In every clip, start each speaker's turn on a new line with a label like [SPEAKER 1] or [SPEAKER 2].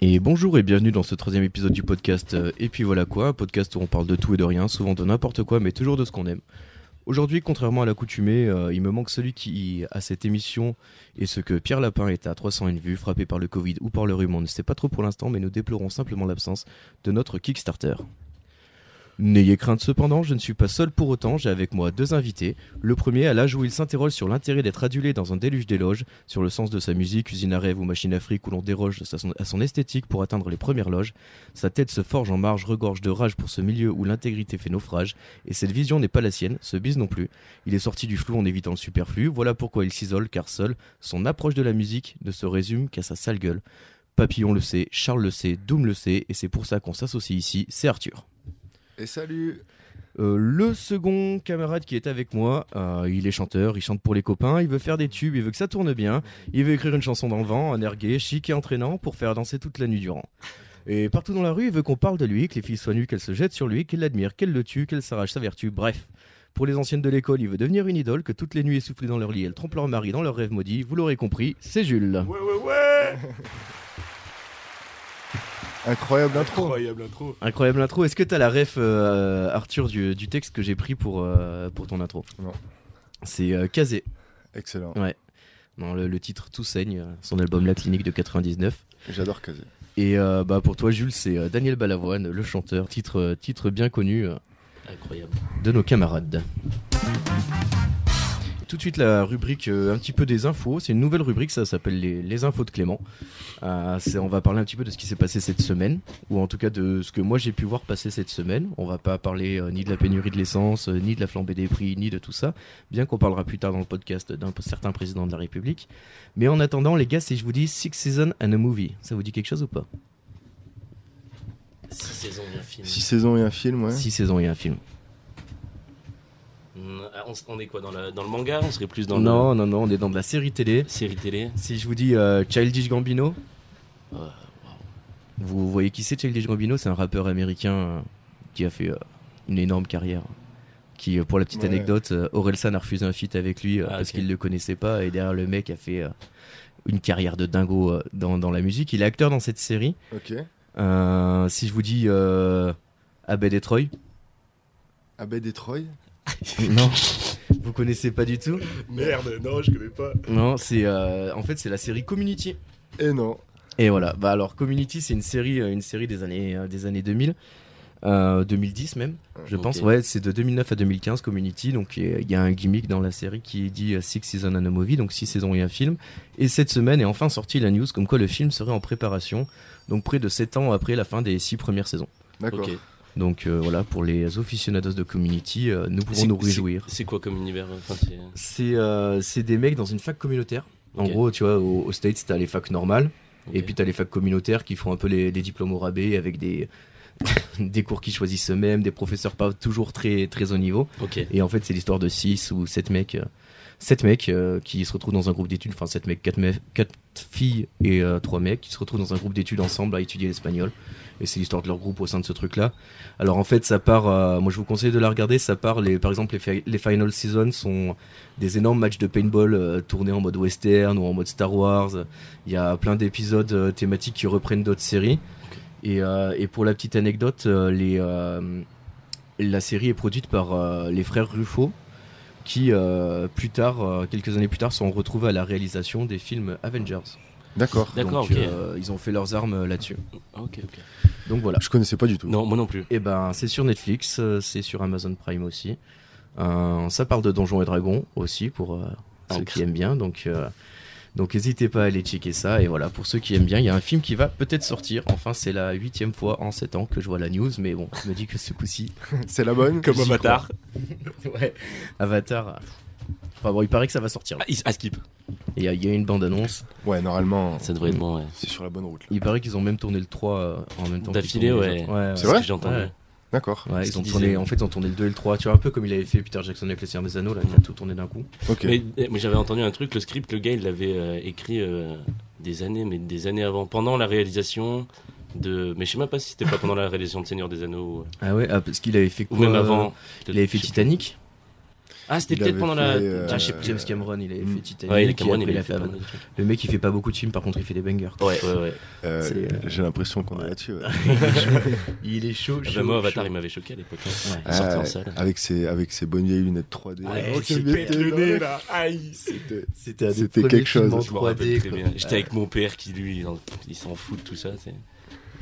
[SPEAKER 1] Et bonjour et bienvenue dans ce troisième épisode du podcast euh, Et puis voilà quoi, un podcast où on parle de tout et de rien, souvent de n'importe quoi, mais toujours de ce qu'on aime. Aujourd'hui, contrairement à l'accoutumée, euh, il me manque celui qui à cette émission et ce que Pierre Lapin est à 301 vues, frappé par le Covid ou par le rhume, on ne sait pas trop pour l'instant, mais nous déplorons simplement l'absence de notre Kickstarter. N'ayez crainte cependant, je ne suis pas seul pour autant, j'ai avec moi deux invités. Le premier, à l'âge où il s'interroge sur l'intérêt d'être adulé dans un déluge d'éloges, sur le sens de sa musique, usine à rêve ou machine à fric où l'on déroge à son, à son esthétique pour atteindre les premières loges. Sa tête se forge en marge, regorge de rage pour ce milieu où l'intégrité fait naufrage, et cette vision n'est pas la sienne, ce bise non plus. Il est sorti du flou en évitant le superflu, voilà pourquoi il s'isole, car seul, son approche de la musique ne se résume qu'à sa sale gueule. Papillon le sait, Charles le sait, Doom le sait, et c'est pour ça qu'on s'associe ici, c'est Arthur.
[SPEAKER 2] Et salut
[SPEAKER 1] Euh, le second camarade qui est avec moi, euh, il est chanteur, il chante pour les copains, il veut faire des tubes, il veut que ça tourne bien, il veut écrire une chanson dans le vent, un air gai, chic et entraînant pour faire danser toute la nuit durant. Et partout dans la rue, il veut qu'on parle de lui, que les filles soient nues, qu'elles se jettent sur lui, qu'elles l'admirent, qu'elles le tuent, qu'elles s'arrachent sa vertu, bref. Pour les anciennes de l'école, il veut devenir une idole, que toutes les nuits essoufflées dans leur lit, elles trompent leur mari dans leur rêve maudit, vous l'aurez compris, c'est Jules.
[SPEAKER 3] Ouais, ouais, ouais
[SPEAKER 2] Incroyable intro
[SPEAKER 3] Incroyable intro
[SPEAKER 1] Incroyable intro, est-ce que t'as la ref, euh, Arthur, du, du texte que j'ai pris pour, euh, pour ton intro
[SPEAKER 2] Non.
[SPEAKER 1] C'est euh, Kazé.
[SPEAKER 2] Excellent,
[SPEAKER 1] Non, le, le titre Tout saigne, euh, son album La Clinique de 99.
[SPEAKER 2] j'adore Kazé.
[SPEAKER 1] Et euh, bah, pour toi, Jules, c'est euh, Daniel Balavoine, le chanteur, titre, euh, titre bien connu euh,
[SPEAKER 4] Incroyable.
[SPEAKER 1] de nos camarades. Tout de suite, la rubrique euh, un petit peu des infos. C'est une nouvelle rubrique, ça s'appelle les, les infos de Clément. Euh, c'est- on va parler un petit peu de ce qui s'est passé cette semaine, ou en tout cas de ce que moi j'ai pu voir passer cette semaine. On va pas parler euh, ni de la pénurie de l'essence, euh, ni de la flambée des prix, ni de tout ça, bien qu'on parlera plus tard dans le podcast d'un certain président de la République. Mais en attendant, les gars, si je vous dis Six Seasons and a Movie, ça vous dit quelque chose ou pas
[SPEAKER 4] Six saisons bien finies.
[SPEAKER 2] Six saisons et un film, ouais.
[SPEAKER 1] Six saisons et un film.
[SPEAKER 4] Mm, ah, on, s- on est quoi dans le, dans le manga On serait plus dans
[SPEAKER 1] non, non, non, on est dans de la série télé.
[SPEAKER 4] la série télé
[SPEAKER 1] Si je vous dis euh, Childish Gambino,
[SPEAKER 4] Ouais, waouh.
[SPEAKER 1] vous voyez qui c'est Childish Gambino C'est un rappeur américain euh, qui a fait euh, une énorme carrière. Qui, euh, pour la petite
[SPEAKER 2] Ouais.
[SPEAKER 1] anecdote, euh, Orelsan a refusé un feat avec lui euh,
[SPEAKER 4] Ah,
[SPEAKER 1] parce
[SPEAKER 4] ok.
[SPEAKER 1] qu'il le connaissait pas. Et derrière, le mec a fait euh, une carrière de dingo euh, dans, dans la musique. Il est acteur dans cette série.
[SPEAKER 2] Ok.
[SPEAKER 1] Euh, si je vous dis euh, Abed et Troy,
[SPEAKER 2] Abed et Troy
[SPEAKER 1] non, vous connaissez pas du tout.
[SPEAKER 3] Merde, non, je connais pas.
[SPEAKER 1] Non, c'est euh, en fait c'est la série Community.
[SPEAKER 2] Eh non.
[SPEAKER 1] Et voilà. Bah alors Community, c'est une série, euh, une série des années, euh, des années 2000, euh, 2010 même, je
[SPEAKER 4] Ok.
[SPEAKER 1] pense. Ouais, c'est de 2009 à 2015 Community. Donc il y a- il y, a un gimmick dans la série qui dit euh, Six Seasons and a Movie, donc six saisons et un film. Et cette semaine est enfin sortie la news comme quoi le film serait en préparation, donc près de 7 ans après la fin des six premières saisons.
[SPEAKER 2] D'accord.
[SPEAKER 4] Ok.
[SPEAKER 1] Donc euh, voilà, pour les aficionados de Community, euh, nous
[SPEAKER 4] C'est-
[SPEAKER 1] pourrons nous
[SPEAKER 4] c'est-
[SPEAKER 1] réjouir.
[SPEAKER 4] C'est quoi comme univers euh, enfin, c'est-
[SPEAKER 1] C'est euh, c'est des mecs dans une fac communautaire. En
[SPEAKER 4] Ok.
[SPEAKER 1] gros, tu vois, au- aux States, t'as les facs normales. Et
[SPEAKER 4] ok.
[SPEAKER 1] puis t'as les facs communautaires qui font un peu les, les diplômes au rabais avec des, des cours qu'ils choisissent eux-mêmes, des professeurs pas toujours très, très haut niveau.
[SPEAKER 4] Ok.
[SPEAKER 1] Et en fait, c'est l'histoire de 6 ou 7 mecs, 7 mecs euh, qui se retrouvent dans un groupe d'études, enfin 7 mecs, 4, filles et 3 mecs qui se retrouvent dans un groupe d'études ensemble à étudier l'espagnol. Et c'est l'histoire de leur groupe au sein de ce truc-là. Alors en fait, ça part, euh, moi je vous conseille de la regarder, ça part, les, par exemple, les, fi- les Final Season sont des énormes matchs de paintball euh, tournés en mode western ou en mode Star Wars. Il y a plein d'épisodes euh, thématiques qui reprennent d'autres séries. Et, euh, et pour la petite anecdote, euh, les, euh, la série est produite par euh, les frères Ruffo, qui euh, plus tard, euh, quelques années plus tard, sont retrouvés à la réalisation des films Avengers.
[SPEAKER 2] D'accord.
[SPEAKER 4] D'accord,
[SPEAKER 1] Donc,
[SPEAKER 4] ok.
[SPEAKER 1] euh, ils ont fait leurs armes euh, là-dessus.
[SPEAKER 4] Ok, ok.
[SPEAKER 1] Donc voilà.
[SPEAKER 2] Je connaissais pas du tout.
[SPEAKER 4] Non, moi non plus.
[SPEAKER 1] Et ben, c'est sur Netflix, euh, c'est sur Amazon Prime aussi. Euh, ça parle de Donjons et Dragons aussi pour euh,
[SPEAKER 4] Ah,
[SPEAKER 1] ceux
[SPEAKER 4] ok.
[SPEAKER 1] qui aiment bien. Donc, euh, donc n'hésitez pas à aller checker ça. Et voilà, pour ceux qui aiment bien, il y a un film qui va peut-être sortir. Enfin, c'est la huitième fois en sept ans que je vois la news, mais bon, je me dis que ce coup-ci,
[SPEAKER 2] C'est la bonne
[SPEAKER 1] J'y ouais, Avatar. euh, Enfin bon, il paraît que ça va sortir. là.
[SPEAKER 4] Ah, il- ah, skip.
[SPEAKER 1] Et Il y, a- il y a une bande-annonce.
[SPEAKER 2] Ouais, normalement,
[SPEAKER 4] Ça devrait être bon, ouais.
[SPEAKER 2] c'est sur la bonne route. là.
[SPEAKER 1] Il paraît qu'ils ont même tourné le 3 euh, en même temps. qu'ils
[SPEAKER 4] D'affilée,
[SPEAKER 1] tournaient les
[SPEAKER 4] ouais.
[SPEAKER 1] autres. ouais.
[SPEAKER 2] C'est
[SPEAKER 4] ce
[SPEAKER 2] vrai
[SPEAKER 4] que j'ai entendu.
[SPEAKER 1] Ouais.
[SPEAKER 2] D'accord.
[SPEAKER 1] Ouais,
[SPEAKER 4] Ce
[SPEAKER 1] ils ont
[SPEAKER 4] qu'il
[SPEAKER 1] tourné,
[SPEAKER 4] disait.
[SPEAKER 1] en fait, ils ont tourné le 2 et le 3, tu vois, un peu comme il avait fait Peter Jackson avec les Seigneurs des Anneaux, là, il a tout tourné d'un coup.
[SPEAKER 2] Ok.
[SPEAKER 4] Mais, mais j'avais entendu un truc, le script, le gars, il l'avait euh, écrit euh, des années, mais des années avant, pendant la réalisation de. Mais je sais même pas si c'était pas pendant la réalisation de Seigneur des Anneaux ou,
[SPEAKER 1] Ah ouais, ah, parce qu'il avait fait
[SPEAKER 4] ou
[SPEAKER 1] quoi,
[SPEAKER 4] même
[SPEAKER 1] euh,
[SPEAKER 4] avant.
[SPEAKER 1] Il avait fait
[SPEAKER 4] Je sais
[SPEAKER 1] Titanic
[SPEAKER 4] Ah, c'était
[SPEAKER 2] Il
[SPEAKER 4] peut-être
[SPEAKER 2] avait
[SPEAKER 4] pendant la.
[SPEAKER 2] fait, euh,
[SPEAKER 4] Ah, je sais plus.
[SPEAKER 1] James Cameron, il avait
[SPEAKER 2] Mm.
[SPEAKER 1] fait Titanic.
[SPEAKER 4] Ouais,
[SPEAKER 1] et
[SPEAKER 4] les Cameron,
[SPEAKER 1] après,
[SPEAKER 4] il
[SPEAKER 1] a
[SPEAKER 4] a
[SPEAKER 1] fait
[SPEAKER 4] fait pas
[SPEAKER 1] Avatar.
[SPEAKER 4] mal de trucs.
[SPEAKER 1] Le mec, il fait pas beaucoup de films, par contre, il fait des bangers. quoi.
[SPEAKER 4] Ouais, ouais, ouais.
[SPEAKER 2] Euh,
[SPEAKER 1] C'est, euh,
[SPEAKER 2] J'ai l'impression qu'on est là-dessus. ouais.
[SPEAKER 1] il est chaud.
[SPEAKER 4] Ah
[SPEAKER 1] chaud,
[SPEAKER 4] bah, moi, Avatar,
[SPEAKER 1] chaud.
[SPEAKER 4] il m'avait choqué à l'époque. hein.
[SPEAKER 1] Ouais.
[SPEAKER 4] Il sortait en
[SPEAKER 2] Ah,
[SPEAKER 4] salle.
[SPEAKER 2] Avec ses, avec ses bonnes vieilles lunettes 3D.
[SPEAKER 4] Ouais,
[SPEAKER 2] Oh,
[SPEAKER 1] qui
[SPEAKER 2] quel
[SPEAKER 1] pète
[SPEAKER 2] bien
[SPEAKER 3] le
[SPEAKER 2] t'es,
[SPEAKER 3] nez
[SPEAKER 2] ouais.
[SPEAKER 3] là, aïe
[SPEAKER 2] C'était-
[SPEAKER 1] C'était un des
[SPEAKER 2] C'était
[SPEAKER 1] premiers
[SPEAKER 2] quelque
[SPEAKER 1] films
[SPEAKER 2] chose,
[SPEAKER 1] en
[SPEAKER 2] je
[SPEAKER 4] Je m'en rappelle
[SPEAKER 1] 3D.
[SPEAKER 4] très
[SPEAKER 1] quoi.
[SPEAKER 4] bien. J'étais avec mon père qui, lui, il en- il s'en fout de tout ça. tu sais.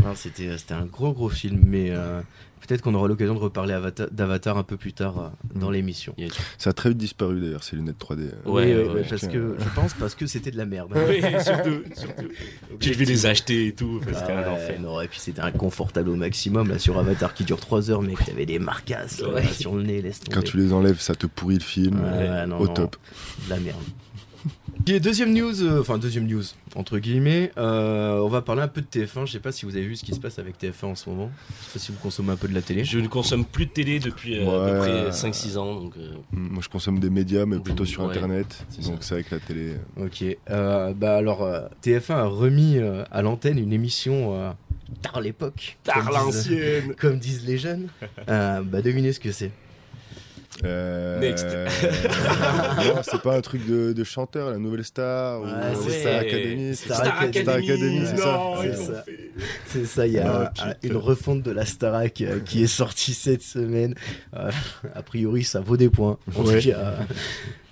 [SPEAKER 1] Non, C'était euh, c'était un gros gros film, mais euh, peut-être qu'on aura l'occasion de reparler Avata- d'Avatar un peu plus tard euh, dans
[SPEAKER 2] Mm.
[SPEAKER 1] l'émission.
[SPEAKER 4] Il y a-
[SPEAKER 2] Ça a très vite disparu d'ailleurs, ces lunettes 3D. euh.
[SPEAKER 1] Oui,
[SPEAKER 4] Ouais, ouais,
[SPEAKER 1] oui,
[SPEAKER 4] ouais.
[SPEAKER 1] parce que je pense parce que c'était de la merde.
[SPEAKER 4] Oui, surtout, surtout. J'ai dû les acheter et tout, parce que c'était
[SPEAKER 1] Ah
[SPEAKER 4] un
[SPEAKER 1] ouais,
[SPEAKER 4] enfer.
[SPEAKER 1] non, et puis c'était inconfortable au maximum là sur Avatar qui dure 3 heures, mec, t'avais des marcasses là,
[SPEAKER 4] Ouais.
[SPEAKER 1] sur le nez, laisse tomber.
[SPEAKER 2] Quand tu les enlèves, ça te pourrit le film.
[SPEAKER 1] Ouais,
[SPEAKER 2] euh,
[SPEAKER 1] ouais, non,
[SPEAKER 2] au
[SPEAKER 1] non,
[SPEAKER 2] top.
[SPEAKER 1] de la merde. Ok, deuxième news, euh, enfin deuxième news entre guillemets, euh, on va parler un peu de TF1. Je sais pas si vous avez vu ce qui se passe avec TF1 en ce moment. Je sais pas si vous consommez un peu de la télé.
[SPEAKER 4] Je ne consomme plus de télé depuis euh, à peu
[SPEAKER 2] Ouais.
[SPEAKER 4] près 5-6 ans, donc euh,
[SPEAKER 2] Mm, Moi, je consomme des médias, mais plutôt sur
[SPEAKER 4] Ouais,
[SPEAKER 2] Internet.
[SPEAKER 4] c'est
[SPEAKER 2] Donc, c'est avec la télé. euh.
[SPEAKER 1] Ok, euh, bah alors euh, TF1 a remis euh, à l'antenne une émission euh, tard l'époque, comme
[SPEAKER 4] Tard
[SPEAKER 1] disent-
[SPEAKER 3] L'ancienne
[SPEAKER 1] comme disent les jeunes. Euh, bah devinez ce que c'est.
[SPEAKER 2] Euh,
[SPEAKER 4] Next.
[SPEAKER 2] euh, non, c'est pas un truc de, de chanteur, la nouvelle star ou
[SPEAKER 1] Ouais,
[SPEAKER 2] c'est
[SPEAKER 1] c'est
[SPEAKER 2] Star
[SPEAKER 4] ça.
[SPEAKER 2] Academy.
[SPEAKER 1] Star
[SPEAKER 2] c'est-
[SPEAKER 1] Academy,
[SPEAKER 2] Star Academy, c'est ça.
[SPEAKER 4] Oh,
[SPEAKER 3] Non,
[SPEAKER 1] C'est
[SPEAKER 3] ils
[SPEAKER 1] ça.
[SPEAKER 3] ont fait.
[SPEAKER 1] C'est ça, il y a
[SPEAKER 2] Ah,
[SPEAKER 1] un-
[SPEAKER 2] putain.
[SPEAKER 1] une refonte de la Starac euh, qui est sortie cette semaine. Euh, a priori, ça vaut des points. En
[SPEAKER 2] Ouais.
[SPEAKER 1] tout cas, euh,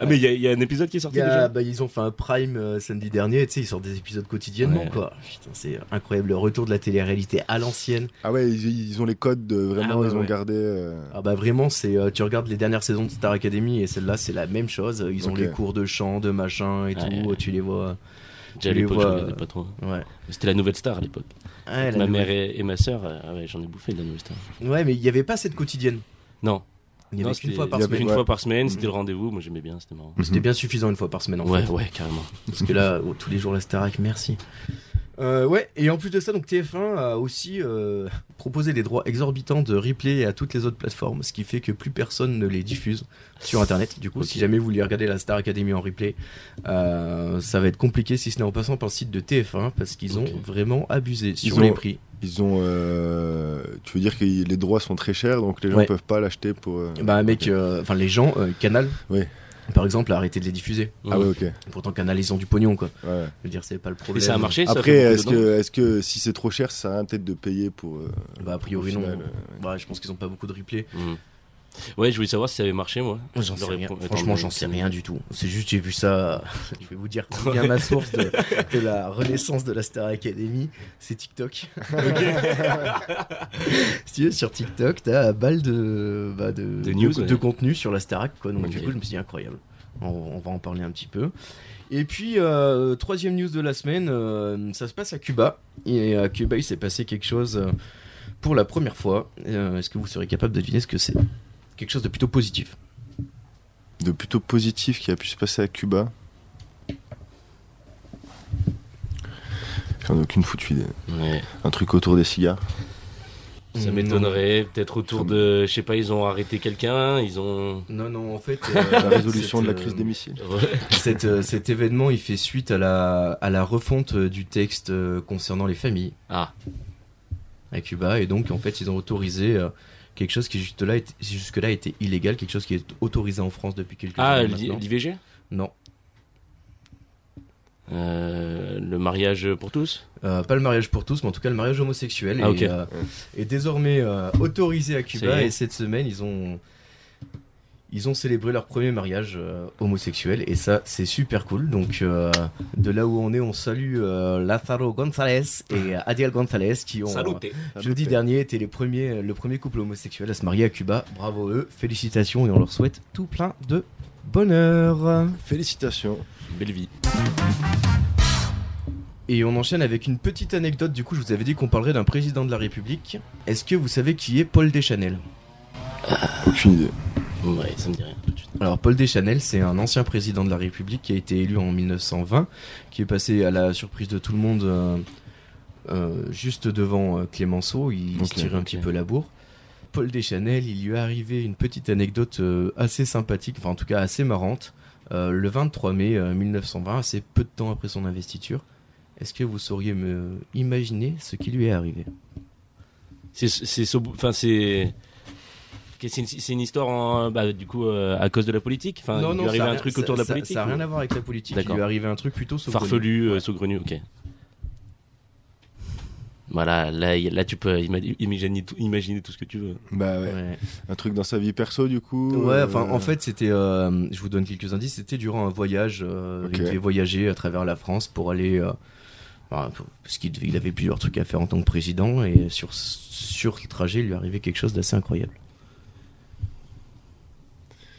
[SPEAKER 4] Ah mais il y, a- il y a un épisode qui est sorti
[SPEAKER 1] il y a-
[SPEAKER 4] déjà
[SPEAKER 1] bah, ils ont fait un prime euh, samedi dernier. Tu sais, ils sortent des épisodes quotidiennement,
[SPEAKER 4] Ouais.
[SPEAKER 1] quoi. Putain, c'est incroyable le retour de la télé-réalité à l'ancienne.
[SPEAKER 2] Ah ouais, ils, ils ont les codes de, vraiment,
[SPEAKER 4] Ah ouais,
[SPEAKER 2] ils ont
[SPEAKER 4] ouais.
[SPEAKER 2] gardé. euh,
[SPEAKER 1] Ah bah vraiment, c'est euh, tu regardes les dernières saisons de Star Academy et celle-là, c'est la même chose. Ils ont
[SPEAKER 2] Ok.
[SPEAKER 1] les cours de chant, de machin et
[SPEAKER 4] Ouais.
[SPEAKER 1] tout. Tu les vois.
[SPEAKER 4] Déjà à
[SPEAKER 1] tu les
[SPEAKER 4] l'époque, je
[SPEAKER 1] vois,
[SPEAKER 4] regardais
[SPEAKER 1] euh,
[SPEAKER 4] pas trop. hein.
[SPEAKER 1] Ouais. Ah,
[SPEAKER 4] C'était la nouvelle star à l'époque.
[SPEAKER 1] Ouais, la
[SPEAKER 4] Ma
[SPEAKER 1] nouvelle-
[SPEAKER 4] mère et, et ma sœur, euh, ah ouais, j'en ai bouffé de la nouvelle star.
[SPEAKER 1] Ouais, mais il n'y avait pas cette quotidienne.
[SPEAKER 4] Non,
[SPEAKER 1] Il y avait
[SPEAKER 4] non,
[SPEAKER 1] qu'une
[SPEAKER 4] c'était-
[SPEAKER 1] fois par
[SPEAKER 4] il y avait
[SPEAKER 1] semaine.
[SPEAKER 4] Une
[SPEAKER 2] Ouais.
[SPEAKER 4] fois par semaine, c'était le rendez-vous. Moi, j'aimais bien, c'était marrant.
[SPEAKER 1] C'était bien suffisant une fois par semaine en fait.
[SPEAKER 4] Ouais, ouais, carrément.
[SPEAKER 1] Parce que là, oh, tous les jours la Starac, merci. Euh, ouais, et en plus de ça, donc TF1 a aussi euh, proposé des droits exorbitants de replay à toutes les autres plateformes, ce qui fait que plus personne ne les diffuse sur Internet. Du coup,
[SPEAKER 4] Ok.
[SPEAKER 1] si jamais vous voulez regarder la Star Academy en replay, euh, ça va être compliqué si ce n'est en passant par le site de TF1, parce qu'ils ont
[SPEAKER 4] Ok.
[SPEAKER 1] vraiment abusé sur
[SPEAKER 2] ont-
[SPEAKER 1] les prix.
[SPEAKER 2] Ils ont. euh, tu veux dire que les droits sont très chers, donc les gens
[SPEAKER 1] Ouais.
[SPEAKER 2] peuvent pas l'acheter pour. euh,
[SPEAKER 1] Bah mec,
[SPEAKER 2] ok.
[SPEAKER 1] euh, enfin les gens, euh, Canal,
[SPEAKER 2] Ouais.
[SPEAKER 1] par exemple, a arrêté de les diffuser.
[SPEAKER 2] Ah ouais, ok.
[SPEAKER 1] Pourtant Canal, ils ont du pognon, quoi.
[SPEAKER 2] Ouais.
[SPEAKER 1] Je veux dire, c'est pas le
[SPEAKER 4] Et
[SPEAKER 1] problème.
[SPEAKER 4] ça a marché ça a
[SPEAKER 2] Après,
[SPEAKER 4] fait beaucoup
[SPEAKER 2] est-ce
[SPEAKER 4] de dons
[SPEAKER 2] que, est-ce que si c'est trop cher, ça sert à rien peut-être de payer pour. euh,
[SPEAKER 1] Bah a
[SPEAKER 2] au
[SPEAKER 1] priori non.
[SPEAKER 2] final, euh,
[SPEAKER 1] Bah, je pense qu'ils ont pas beaucoup de replay.
[SPEAKER 4] Mhm. Ouais, je voulais savoir si ça avait marché, moi.
[SPEAKER 1] J'en sais
[SPEAKER 4] Leur
[SPEAKER 1] rien.
[SPEAKER 4] réponse-
[SPEAKER 1] Franchement, j'en sais rien du tout. C'est juste, j'ai vu ça. Je vais vous dire bien ma source de, de la renaissance de la Star Academy, c'est TikTok. si tu veux, sur TikTok, t'as balle de, bah, de,
[SPEAKER 4] De news,
[SPEAKER 1] de,
[SPEAKER 4] ouais.
[SPEAKER 1] de contenu sur la Starac. Quoi. Donc, du
[SPEAKER 4] Ok.
[SPEAKER 1] coup, je me suis dit, incroyable. On, on va en parler un petit peu. Et puis, euh, troisième news de la semaine, euh, ça se passe à Cuba. Et à Cuba, il s'est passé quelque chose euh, pour la première fois. Euh, Est-ce que vous serez capable de deviner ce que c'est Quelque chose de plutôt positif.
[SPEAKER 2] de plutôt positif qui a pu se passer à Cuba. J'en ai aucune foutue idée.
[SPEAKER 4] Ouais.
[SPEAKER 2] Un truc autour des cigares.
[SPEAKER 4] Ça
[SPEAKER 1] Mm.
[SPEAKER 4] m'étonnerait. Peut-être autour de. Je sais pas, ils ont arrêté quelqu'un, ils ont.
[SPEAKER 1] Non, non, en fait. euh,
[SPEAKER 2] La résolution de la crise des missiles.
[SPEAKER 1] Cet, euh, cet événement, il fait suite à la, à la refonte euh, du texte euh, concernant les familles
[SPEAKER 4] Ah,
[SPEAKER 1] à Cuba. Et donc, en fait, ils ont autorisé euh, quelque chose qui jusque-là était, jusque-là était illégal, quelque chose qui est autorisé en France depuis quelques
[SPEAKER 4] ah
[SPEAKER 1] années
[SPEAKER 4] l'i-
[SPEAKER 1] maintenant.
[SPEAKER 4] l'IVG
[SPEAKER 1] Non,
[SPEAKER 4] Euh, Le mariage pour tous
[SPEAKER 1] Euh, pas le mariage pour tous, mais en tout cas le mariage homosexuel
[SPEAKER 4] Ah,
[SPEAKER 1] est,
[SPEAKER 4] ok.
[SPEAKER 1] euh, est désormais euh, autorisé à Cuba.
[SPEAKER 4] C'est-
[SPEAKER 1] Et cette semaine, ils ont... Ils ont célébré leur premier mariage euh, homosexuel et ça c'est super cool. Donc euh, de là où on est, on salue euh, Lázaro González et euh, Adiel González qui ont euh, Jeudi dernier étaient les premiers, le premier couple homosexuel à se marier à Cuba. Bravo à eux, félicitations et on leur souhaite tout plein de bonheur.
[SPEAKER 2] Félicitations.
[SPEAKER 4] Belle vie.
[SPEAKER 1] Et on enchaîne avec une petite anecdote. Du coup, je vous avais dit qu'on parlerait d'un président de la République. Est-ce que vous savez qui est Paul Deschanel
[SPEAKER 2] Aucune idée.
[SPEAKER 4] Ouais, ça me dit rien tout de suite.
[SPEAKER 1] Alors, Paul Deschanel, c'est un ancien président de la République qui a été élu en 1920, qui est passé à la surprise de tout le monde euh, euh, juste devant euh, Clémenceau. Il
[SPEAKER 2] Ok,
[SPEAKER 1] se tirait un
[SPEAKER 4] ok.
[SPEAKER 1] petit peu la bourre. Paul Deschanel, il lui est arrivé une petite anecdote euh, assez sympathique, enfin en tout cas assez marrante, euh, le 23 mai euh, 1920, assez peu de temps après son investiture. Est-ce que vous sauriez me imaginer ce qui lui est arrivé
[SPEAKER 4] C'est, c'est, sob- enfin, c'est, que C'est une, c'est une histoire en, bah, du coup euh, à cause de la politique. Enfin, il lui
[SPEAKER 1] ça
[SPEAKER 4] arrivait
[SPEAKER 1] a
[SPEAKER 4] un
[SPEAKER 1] rien-
[SPEAKER 4] truc
[SPEAKER 1] ça-
[SPEAKER 4] autour de la
[SPEAKER 1] ça-
[SPEAKER 4] politique.
[SPEAKER 1] Ça n'a
[SPEAKER 4] ou-
[SPEAKER 1] rien à voir avec la politique. Il
[SPEAKER 4] D'accord.
[SPEAKER 1] lui est arrivé un truc plutôt saugrenu.
[SPEAKER 4] Farfelu, euh, saugrenu, ok. Voilà, là, y- là tu peux ima- imaginer tout, imaginer tout ce que tu veux.
[SPEAKER 2] Bah ouais.
[SPEAKER 1] Ouais.
[SPEAKER 2] Un truc dans sa vie perso, du coup.
[SPEAKER 1] Ouais,
[SPEAKER 2] euh,
[SPEAKER 1] enfin, en fait, c'était. euh, je vous donne quelques indices. C'était durant un voyage. euh,
[SPEAKER 2] Ok.
[SPEAKER 1] Il devait voyager à travers la France pour aller. euh, enfin, pour- parce qu'il devait- il avait plusieurs trucs à faire en tant que président. Et sur, sur le trajet, il lui arrivait quelque chose d'assez incroyable.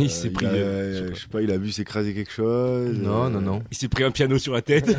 [SPEAKER 4] il s'est
[SPEAKER 2] il
[SPEAKER 4] pris,
[SPEAKER 2] a-
[SPEAKER 4] euh, je sais pas.
[SPEAKER 2] je sais pas, il a vu s'écraser quelque chose.
[SPEAKER 1] Non,
[SPEAKER 2] euh,
[SPEAKER 1] non, non.
[SPEAKER 4] il s'est pris un piano sur la tête.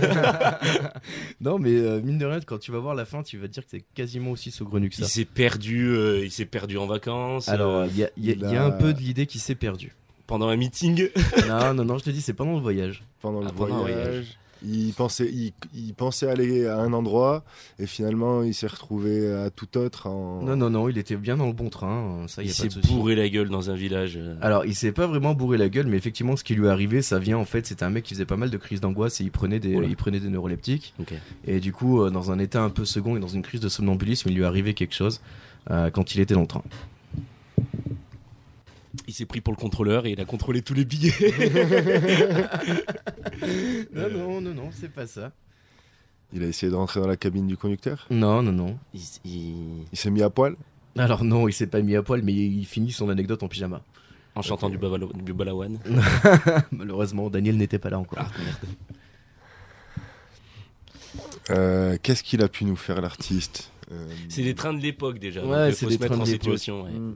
[SPEAKER 1] Non, mais euh, mine de rien, quand tu vas voir la fin, tu vas te dire que c'est quasiment aussi saugrenu que
[SPEAKER 4] il
[SPEAKER 1] ça.
[SPEAKER 4] s'est perdu, euh, il s'est perdu en vacances.
[SPEAKER 1] Alors, euh,
[SPEAKER 4] euh,
[SPEAKER 1] il y, a- il y a-
[SPEAKER 2] il
[SPEAKER 1] il y a un
[SPEAKER 2] a-
[SPEAKER 1] peu de l'idée qui s'est perdue.
[SPEAKER 4] pendant un meeting.
[SPEAKER 1] non, non, non, je te dis, c'est pendant le voyage.
[SPEAKER 2] Pendant le
[SPEAKER 4] Ah, pendant un
[SPEAKER 2] voyage.
[SPEAKER 4] voyage.
[SPEAKER 2] Il pensait, il, il pensait aller à un endroit et finalement il s'est retrouvé à tout autre. En...
[SPEAKER 1] Non, non, non, il était bien dans le bon train. euh, Ça, y
[SPEAKER 4] Il
[SPEAKER 1] a pas
[SPEAKER 4] s'est
[SPEAKER 1] de souci.
[SPEAKER 4] bourré la gueule dans un village. euh.
[SPEAKER 1] Alors, il s'est pas vraiment bourré la gueule, mais effectivement, ce qui lui est arrivé, ça vient en fait. C'était un mec qui faisait pas mal de crises d'angoisse et il prenait des,
[SPEAKER 4] Oula.
[SPEAKER 1] il prenait des neuroleptiques.
[SPEAKER 4] Ok.
[SPEAKER 1] Et du coup, euh, dans un état un peu second et dans une crise de somnambulisme, il lui est arrivé quelque chose euh, quand il était dans le train.
[SPEAKER 4] Il s'est pris pour le contrôleur et il a contrôlé tous les billets.
[SPEAKER 1] Non, non, non, non, c'est pas ça.
[SPEAKER 2] Il a essayé de rentrer dans la cabine du conducteur.
[SPEAKER 1] Non, non, non.
[SPEAKER 4] Il s- il-
[SPEAKER 2] Il s'est mis à poil.
[SPEAKER 1] Alors non, il s'est pas mis à poil, mais il finit son anecdote en pyjama.
[SPEAKER 4] En chantant du, babalo- du balawan.
[SPEAKER 1] Malheureusement, Daniel n'était pas là encore.
[SPEAKER 4] Ah,
[SPEAKER 2] Euh, Qu'est-ce qu'il a pu nous faire l'artiste Euh,
[SPEAKER 4] C'est des trains de l'époque déjà.
[SPEAKER 1] Ouais,
[SPEAKER 4] donc, euh,
[SPEAKER 1] c'est
[SPEAKER 4] faut
[SPEAKER 1] des
[SPEAKER 4] se mettre
[SPEAKER 1] trains
[SPEAKER 4] en
[SPEAKER 1] de l'époque.
[SPEAKER 4] situation. ouais.
[SPEAKER 2] Mm.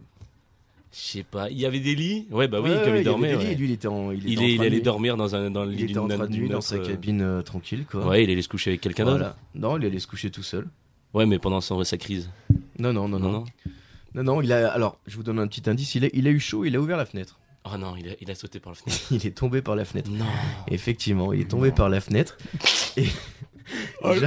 [SPEAKER 4] Je sais pas. Il y avait des lits Ouais, bah oui,
[SPEAKER 1] Ouais,
[SPEAKER 4] comme
[SPEAKER 1] ouais,
[SPEAKER 4] il dormait.
[SPEAKER 1] avait des lits,
[SPEAKER 4] ouais.
[SPEAKER 1] et lui, il était en, il était
[SPEAKER 4] Il,
[SPEAKER 1] en
[SPEAKER 4] est, il
[SPEAKER 1] train de
[SPEAKER 4] allait
[SPEAKER 1] nuit.
[SPEAKER 4] dormir dans, un, dans le
[SPEAKER 1] Il
[SPEAKER 4] lit
[SPEAKER 1] était en
[SPEAKER 4] d'une
[SPEAKER 1] train de
[SPEAKER 4] d'une
[SPEAKER 1] nuit dans
[SPEAKER 4] autre,
[SPEAKER 1] sa
[SPEAKER 4] euh,
[SPEAKER 1] cabine euh, tranquille, quoi.
[SPEAKER 4] Ouais, il allait se coucher avec quelqu'un d'autre.
[SPEAKER 1] Voilà. Non, il allait se coucher tout seul.
[SPEAKER 4] Ouais, mais pendant son- sa crise.
[SPEAKER 1] Non, non, non,
[SPEAKER 4] Non,
[SPEAKER 1] non.
[SPEAKER 4] non.
[SPEAKER 1] Non, non, il a. Alors, je vous donne un petit indice. Il a, il a eu chaud, il a ouvert la fenêtre.
[SPEAKER 4] Oh non, il a, il a sauté par la fenêtre.
[SPEAKER 1] Il est tombé par la fenêtre.
[SPEAKER 4] non.
[SPEAKER 1] Effectivement, il est tombé par la fenêtre. Et.
[SPEAKER 4] Oh, le-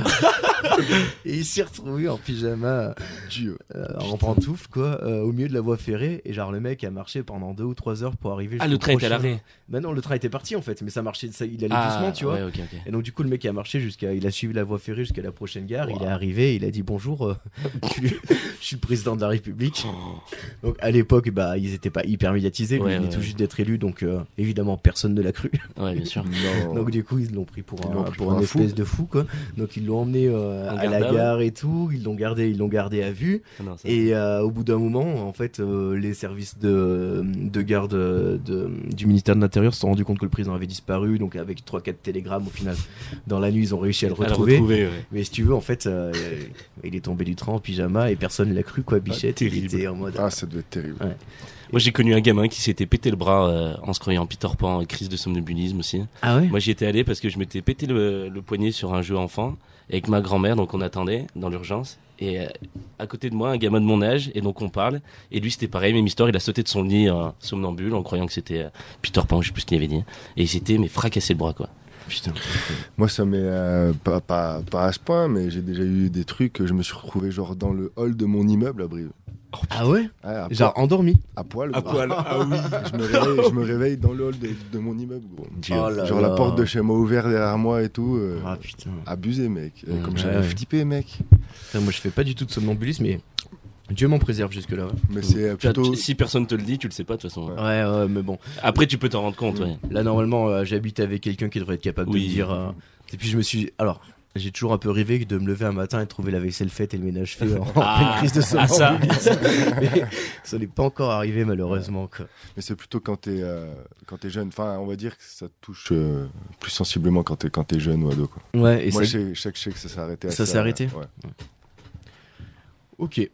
[SPEAKER 1] et il s'est retrouvé en pyjama,
[SPEAKER 2] Dieu.
[SPEAKER 1] euh, en pantoufle, quoi, euh, au milieu de la voie ferrée. Et genre, le mec a marché pendant deux ou trois heures pour arriver.
[SPEAKER 4] Ah,
[SPEAKER 1] jusqu'au
[SPEAKER 4] le train est à
[SPEAKER 1] prochain-
[SPEAKER 4] l'arrêt.
[SPEAKER 1] Bah non, le train était parti en fait, mais ça marchait, ça, il allait
[SPEAKER 4] Ah,
[SPEAKER 1] doucement, tu vois.
[SPEAKER 4] Ouais, ok, ok.
[SPEAKER 1] Et donc du coup le mec a marché jusqu'à, il a suivi la voie ferrée jusqu'à la prochaine gare. Il est arrivé, il a dit bonjour, euh, je, suis- je suis le président de la République. Donc à l'époque, bah ils étaient pas hyper médiatisés, lui,
[SPEAKER 4] Ouais,
[SPEAKER 1] il
[SPEAKER 4] ouais,
[SPEAKER 1] est tout
[SPEAKER 4] ouais.
[SPEAKER 1] juste d'être élu, donc euh, évidemment personne ne l'a cru.
[SPEAKER 4] Ouais, bien sûr.
[SPEAKER 2] Non.
[SPEAKER 1] Donc du coup ils l'ont pris pour
[SPEAKER 2] Ils
[SPEAKER 1] un,
[SPEAKER 2] l'ont
[SPEAKER 1] pour
[SPEAKER 2] pris pour
[SPEAKER 1] un
[SPEAKER 2] un fou.
[SPEAKER 1] espèce de fou quoi. Donc ils l'ont emmené euh,
[SPEAKER 4] En
[SPEAKER 1] à la
[SPEAKER 4] garde à vue.
[SPEAKER 1] gare et tout, ils l'ont gardé, ils l'ont gardé à vue.
[SPEAKER 4] Ah non, ça-
[SPEAKER 1] Et euh, au bout d'un moment, en fait, euh, les services de, de garde euh, de- du ministère de l'Intérieur se sont rendus compte que le président avait disparu, donc avec 3-4 télégrammes au final, dans la nuit, ils ont réussi à le
[SPEAKER 4] à le
[SPEAKER 1] retrouver.
[SPEAKER 4] ouais.
[SPEAKER 1] Mais si tu veux, en fait, euh, il est tombé du train en pyjama et personne ne l'a cru, quoi, Bichette. il
[SPEAKER 4] terrible.
[SPEAKER 1] était en mode.
[SPEAKER 2] Ah, ça devait être terrible.
[SPEAKER 4] Moi, j'ai connu un gamin qui s'était pété le bras euh, en se croyant Peter Pan, euh, crise de somnambulisme aussi.
[SPEAKER 1] Ah ouais
[SPEAKER 4] Moi, j'y étais allé parce que je m'étais pété le, le poignet sur un jeu enfant avec ma grand-mère, donc on attendait dans l'urgence. Et euh, à côté de moi, un gamin de mon âge, et donc on parle. Et lui, c'était pareil, même histoire. Il a sauté de son lit euh, somnambule en croyant que c'était euh, Peter Pan, je sais plus ce qu'il avait dit. Et il s'était mais fracassé le bras, quoi.
[SPEAKER 1] Putain.
[SPEAKER 2] Moi, ça m'est euh, pas, pas, pas à ce point, mais j'ai déjà eu des trucs. Je me suis retrouvé genre dans le hall de mon immeuble à Brive.
[SPEAKER 1] Ah ouais
[SPEAKER 2] Ouais, à,
[SPEAKER 1] Genre endormi.
[SPEAKER 2] poil- à poil.
[SPEAKER 3] À
[SPEAKER 2] gros.
[SPEAKER 3] poil, ah oui.
[SPEAKER 2] Je me réveille, je me réveille dans le hall de, de mon immeuble. gros.
[SPEAKER 4] Dieu.
[SPEAKER 1] Oh là
[SPEAKER 2] Genre
[SPEAKER 1] là.
[SPEAKER 2] la porte de chez moi ouverte derrière moi et tout. euh,
[SPEAKER 1] Ah putain.
[SPEAKER 2] Abusé, mec. Euh,
[SPEAKER 4] Ouais,
[SPEAKER 2] Comme
[SPEAKER 1] ouais,
[SPEAKER 2] j'avais
[SPEAKER 1] ouais.
[SPEAKER 2] flippé, mec.
[SPEAKER 1] Putain, Moi, je fais pas du tout de somnambulisme, mais Dieu m'en préserve jusque-là. ouais.
[SPEAKER 2] Mais c'est euh,
[SPEAKER 4] Tu vois,
[SPEAKER 2] plutôt.
[SPEAKER 4] tu- Si personne te le dit, tu le sais pas de toute façon.
[SPEAKER 2] Ouais.
[SPEAKER 1] Ouais, ouais, mais bon.
[SPEAKER 4] Après, tu peux t'en rendre compte.
[SPEAKER 2] Mm.
[SPEAKER 4] Ouais.
[SPEAKER 1] Là, normalement, euh, j'habite avec quelqu'un qui devrait être capable de
[SPEAKER 4] Oui.
[SPEAKER 1] me dire. euh, Et puis, je me suis. Alors, j'ai toujours un peu rêvé de me lever un matin et de trouver la vaisselle faite et le ménage fait en
[SPEAKER 4] Ah,
[SPEAKER 1] pleine crise de
[SPEAKER 4] ah, ça.
[SPEAKER 1] somnambulisme. Mais ça n'est pas encore arrivé, malheureusement. quoi.
[SPEAKER 2] Mais c'est plutôt quand t'es euh, quand t'es jeune. Enfin, on va dire que ça te touche euh, plus sensiblement quand t'es quand t'es jeune ou ado. Quoi.
[SPEAKER 1] Ouais, et
[SPEAKER 2] Moi, je
[SPEAKER 1] ça.
[SPEAKER 2] sais, je sais que- je sais que ça s'est arrêté. à
[SPEAKER 1] Ça s'est arrêté
[SPEAKER 2] ouais.
[SPEAKER 1] Ok.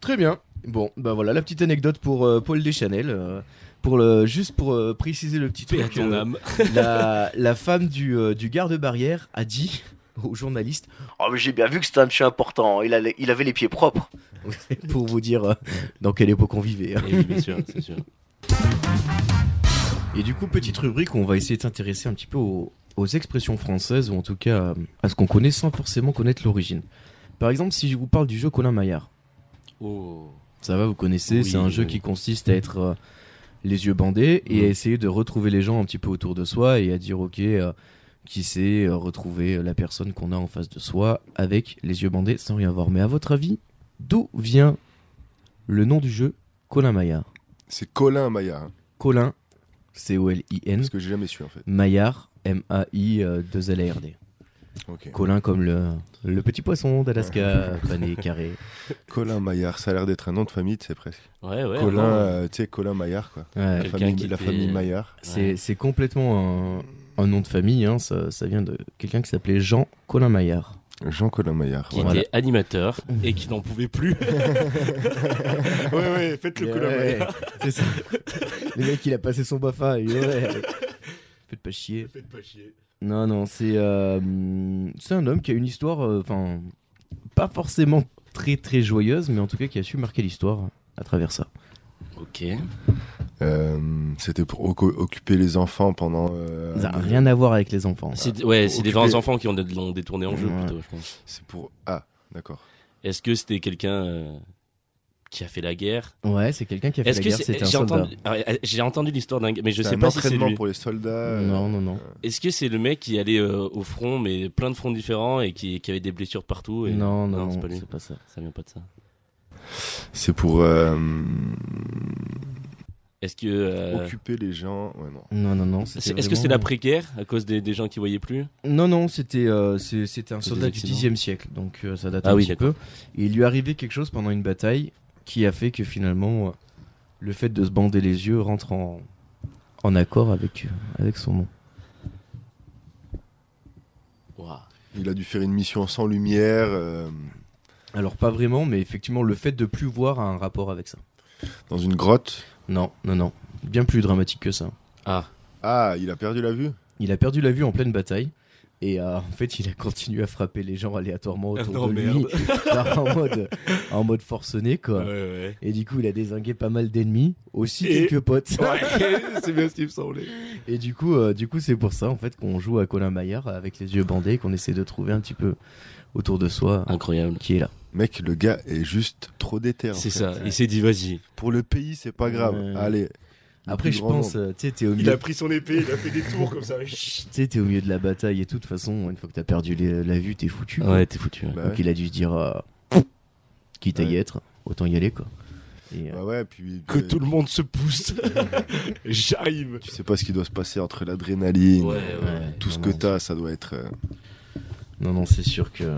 [SPEAKER 1] Très bien. Bon, bah voilà, la petite anecdote pour euh, Paul Deschanel. euh, pour le, juste pour euh, préciser le petit
[SPEAKER 4] Paix à
[SPEAKER 1] truc,
[SPEAKER 4] ton
[SPEAKER 1] euh,
[SPEAKER 4] âme.
[SPEAKER 1] la, la femme du, euh, du garde-barrière a dit au journaliste Oh, mais j'ai bien vu que c'était un monsieur important, il, a les- il avait les pieds propres. pour vous dire euh, dans quelle époque on vivait. hein.
[SPEAKER 4] Eh oui, bien sûr, c'est sûr.
[SPEAKER 1] Et du coup, petite rubrique où on va essayer de s'intéresser un petit peu aux, aux expressions françaises, ou en tout cas euh, à ce qu'on connaît sans forcément connaître l'origine. Par exemple, si je vous parle du jeu Colin Maillard.
[SPEAKER 4] Oh.
[SPEAKER 1] Ça va, vous connaissez,
[SPEAKER 4] Oui, euh,
[SPEAKER 1] c'est un jeu
[SPEAKER 4] oui.
[SPEAKER 1] qui consiste à être euh, les yeux bandés et
[SPEAKER 4] Mhm.
[SPEAKER 1] à essayer de retrouver les gens un petit peu autour de soi et à dire ok, euh, qui c'est euh, retrouver la personne qu'on a en face de soi avec les yeux bandés sans rien voir. Mais à votre avis, d'où vient le nom du jeu Colin Maillard.
[SPEAKER 2] C'est Colin Maillard. hein,
[SPEAKER 1] Colin, C-O-L-I-N,
[SPEAKER 2] parce
[SPEAKER 4] Hmm.
[SPEAKER 2] que j'ai jamais su en fait.
[SPEAKER 1] Maillard, euh, M-A-I-2-L-A-R-D.
[SPEAKER 2] Ok.
[SPEAKER 1] Colin comme le, le petit poisson d'Alaska, pané, carré.
[SPEAKER 2] Colin Maillard, ça a l'air d'être un nom de famille, tu sais presque.
[SPEAKER 4] Ouais, ouais.
[SPEAKER 2] Colin,
[SPEAKER 4] non.
[SPEAKER 2] euh, tu sais, Colin Maillard quoi.
[SPEAKER 1] Ouais.
[SPEAKER 2] La
[SPEAKER 4] Quelqu'un
[SPEAKER 2] famille,
[SPEAKER 4] qui
[SPEAKER 2] la
[SPEAKER 4] était-
[SPEAKER 2] famille Maillard.
[SPEAKER 1] C'est
[SPEAKER 4] Ouais.
[SPEAKER 1] c'est complètement un, un nom de famille, hein, ça, ça vient de quelqu'un qui s'appelait Jean Colin Maillard.
[SPEAKER 2] Jean Colin Maillard.
[SPEAKER 4] qui
[SPEAKER 1] Voilà.
[SPEAKER 4] était animateur et qui n'en pouvait plus.
[SPEAKER 3] Ouais, ouais, faites le
[SPEAKER 1] Ouais,
[SPEAKER 3] Colin Maillard.
[SPEAKER 1] c'est ça. le mec, il a passé son BAFA. il- ouais. Faites pas chier.
[SPEAKER 3] Faites pas chier.
[SPEAKER 1] Non, non, c'est euh, c'est un homme qui a une histoire, euh, enfin, pas forcément très très joyeuse, mais en tout cas qui a su marquer l'histoire à travers ça.
[SPEAKER 4] ok.
[SPEAKER 2] Euh, C'était pour oc- occuper les enfants pendant. euh,
[SPEAKER 1] Ça
[SPEAKER 2] un
[SPEAKER 1] n'a
[SPEAKER 2] an.
[SPEAKER 1] rien à voir avec les enfants.
[SPEAKER 4] C'est, ouais, c'est des
[SPEAKER 2] occuper-
[SPEAKER 4] vrais enfants qui ont- l'ont détourné en jeu
[SPEAKER 1] Ouais.
[SPEAKER 4] plutôt, je pense.
[SPEAKER 2] C'est pour. Ah, d'accord.
[SPEAKER 4] Est-ce que c'était quelqu'un euh, qui a fait la guerre
[SPEAKER 1] Ouais, c'est quelqu'un qui a fait
[SPEAKER 4] Est-ce
[SPEAKER 1] la
[SPEAKER 4] que
[SPEAKER 1] guerre,
[SPEAKER 4] c'est-
[SPEAKER 1] c'était un
[SPEAKER 4] j'ai
[SPEAKER 1] soldat.
[SPEAKER 4] entendu, alors, euh, j'ai entendu l'histoire d'un, gars, mais je
[SPEAKER 2] C'est
[SPEAKER 4] sais
[SPEAKER 2] un
[SPEAKER 4] pas si c'est
[SPEAKER 2] entraînement
[SPEAKER 4] lui.
[SPEAKER 2] pour les soldats. euh,
[SPEAKER 1] Non, non, non.
[SPEAKER 4] Est-ce que c'est le mec qui allait euh, au front, mais plein de fronts différents et qui, qui avait des blessures partout et...
[SPEAKER 1] Non, non,
[SPEAKER 4] c'est
[SPEAKER 1] non,
[SPEAKER 4] pas lui.
[SPEAKER 1] c'est pas ça.
[SPEAKER 4] Ça vient pas de ça.
[SPEAKER 2] C'est pour euh,
[SPEAKER 4] Est-ce que euh,
[SPEAKER 2] occuper les gens. Ouais,
[SPEAKER 1] Non,
[SPEAKER 2] non.
[SPEAKER 1] non, non. c'était
[SPEAKER 4] c'est- est-ce que
[SPEAKER 1] vraiment-
[SPEAKER 4] c'est l'après-guerre à cause des, des gens qui voyaient plus
[SPEAKER 1] Non, non, c'était euh, c'est- c'était un
[SPEAKER 4] C'était
[SPEAKER 1] soldat
[SPEAKER 4] des
[SPEAKER 1] du
[SPEAKER 4] accidents.
[SPEAKER 1] Xe siècle, donc euh, ça date
[SPEAKER 4] Ah
[SPEAKER 1] un
[SPEAKER 4] oui,
[SPEAKER 1] petit peu. Et il lui arrivait quelque chose pendant une bataille qui a fait que finalement, euh, le fait de se bander les yeux rentre en, en accord avec, euh, avec son nom.
[SPEAKER 4] Ouah.
[SPEAKER 2] Il a dû faire une mission sans lumière. euh,
[SPEAKER 1] Alors pas vraiment, mais effectivement, le fait de plus voir a un rapport avec ça.
[SPEAKER 2] dans une grotte.
[SPEAKER 1] Non, non, non. Bien plus dramatique que ça.
[SPEAKER 4] Ah,
[SPEAKER 2] Ah, il a perdu la vue
[SPEAKER 1] Il a perdu la vue en pleine bataille. Et euh, en fait, il a continué à frapper les gens aléatoirement
[SPEAKER 3] Ah
[SPEAKER 1] autour
[SPEAKER 4] Ah Non,
[SPEAKER 1] de lui,
[SPEAKER 4] merde.
[SPEAKER 1] genre en mode, en mode forcené quoi. Et du coup, il a désingué pas mal d'ennemis, aussi
[SPEAKER 3] Et-
[SPEAKER 1] quelques potes.
[SPEAKER 3] c'est bien ce qui me semblait.
[SPEAKER 1] Et du coup, euh, du coup, c'est pour ça en fait qu'on joue à Colin Maillard avec les yeux bandés, qu'on essaie de trouver un petit peu autour de soi
[SPEAKER 2] Ah.
[SPEAKER 1] euh,
[SPEAKER 4] Incroyable.
[SPEAKER 1] qui est là.
[SPEAKER 2] Mec, le gars est juste trop déter. en
[SPEAKER 4] C'est
[SPEAKER 2] fait.
[SPEAKER 4] ça. Il s'est dit, vas-y.
[SPEAKER 2] Pour le pays, c'est pas grave.
[SPEAKER 1] Ouais.
[SPEAKER 2] Allez. Le
[SPEAKER 1] Après,
[SPEAKER 2] plus
[SPEAKER 1] je
[SPEAKER 2] grand
[SPEAKER 1] pense,
[SPEAKER 2] nombre.
[SPEAKER 1] euh, tu sais, t'es au
[SPEAKER 3] Il
[SPEAKER 1] milieu,
[SPEAKER 3] a pris son épée, il a fait des tours comme ça.
[SPEAKER 1] tu sais, t'es au milieu de la bataille et tout. De toute façon, une fois que t'as perdu les- la vue, t'es foutu. quoi.
[SPEAKER 4] Ouais, t'es foutu. ouais.
[SPEAKER 2] Bah
[SPEAKER 1] Donc,
[SPEAKER 2] ouais.
[SPEAKER 1] il a dû se dire, euh, quitte à y
[SPEAKER 2] Ouais.
[SPEAKER 1] être, autant y aller quoi. Et, euh,
[SPEAKER 2] Bah ouais, puis.
[SPEAKER 3] Que tout le monde se pousse. J'arrive.
[SPEAKER 2] Tu sais pas ce qui doit se passer entre l'adrénaline.
[SPEAKER 4] Ouais,
[SPEAKER 2] euh,
[SPEAKER 4] ouais.
[SPEAKER 2] Tout ce
[SPEAKER 1] non,
[SPEAKER 2] que
[SPEAKER 1] non,
[SPEAKER 2] t'as, ça doit être. euh,
[SPEAKER 1] Non, non, c'est sûr que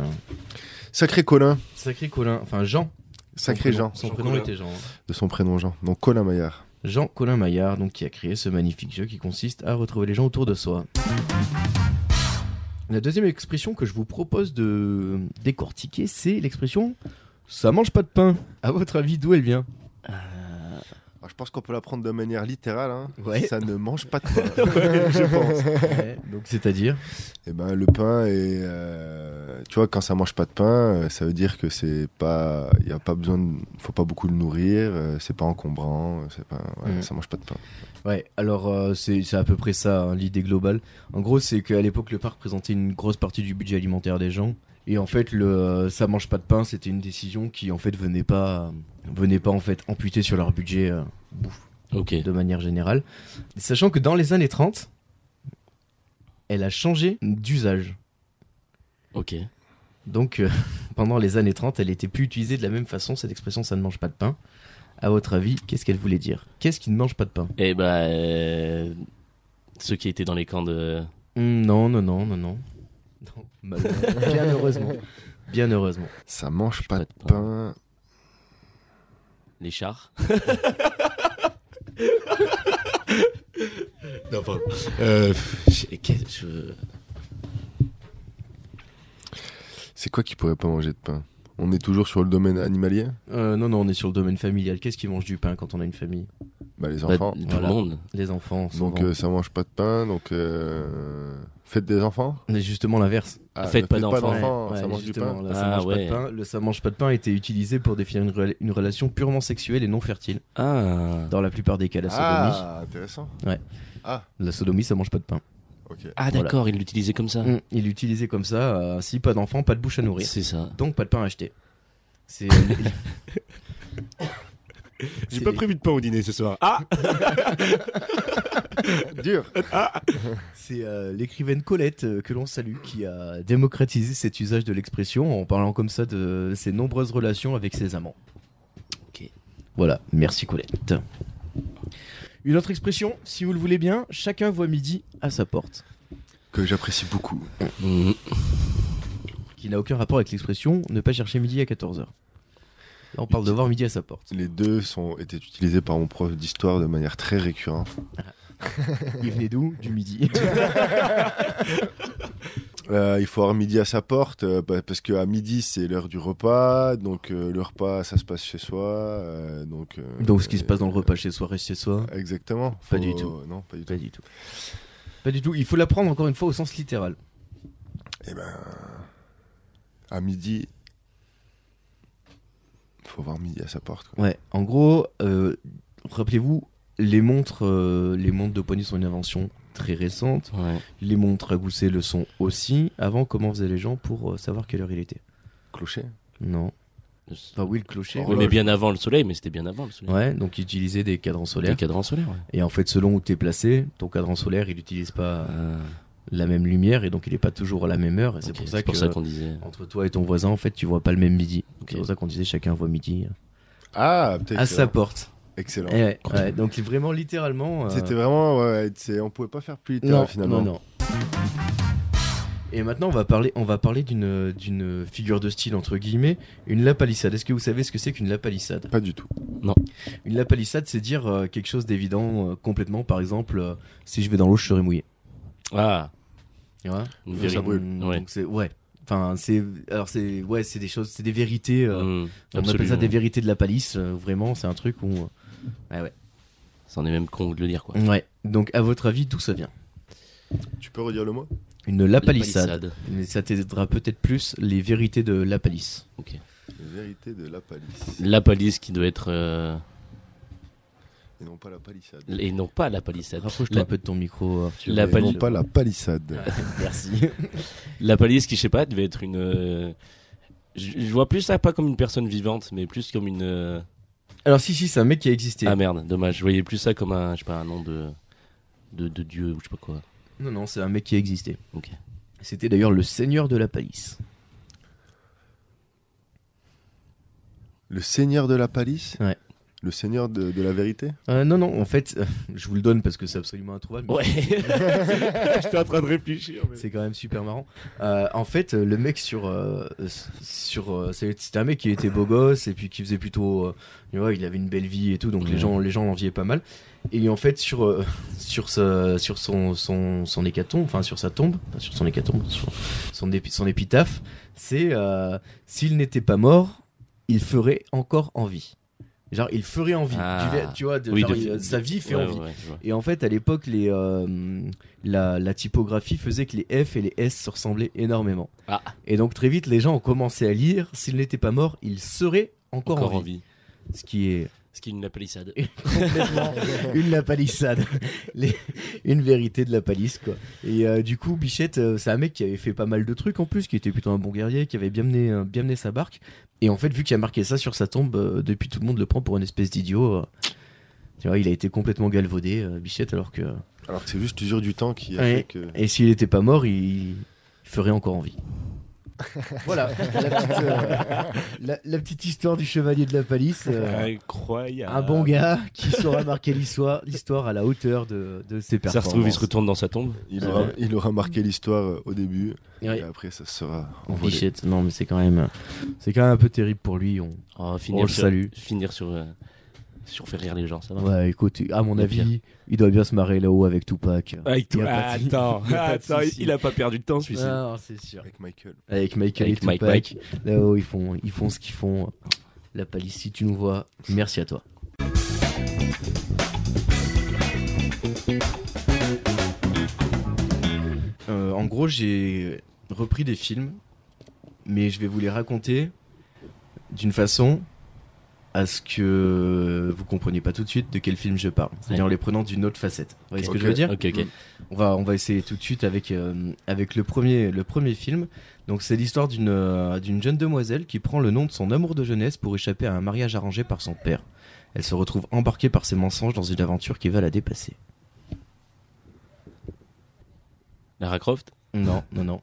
[SPEAKER 2] Sacré Colin,
[SPEAKER 1] sacré Colin, enfin Jean. son
[SPEAKER 2] sacré
[SPEAKER 1] prénom-
[SPEAKER 2] Jean,
[SPEAKER 1] Son
[SPEAKER 3] Jean
[SPEAKER 1] prénom
[SPEAKER 3] Colin.
[SPEAKER 1] était Jean. hein.
[SPEAKER 2] de son prénom Jean. Donc Colin Maillard.
[SPEAKER 1] Jean Colin Maillard, donc qui a créé ce magnifique jeu qui consiste à retrouver les gens autour de soi. La deuxième expression que je vous propose de décortiquer, c'est l'expression ça mange pas de pain. À votre avis, d'où elle vient
[SPEAKER 2] Alors, Ah, je pense qu'on peut la prendre de manière littérale. hein.
[SPEAKER 1] Ouais.
[SPEAKER 2] Ça ne mange pas de pain. je pense.
[SPEAKER 1] Donc, c'est-à-dire
[SPEAKER 2] Et ben le pain est. euh, Tu vois, quand ça mange pas de pain, euh, ça veut dire que c'est pas. Il y a pas besoin. De... Faut pas beaucoup le nourrir. euh, C'est pas encombrant. euh, C'est pas. ouais,
[SPEAKER 1] Mm.
[SPEAKER 2] Ça mange pas de pain.
[SPEAKER 1] Ouais, alors euh, c'est c'est à peu près ça, hein, l'idée globale. En gros, c'est qu'à l'époque, le parc présentait une grosse partie du budget alimentaire des gens. Et en fait, le euh, ça mange pas de pain, c'était une décision qui en fait venait pas, venait pas en fait amputer sur leur budget euh, bouffe.
[SPEAKER 4] Ok.
[SPEAKER 1] de manière générale. Sachant que dans les années 30, elle a changé d'usage.
[SPEAKER 4] Ok.
[SPEAKER 1] Donc euh, pendant les années 30, elle n'était plus utilisée de la même façon, cette expression ça ne mange pas de pain. À votre avis, qu'est-ce qu'elle voulait dire Qu'est-ce qui ne mange pas de pain
[SPEAKER 4] Et bah. euh, Ceux qui étaient dans les camps de.
[SPEAKER 1] Hmm, Non, non, non, non, non. Non, malheureusement. Bien heureusement. Bien heureusement.
[SPEAKER 2] Ça mange pas, de
[SPEAKER 4] pas de
[SPEAKER 2] pain.
[SPEAKER 4] Les chars.
[SPEAKER 3] Non, pardon. Euh,
[SPEAKER 4] Et qu'est- je-
[SPEAKER 2] C'est quoi qui pourrait pas manger de pain On est toujours sur le domaine animalier.
[SPEAKER 1] Euh, non, non, on est sur le domaine familial. Qu'est-ce qui mange du pain quand on a une famille
[SPEAKER 2] Bah les
[SPEAKER 4] Bah,
[SPEAKER 2] enfants.
[SPEAKER 4] tout
[SPEAKER 1] Voilà.
[SPEAKER 4] le monde.
[SPEAKER 1] Les enfants.
[SPEAKER 2] donc
[SPEAKER 1] souvent.
[SPEAKER 2] euh, ça mange pas de pain. Donc euh, faites des enfants.
[SPEAKER 1] Mais justement l'inverse.
[SPEAKER 2] Ah,
[SPEAKER 4] Faites
[SPEAKER 2] ne
[SPEAKER 4] pas d'enfants.
[SPEAKER 1] Ouais,
[SPEAKER 2] ça
[SPEAKER 1] ouais,
[SPEAKER 2] mange du
[SPEAKER 1] justement,
[SPEAKER 2] pain.
[SPEAKER 1] là, ça
[SPEAKER 4] Ah,
[SPEAKER 1] mange pas de
[SPEAKER 4] ouais.
[SPEAKER 1] pain. Le ça mange pas de pain était utilisé pour définir une, rela- une relation purement sexuelle et non fertile.
[SPEAKER 4] Ah.
[SPEAKER 1] Dans la plupart des cas, la sodomie.
[SPEAKER 2] Ah, intéressant.
[SPEAKER 1] La sodomie, ça mange pas de pain.
[SPEAKER 2] Ok.
[SPEAKER 4] Ah
[SPEAKER 1] Voilà.
[SPEAKER 4] d'accord, il l'utilisait comme ça.
[SPEAKER 1] Mm, Il l'utilisait comme ça. euh, si pas d'enfant, pas de bouche à nourrir.
[SPEAKER 4] Ah. C'est ça.
[SPEAKER 1] Donc pas de pain acheté. C'est. euh,
[SPEAKER 3] J'ai
[SPEAKER 1] C'est-
[SPEAKER 3] pas prévu de pain au dîner ce soir. Ah
[SPEAKER 2] Dur.
[SPEAKER 1] C'est euh, l'écrivaine Colette euh, que l'on salue qui a démocratisé cet usage de l'expression en parlant comme ça de ses nombreuses relations avec ses amants.
[SPEAKER 4] Ok.
[SPEAKER 1] Voilà, merci Colette. Une autre expression, si vous le voulez bien, chacun voit midi à sa porte,
[SPEAKER 2] que j'apprécie beaucoup.
[SPEAKER 4] Mhm.
[SPEAKER 1] qui n'a aucun rapport avec l'expression ne pas chercher midi à 14h. Là, on parle de voir midi à sa porte.
[SPEAKER 2] Les deux sont étaient utilisés par mon prof d'histoire de manière très récurrente.
[SPEAKER 1] Il venait d'où Du midi.
[SPEAKER 2] Euh, il faut avoir midi à sa porte euh, pa- parce que à midi c'est l'heure du repas, donc euh, le repas ça se passe chez soi, euh, donc. euh,
[SPEAKER 1] Donc, ce qui se passe dans le repas chez soi reste chez soi
[SPEAKER 2] Exactement.
[SPEAKER 1] Pas du tout.
[SPEAKER 2] Non, pas du tout.
[SPEAKER 1] Pas du tout. Pas du tout. Il faut la prendre encore une fois au sens littéral.
[SPEAKER 2] Eh ben, à midi, faut avoir midi à sa porte. quoi.
[SPEAKER 1] Ouais. En gros, euh, rappelez-vous, les montres, euh, les montres de poignet sont une invention très récente.
[SPEAKER 4] Ouais.
[SPEAKER 1] Les montres à gousset le sont aussi. Avant, comment faisaient les gens pour euh, savoir quelle heure il était
[SPEAKER 2] Clocher.
[SPEAKER 1] Non.
[SPEAKER 3] Oh
[SPEAKER 1] Enfin, oui, le clocher.
[SPEAKER 4] Oui, mais bien avant le soleil, mais c'était bien avant le soleil.
[SPEAKER 1] Ouais, donc ils utilisaient des cadrans
[SPEAKER 4] Des
[SPEAKER 1] solaires.
[SPEAKER 4] cadrans solaires, ouais.
[SPEAKER 1] Et en fait, selon où tu es placé, ton cadran solaire, il n'utilise pas
[SPEAKER 4] Ah,
[SPEAKER 1] la même lumière et donc il n'est pas toujours à la même heure. Et c'est
[SPEAKER 4] ok,
[SPEAKER 1] pour ça
[SPEAKER 4] c'est pour
[SPEAKER 1] que
[SPEAKER 4] ça qu'on disait.
[SPEAKER 1] entre toi et ton voisin, en fait, tu vois pas le même midi. Donc C'est
[SPEAKER 4] Ok.
[SPEAKER 1] pour ça qu'on disait chacun voit midi
[SPEAKER 2] Ah, peut-être.
[SPEAKER 1] à sa porte.
[SPEAKER 2] Excellent.
[SPEAKER 1] Eh ouais, ouais, donc vraiment littéralement. euh,
[SPEAKER 2] C'était vraiment, ouais, c'est- on pouvait pas faire plus littéral
[SPEAKER 1] non,
[SPEAKER 2] finalement.
[SPEAKER 1] non, non. Et maintenant, on va parler, on va parler d'une d'une figure de style entre guillemets, une lapalissade. Est-ce que vous savez ce que c'est qu'une lapalissade
[SPEAKER 2] Pas du tout.
[SPEAKER 1] Une lapalissade, c'est dire euh, quelque chose d'évident euh, complètement. Par exemple, euh, si je vais dans l'eau, je serai mouillé.
[SPEAKER 4] Ah,
[SPEAKER 1] Tu vois
[SPEAKER 4] une
[SPEAKER 2] Ça
[SPEAKER 4] vérité.
[SPEAKER 2] brûle.
[SPEAKER 1] Donc,
[SPEAKER 4] Ouais.
[SPEAKER 1] c'est ouais. Enfin, c'est alors c'est ouais, c'est des choses, c'est des vérités. euh,
[SPEAKER 4] Mhm,
[SPEAKER 1] on appelle ça
[SPEAKER 4] absolument.
[SPEAKER 1] des vérités de la palisse. euh, vraiment, c'est un truc où euh,
[SPEAKER 4] C'en est même con de le dire, quoi.
[SPEAKER 1] ouais. Donc, à votre avis, d'où ça vient
[SPEAKER 2] Tu peux redire le mot
[SPEAKER 1] Une
[SPEAKER 4] La
[SPEAKER 1] lapalissade. Mais ça t'aidera peut-être plus les vérités de la palisse.
[SPEAKER 2] La vérité de la palisse.
[SPEAKER 4] La palisse qui doit être. euh,
[SPEAKER 2] Et non pas la palissade.
[SPEAKER 4] Et non pas la palissade.
[SPEAKER 1] Rapproche-toi
[SPEAKER 4] La-
[SPEAKER 1] un peu de ton micro. Arthur.
[SPEAKER 4] La
[SPEAKER 1] Et-
[SPEAKER 2] Et
[SPEAKER 4] pali-
[SPEAKER 2] non pas la palissade.
[SPEAKER 1] Merci.
[SPEAKER 4] La palisse qui, je sais pas, devait être une. euh, Je je vois plus ça pas comme une personne vivante, mais plus comme une. euh,
[SPEAKER 1] Alors si si, c'est un mec qui a existé.
[SPEAKER 4] Ah merde, dommage. Je voyais plus ça comme un, je sais pas, un nom de, de, de dieu ou je sais pas quoi.
[SPEAKER 1] non non, c'est un mec qui a existé.
[SPEAKER 4] Ok.
[SPEAKER 1] C'était d'ailleurs le seigneur de la palisse.
[SPEAKER 2] Le seigneur de la palisse
[SPEAKER 1] Ouais.
[SPEAKER 2] Le seigneur de, de la vérité
[SPEAKER 1] Euh, non non, en fait, euh, je vous le donne parce que c'est absolument introuvable. mais
[SPEAKER 4] Ah Ouais.
[SPEAKER 3] J'étais en train de réfléchir. mais-
[SPEAKER 1] C'est quand même super marrant. Euh, en fait, euh, le mec sur euh, euh, sur euh, c'est- c'était un mec qui était beau gosse et puis qui faisait plutôt, euh, tu vois, il avait une belle vie et tout, donc les
[SPEAKER 4] Ouais.
[SPEAKER 1] gens les gens l'enviaient pas mal. Et en fait sur euh, sur ce, sur son son son hécatombe, enfin sur sa tombe, pas sur son hécatombe, sur son épi- son épitaphe, c'est euh, s'il n'était pas mort, il ferait encore envie. Genre il ferait envie.
[SPEAKER 4] Ah.
[SPEAKER 1] Tu, vois- tu vois, de-
[SPEAKER 4] Oui,
[SPEAKER 1] genre,
[SPEAKER 4] de-
[SPEAKER 1] il- euh, sa vie fait
[SPEAKER 4] Ouais,
[SPEAKER 1] envie.
[SPEAKER 4] ouais, ouais, je vois.
[SPEAKER 1] Et en fait, à l'époque, les, euh, la, la typographie faisait que les F et les S se ressemblaient énormément.
[SPEAKER 4] Ah.
[SPEAKER 1] Et donc, très vite, les gens ont commencé à lire s'il n'était pas mort, il serait encore,
[SPEAKER 4] Encore
[SPEAKER 1] en
[SPEAKER 4] en
[SPEAKER 1] vie.
[SPEAKER 4] vie.
[SPEAKER 1] Ce qui est
[SPEAKER 4] Ce qui est une palissade.
[SPEAKER 1] complètement une la palissade. Les- une vérité de la palisse, quoi. Et euh, du coup, Bichette, euh, c'est un mec qui avait fait pas mal de trucs en plus, qui était plutôt un bon guerrier, qui avait bien mené, euh, bien mené sa barque. Et en fait, vu qu'il a marqué ça sur sa tombe, euh, depuis tout le monde le prend pour une espèce d'idiot. euh. tu vois, il a été complètement galvaudé, euh, Bichette, alors que.
[SPEAKER 2] Alors que c'est juste l'usure du temps qui a
[SPEAKER 1] Ouais.
[SPEAKER 2] fait que.
[SPEAKER 1] Et s'il n'était pas mort, il... il ferait encore envie. voilà, la petite, euh, la- la petite histoire du chevalier de la palisse. euh,
[SPEAKER 3] Incroyable.
[SPEAKER 1] un bon gars qui saura marquer l'histoire l'histoire à la hauteur de, de ses
[SPEAKER 4] Ça se
[SPEAKER 1] performances.
[SPEAKER 4] trouve, il se retourne dans sa tombe.
[SPEAKER 2] Il aura,
[SPEAKER 1] Euh.
[SPEAKER 2] il aura marqué l'histoire euh, au début,
[SPEAKER 1] Ouais.
[SPEAKER 2] et après ça sera envolé.
[SPEAKER 1] Bichette, non mais c'est quand même, euh, c'est quand même un peu terrible pour lui. On...
[SPEAKER 4] Oh, finir
[SPEAKER 1] le
[SPEAKER 4] sur,
[SPEAKER 1] salue.
[SPEAKER 4] Finir sur, euh, sur faire rire les gens, ça va.
[SPEAKER 1] Ouais, écoute, à mon
[SPEAKER 4] Le
[SPEAKER 1] avis, il doit bien se marrer là-haut avec Tupac.
[SPEAKER 4] Avec
[SPEAKER 1] Il y
[SPEAKER 4] toi.
[SPEAKER 1] a pas de-
[SPEAKER 3] Attends,
[SPEAKER 1] y a pas de
[SPEAKER 3] attends,
[SPEAKER 1] souci.
[SPEAKER 3] il a pas perdu de temps celui-ci.
[SPEAKER 1] Ah, non, c'est sûr.
[SPEAKER 2] Avec Michael.
[SPEAKER 1] Avec Michael
[SPEAKER 4] Avec
[SPEAKER 1] et
[SPEAKER 4] Mike,
[SPEAKER 1] Tupac, là-haut, ils font, ils font ce qu'ils font. La palisse, si tu nous vois, merci à toi. Euh, en gros, j'ai repris des films, mais je vais vous les raconter d'une façon à ce que vous compreniez pas tout de suite de quel film je parle, c'est-à-dire en les prenant d'une autre facette. Vous voyez ce que
[SPEAKER 2] Ok.
[SPEAKER 1] je veux dire
[SPEAKER 4] Ok,
[SPEAKER 3] Mmh.
[SPEAKER 4] ok.
[SPEAKER 1] on va, on va essayer tout de suite avec, euh, avec le, premier, le premier film. Donc, c'est l'histoire d'une euh, d'une jeune demoiselle qui prend le nom de son amour de jeunesse pour échapper à un mariage arrangé par son père. Elle se retrouve embarquée par ses mensonges dans une aventure qui va la dépasser.
[SPEAKER 4] Lara Croft
[SPEAKER 1] Non, non, non.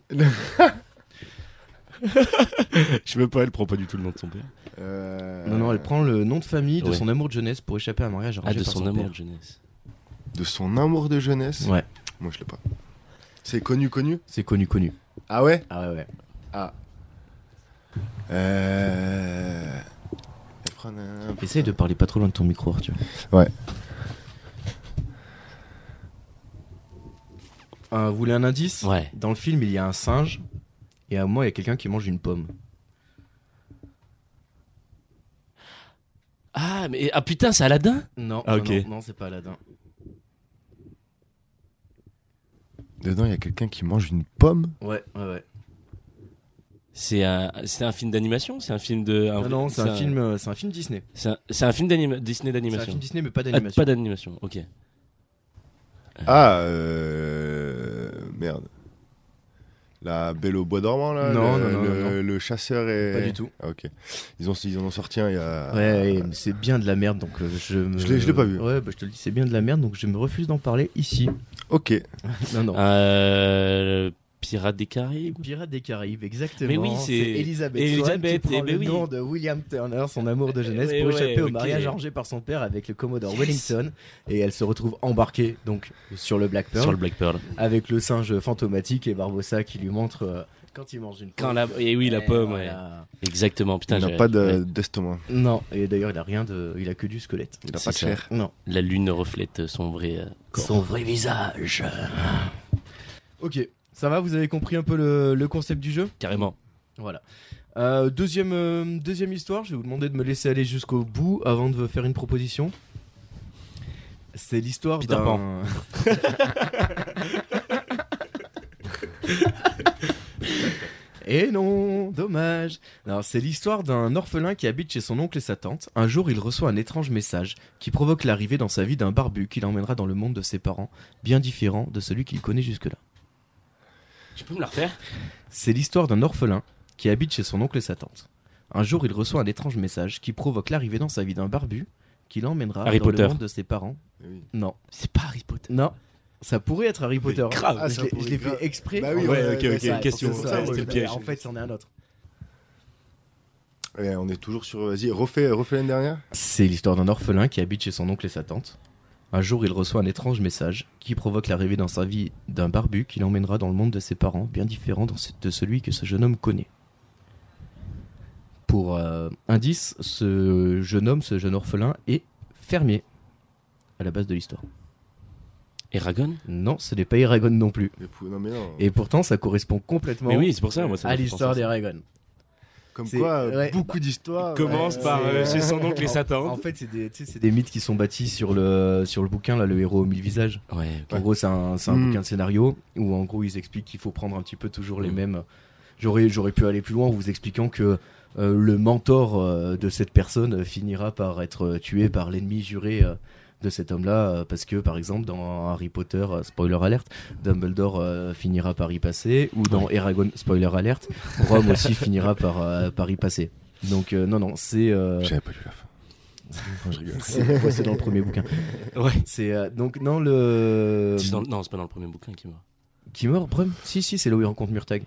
[SPEAKER 4] Je veux pas, elle prend pas du tout le nom de son père.
[SPEAKER 2] Euh,
[SPEAKER 1] Non, non, elle prend le nom de famille de
[SPEAKER 4] Ouais.
[SPEAKER 1] son amour de jeunesse pour échapper à un mariage
[SPEAKER 4] Ah,
[SPEAKER 1] arrangé
[SPEAKER 4] de
[SPEAKER 1] par
[SPEAKER 4] son
[SPEAKER 1] son
[SPEAKER 4] amour
[SPEAKER 1] père.
[SPEAKER 4] de jeunesse.
[SPEAKER 2] De son amour de jeunesse
[SPEAKER 1] Ouais,
[SPEAKER 2] Moi, je l'ai pas. C'est connu, connu
[SPEAKER 1] c'est connu, connu.
[SPEAKER 2] Ah ouais
[SPEAKER 1] Ah ouais, ouais.
[SPEAKER 2] Ah. Euh... elle prend un-
[SPEAKER 1] Essaye de parler pas trop loin de ton micro, Arthur.
[SPEAKER 2] Ouais.
[SPEAKER 1] Ah, vous voulez un indice
[SPEAKER 4] Ouais.
[SPEAKER 1] Dans le film, il y a un singe et à moi, il y a quelqu'un qui mange une pomme.
[SPEAKER 4] Ah, mais ah putain, c'est Aladdin
[SPEAKER 1] Non,
[SPEAKER 4] Ah,
[SPEAKER 1] non,
[SPEAKER 4] ok.
[SPEAKER 1] non, non, c'est pas Aladdin.
[SPEAKER 2] Dedans, il y a quelqu'un qui mange une pomme
[SPEAKER 1] Ouais, ouais, ouais.
[SPEAKER 4] C'est un, c'est un film d'animation C'est un film de. un-
[SPEAKER 1] non, non, c'est un, film, euh, c'est un film Disney.
[SPEAKER 4] C'est un, c'est un film d'anima-
[SPEAKER 1] C'est
[SPEAKER 4] Disney
[SPEAKER 1] un
[SPEAKER 4] d'animation.
[SPEAKER 1] film Disney, mais pas
[SPEAKER 4] Ah,
[SPEAKER 1] d'animation.
[SPEAKER 4] pas d'animation, ok.
[SPEAKER 2] Ah, euh... Merde. La Belle au bois dormant, là
[SPEAKER 1] Non,
[SPEAKER 2] le,
[SPEAKER 1] non, non,
[SPEAKER 2] le,
[SPEAKER 1] non, non.
[SPEAKER 2] le chasseur et...
[SPEAKER 1] Pas du tout.
[SPEAKER 2] Ah, ok. Ils, ont, ils en ont sorti un il y a...
[SPEAKER 1] Ouais, ouais, mais c'est bien de la merde, donc euh, je me...
[SPEAKER 2] Je l'ai- je l'ai pas vu.
[SPEAKER 1] Ouais, bah, je te le dis, c'est bien de la merde, donc je me refuse d'en parler ici.
[SPEAKER 2] Ok.
[SPEAKER 1] Non, non.
[SPEAKER 4] Euh, Pirates des Caraïbes
[SPEAKER 1] Pirates des Caraïbes, exactement.
[SPEAKER 4] Mais oui, c'est-
[SPEAKER 1] Elisabeth,
[SPEAKER 4] Elisabeth,
[SPEAKER 1] Swann qui prend
[SPEAKER 4] eh ben
[SPEAKER 1] le
[SPEAKER 4] oui.
[SPEAKER 1] nom de William Turner, son amour de jeunesse,
[SPEAKER 4] Eh
[SPEAKER 1] pour
[SPEAKER 4] ouais,
[SPEAKER 1] échapper au
[SPEAKER 4] ok.
[SPEAKER 1] mariage arrangé par son père avec le Commodore
[SPEAKER 4] Yes.
[SPEAKER 1] Wellington. Et elle se retrouve embarquée donc sur le Black Pearl
[SPEAKER 4] sur le Black Pearl.
[SPEAKER 1] avec le singe fantomatique et Barbossa qui lui montre euh, quand il mange une
[SPEAKER 4] Quand
[SPEAKER 1] pomme.
[SPEAKER 4] la, et oui, la
[SPEAKER 1] Eh,
[SPEAKER 4] pomme, ouais.
[SPEAKER 1] voilà.
[SPEAKER 4] Exactement, putain.
[SPEAKER 2] il
[SPEAKER 4] j'ai-
[SPEAKER 2] n'a pas
[SPEAKER 4] ouais.
[SPEAKER 2] de- d'estomac.
[SPEAKER 1] Non, et d'ailleurs il a rien de, il a que du squelette.
[SPEAKER 2] Il n'a
[SPEAKER 4] C'est
[SPEAKER 2] pas de
[SPEAKER 4] ça.
[SPEAKER 2] chair.
[SPEAKER 1] Non.
[SPEAKER 4] La lune reflète son vrai. euh,
[SPEAKER 1] Son vrai visage. Ok, ça va, vous avez compris un peu le- le concept du jeu
[SPEAKER 4] carrément.
[SPEAKER 1] Voilà. Euh, deuxième, euh, deuxième histoire, je vais vous demander de me laisser aller jusqu'au bout avant de faire une proposition. C'est l'histoire
[SPEAKER 4] Peter
[SPEAKER 1] d'un... Et non, dommage. Alors, c'est l'histoire d'un orphelin qui habite chez son oncle et sa tante. Un jour, il reçoit un étrange message qui provoque l'arrivée dans sa vie d'un barbu qui l'emmènera dans le monde de ses parents, bien différent de celui qu'il connaît jusque-là.
[SPEAKER 4] Tu peux me la refaire
[SPEAKER 1] C'est l'histoire d'un orphelin qui habite chez son oncle et sa tante. Un jour, il reçoit un étrange message qui provoque l'arrivée dans sa vie d'un barbu qui l'emmènera
[SPEAKER 4] Harry
[SPEAKER 1] dans
[SPEAKER 4] Potter.
[SPEAKER 1] le monde de ses parents.
[SPEAKER 2] Eh Oui.
[SPEAKER 1] Non,
[SPEAKER 4] C'est pas Harry Potter.
[SPEAKER 1] non, ça pourrait être Harry Potter. hein.
[SPEAKER 4] grave.
[SPEAKER 2] Ah, ça
[SPEAKER 1] je l'ai-
[SPEAKER 2] pourrait
[SPEAKER 1] je l'ai
[SPEAKER 2] grave.
[SPEAKER 1] fait exprès.
[SPEAKER 2] Bah oui,
[SPEAKER 1] En
[SPEAKER 2] ouais,
[SPEAKER 1] fait,
[SPEAKER 2] ok,
[SPEAKER 1] ouais,
[SPEAKER 2] ok,
[SPEAKER 1] ça-
[SPEAKER 4] question,
[SPEAKER 1] c'est
[SPEAKER 2] ça, c'était
[SPEAKER 1] ouais,
[SPEAKER 2] le
[SPEAKER 4] piège.
[SPEAKER 1] En fait, c'en est un autre.
[SPEAKER 2] Et on est toujours sur... Vas-y, refais, refais l'année dernière
[SPEAKER 1] C'est l'histoire d'un orphelin qui habite chez son oncle et sa tante. Un jour, il reçoit un étrange message qui provoque l'arrivée dans sa vie d'un barbu qui l'emmènera dans le monde de ses parents, bien différent dans ce- de celui que ce jeune homme connaît. Pour euh, indice, ce jeune homme, ce jeune orphelin est fermier à la base de l'histoire.
[SPEAKER 4] Eragon
[SPEAKER 1] Non, ce n'est pas Eragon non plus.
[SPEAKER 2] Mais pou- Non, mais non.
[SPEAKER 1] Et pourtant, ça correspond complètement
[SPEAKER 4] Mais oui, c'est pour ça, moi, ça
[SPEAKER 1] à
[SPEAKER 4] me fait
[SPEAKER 1] l'histoire
[SPEAKER 4] penser à ça.
[SPEAKER 1] d'Eragon.
[SPEAKER 2] Comme
[SPEAKER 1] c'est-
[SPEAKER 2] quoi,
[SPEAKER 1] ouais.
[SPEAKER 2] beaucoup d'histoires...
[SPEAKER 3] Commence
[SPEAKER 2] ouais,
[SPEAKER 3] par
[SPEAKER 2] c'est-
[SPEAKER 3] euh, chez son oncle et sa
[SPEAKER 1] En
[SPEAKER 3] tante.
[SPEAKER 1] fait, c'est des, tu sais, c'est des mythes qui sont bâtis sur le, sur le bouquin, là, le héros aux mille visages.
[SPEAKER 4] Ouais, ok.
[SPEAKER 1] En gros, c'est un, c'est un
[SPEAKER 2] Mm.
[SPEAKER 1] bouquin de scénario où en gros ils expliquent qu'il faut prendre un petit peu toujours les
[SPEAKER 4] Mm.
[SPEAKER 1] mêmes. J'aurais, j'aurais pu aller plus loin en vous expliquant que euh, le mentor euh, de cette personne finira par être euh, tué par l'ennemi juré euh, de cet homme-là euh, parce que par exemple dans Harry Potter, euh, spoiler alerte, Dumbledore euh, finira par y passer ou dans Eragon, spoiler alerte, Rome aussi finira par, euh, par y passer. Donc euh, non non c'est euh,
[SPEAKER 2] J'avais pas lu la fin. Non, je rigole.
[SPEAKER 1] c'est, ouais, c'est dans le premier bouquin. C'est euh, donc non le
[SPEAKER 4] C'est dans- Non, c'est pas dans le premier bouquin qui meurt.
[SPEAKER 1] qui meurt, Brum Si, si, c'est là où il rencontre Murtag.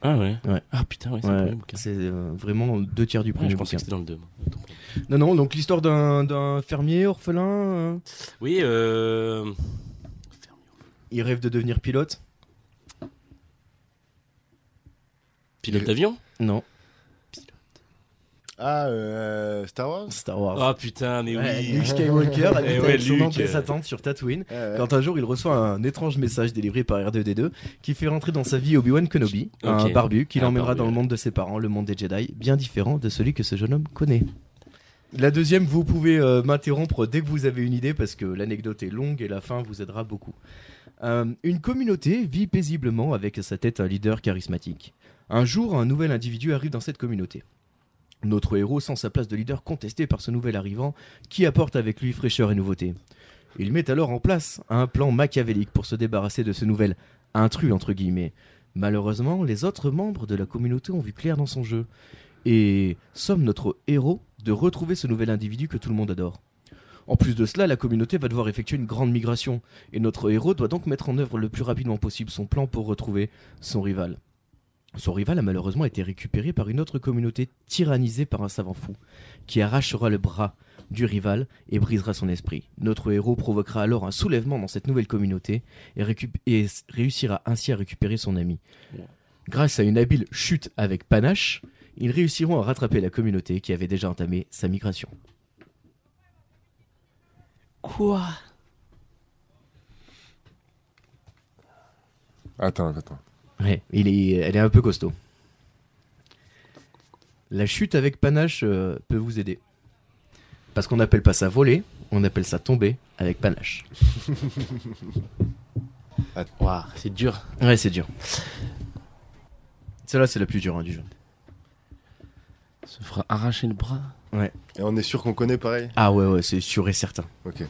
[SPEAKER 4] Ah ouais.
[SPEAKER 1] Ouais.
[SPEAKER 4] Ah putain, ouais, c'est le
[SPEAKER 1] Ouais,
[SPEAKER 4] premier bouquin.
[SPEAKER 1] c'est euh, vraiment deux tiers du
[SPEAKER 4] Ouais,
[SPEAKER 1] premier
[SPEAKER 4] je pensais
[SPEAKER 1] bouquin.
[SPEAKER 4] que c'était dans le 2.
[SPEAKER 1] Non, non, donc l'histoire d'un, d'un fermier orphelin, euh,
[SPEAKER 4] Oui, euh.
[SPEAKER 1] il rêve de devenir pilote
[SPEAKER 4] Pilote d'avion
[SPEAKER 1] Non,
[SPEAKER 2] Ah, euh, Star Wars
[SPEAKER 1] Star Wars.
[SPEAKER 4] Ah putain, mais
[SPEAKER 1] Ouais,
[SPEAKER 4] oui.
[SPEAKER 1] Luke Skywalker habite
[SPEAKER 4] Eh ouais,
[SPEAKER 1] avec son
[SPEAKER 4] Luke.
[SPEAKER 1] oncle et sa tante sur Tatooine.
[SPEAKER 2] Ouais, ouais.
[SPEAKER 1] Quand un jour il reçoit un étrange message délivré par R2D2 qui fait rentrer dans sa vie Obi-Wan Kenobi, un
[SPEAKER 4] Ok.
[SPEAKER 1] barbu qui
[SPEAKER 4] Un
[SPEAKER 1] l'emmènera
[SPEAKER 4] barbu,
[SPEAKER 1] dans le
[SPEAKER 4] ouais.
[SPEAKER 1] monde de ses parents, le monde des Jedi, bien différent de celui que ce jeune homme connaît. La deuxième, vous pouvez euh, m'interrompre dès que vous avez une idée parce que l'anecdote est longue et la fin vous aidera beaucoup. Euh, une communauté vit paisiblement avec à sa tête un leader charismatique. Un jour, un nouvel individu arrive dans cette communauté. Notre héros sent sa place de leader contestée par ce nouvel arrivant qui apporte avec lui fraîcheur et nouveauté. Il met alors en place un plan machiavélique pour se débarrasser de ce nouvel intrus entre guillemets. Malheureusement, les autres membres de la communauté ont vu clair dans son jeu et sommes notre héros de retrouver ce nouvel individu que tout le monde adore. En plus de cela, la communauté va devoir effectuer une grande migration et notre héros doit donc mettre en œuvre le plus rapidement possible son plan pour retrouver son rival. Son rival a malheureusement été récupéré par une autre communauté tyrannisée par un savant fou, qui arrachera le bras du rival et brisera son esprit. Notre héros provoquera alors un soulèvement dans cette nouvelle communauté et, récup- et s- réussira ainsi à récupérer son ami.
[SPEAKER 4] Ouais.
[SPEAKER 1] Grâce à une habile chute avec panache, ils réussiront à rattraper la communauté qui avait déjà entamé sa migration.
[SPEAKER 4] Quoi
[SPEAKER 2] Attends, attends.
[SPEAKER 1] Ouais, il est, elle est un peu costaud. La chute avec panache euh, peut vous aider. Parce qu'on n'appelle pas ça voler, on appelle ça tomber avec panache.
[SPEAKER 4] Waouh, c'est dur.
[SPEAKER 1] Ouais, c'est dur. Celle-là, c'est la plus dure hein, du jeu.
[SPEAKER 4] Se fera arracher le bras.
[SPEAKER 2] Et on est sûr qu'on connaît pareil
[SPEAKER 1] Ah ouais, ouais, c'est sûr et certain.
[SPEAKER 2] Ok.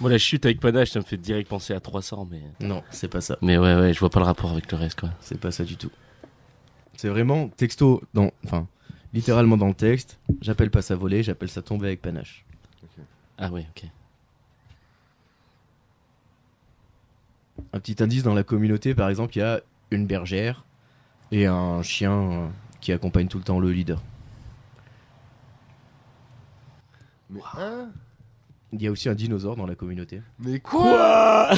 [SPEAKER 4] Moi, la chute avec panache, ça me fait direct penser à 300, mais.
[SPEAKER 1] Non, c'est pas ça.
[SPEAKER 4] Mais ouais, ouais, je vois pas le rapport avec le reste, quoi.
[SPEAKER 1] C'est pas ça du tout. C'est vraiment texto, dans, enfin, littéralement dans le texte. J'appelle pas ça voler, j'appelle ça tomber avec panache.
[SPEAKER 4] Ah ouais, ok.
[SPEAKER 1] Un petit indice dans la communauté, par exemple, il y a une bergère et un chien euh, qui accompagne tout le temps le leader.
[SPEAKER 2] Mais, hein
[SPEAKER 1] Il y a aussi un dinosaure dans la communauté.
[SPEAKER 2] Mais quoi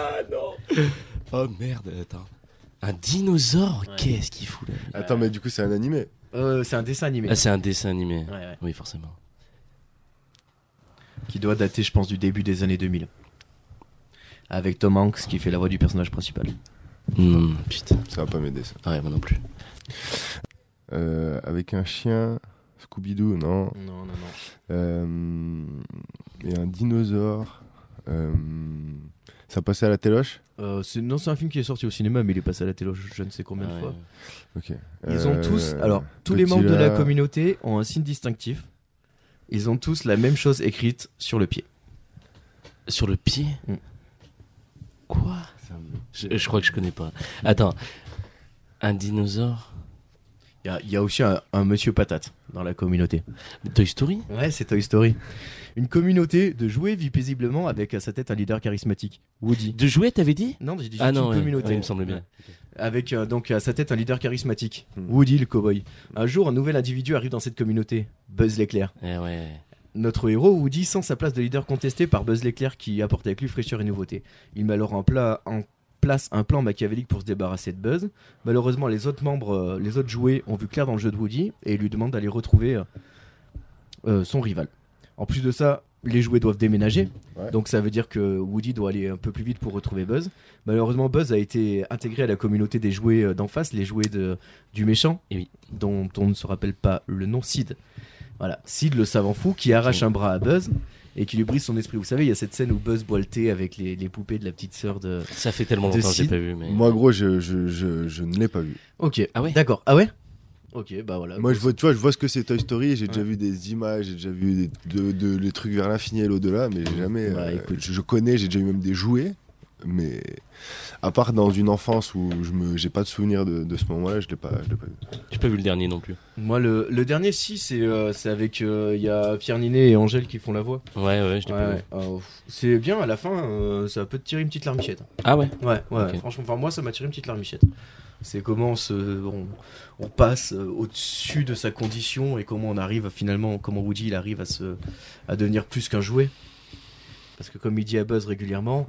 [SPEAKER 4] Oh merde, attends. Un dinosaure Qu'est-ce qu'il fout là
[SPEAKER 2] Attends, mais du coup, c'est un animé.
[SPEAKER 1] Euh, c'est un dessin animé.
[SPEAKER 4] Ah, c'est un dessin animé.
[SPEAKER 1] Ouais, ouais.
[SPEAKER 4] Oui, forcément.
[SPEAKER 1] Qui doit dater, je pense, du début des années 2000. Avec Tom Hanks qui fait la voix du personnage principal.
[SPEAKER 4] Non, Hmm, putain.
[SPEAKER 2] Ça va pas m'aider, ça.
[SPEAKER 4] Ah ouais, moi non plus.
[SPEAKER 2] Euh, avec un chien, Scooby-Doo, non
[SPEAKER 1] Non, non, non.
[SPEAKER 2] Euh, Et un dinosaure. Euh, Ça passait à la téloche
[SPEAKER 1] Euh, c'est- non, c'est un film qui est sorti au cinéma, mais il est passé à la télé je je ne sais combien de
[SPEAKER 4] Ah ouais,
[SPEAKER 1] fois.
[SPEAKER 4] ouais.
[SPEAKER 2] Ok.
[SPEAKER 1] Ils ont
[SPEAKER 2] Euh,
[SPEAKER 1] tous, alors, tous les
[SPEAKER 2] Godzilla.
[SPEAKER 1] membres de la communauté ont un signe distinctif. Ils ont tous la même chose écrite sur le pied.
[SPEAKER 4] Sur le pied
[SPEAKER 1] Mm.
[SPEAKER 4] Quoi je, je crois que je connais pas. Attends. Un dinosaure
[SPEAKER 1] Il y a- il y, a aussi un, un monsieur patate dans la communauté.
[SPEAKER 4] Toy Story
[SPEAKER 1] Ouais, c'est Toy Story. Une communauté de jouets vit paisiblement avec à sa tête un leader charismatique, Woody.
[SPEAKER 4] De jouets, t'avais dit
[SPEAKER 1] Non, j'ai dit juste
[SPEAKER 4] Ah non,
[SPEAKER 1] une
[SPEAKER 4] ouais.
[SPEAKER 1] communauté.
[SPEAKER 4] Ouais, il me semblait bien.
[SPEAKER 1] Avec euh, donc à sa tête un leader charismatique,
[SPEAKER 2] Hmm.
[SPEAKER 1] Woody le cowboy. Un jour, un nouvel individu arrive dans cette communauté, Buzz l'éclair.
[SPEAKER 4] Eh ouais.
[SPEAKER 1] Notre héros, Woody, sent sa place de leader contestée par Buzz l'éclair qui apporte avec lui fraîcheur et nouveauté. Il met alors en, pla- en place un plan machiavélique pour se débarrasser de Buzz. Malheureusement, les autres membres, euh, les autres jouets ont vu clair dans le jeu de Woody et lui demandent d'aller retrouver euh, euh, son rival. En plus de ça, les jouets doivent déménager.
[SPEAKER 2] Ouais.
[SPEAKER 1] Donc ça veut dire que Woody doit aller un peu plus vite pour retrouver Buzz. Malheureusement, Buzz a été intégré à la communauté des jouets euh, d'en face, les jouets de, du méchant,
[SPEAKER 4] Eh oui.
[SPEAKER 1] dont on ne se rappelle pas le nom, Sid. Voilà, Mmh. Sid le savant fou qui arrache un bras à Buzz et qui lui brise son esprit. Vous savez, il y a cette scène où Buzz boit le thé avec les, les poupées de la petite sœur de...
[SPEAKER 4] Ça fait tellement
[SPEAKER 1] De
[SPEAKER 4] longtemps que j'ai
[SPEAKER 1] Sid
[SPEAKER 4] pas vu, mais.
[SPEAKER 2] Moi, gros, je, je, je, je ne l'ai pas vu.
[SPEAKER 1] Ok,
[SPEAKER 4] Ah ouais
[SPEAKER 1] d'accord. Ah ouais Ok, bah voilà.
[SPEAKER 2] Moi, je vois, tu vois, je vois ce que c'est Toy Story. J'ai déjà
[SPEAKER 1] Ouais.
[SPEAKER 2] vu des images, j'ai déjà vu des, de, de- les trucs vers l'infini et l'au-delà, mais j'ai jamais.
[SPEAKER 1] Bah,
[SPEAKER 2] euh,
[SPEAKER 1] écoute.
[SPEAKER 2] je, je connais, j'ai déjà eu même des jouets, mais à part dans une enfance où je me, j'ai pas de souvenir de, de ce moment-là, je l'ai pas, je l'ai pas vu.
[SPEAKER 4] J'ai pas vu le dernier non plus.
[SPEAKER 1] Moi, le, le dernier, si, c'est euh, c'est avec. euh, Il y a Pierre Ninet et Angèle qui font la voix.
[SPEAKER 4] Ouais, ouais, je l'ai
[SPEAKER 1] Ouais,
[SPEAKER 4] pas vu.
[SPEAKER 1] ouais. Ah, ouf. c'est bien, à la fin, euh, ça peut te tirer une petite larmichette.
[SPEAKER 4] Ah ouais
[SPEAKER 1] Ouais, ouais,
[SPEAKER 4] Ok.
[SPEAKER 1] franchement, enfin, moi, ça m'a tiré une petite larmichette. C'est comment on, se- on, on passe euh, au-dessus de sa condition et comment on arrive à, finalement, comment Woody il arrive à, se, à devenir plus qu'un jouet. Parce que comme il dit à Buzz régulièrement,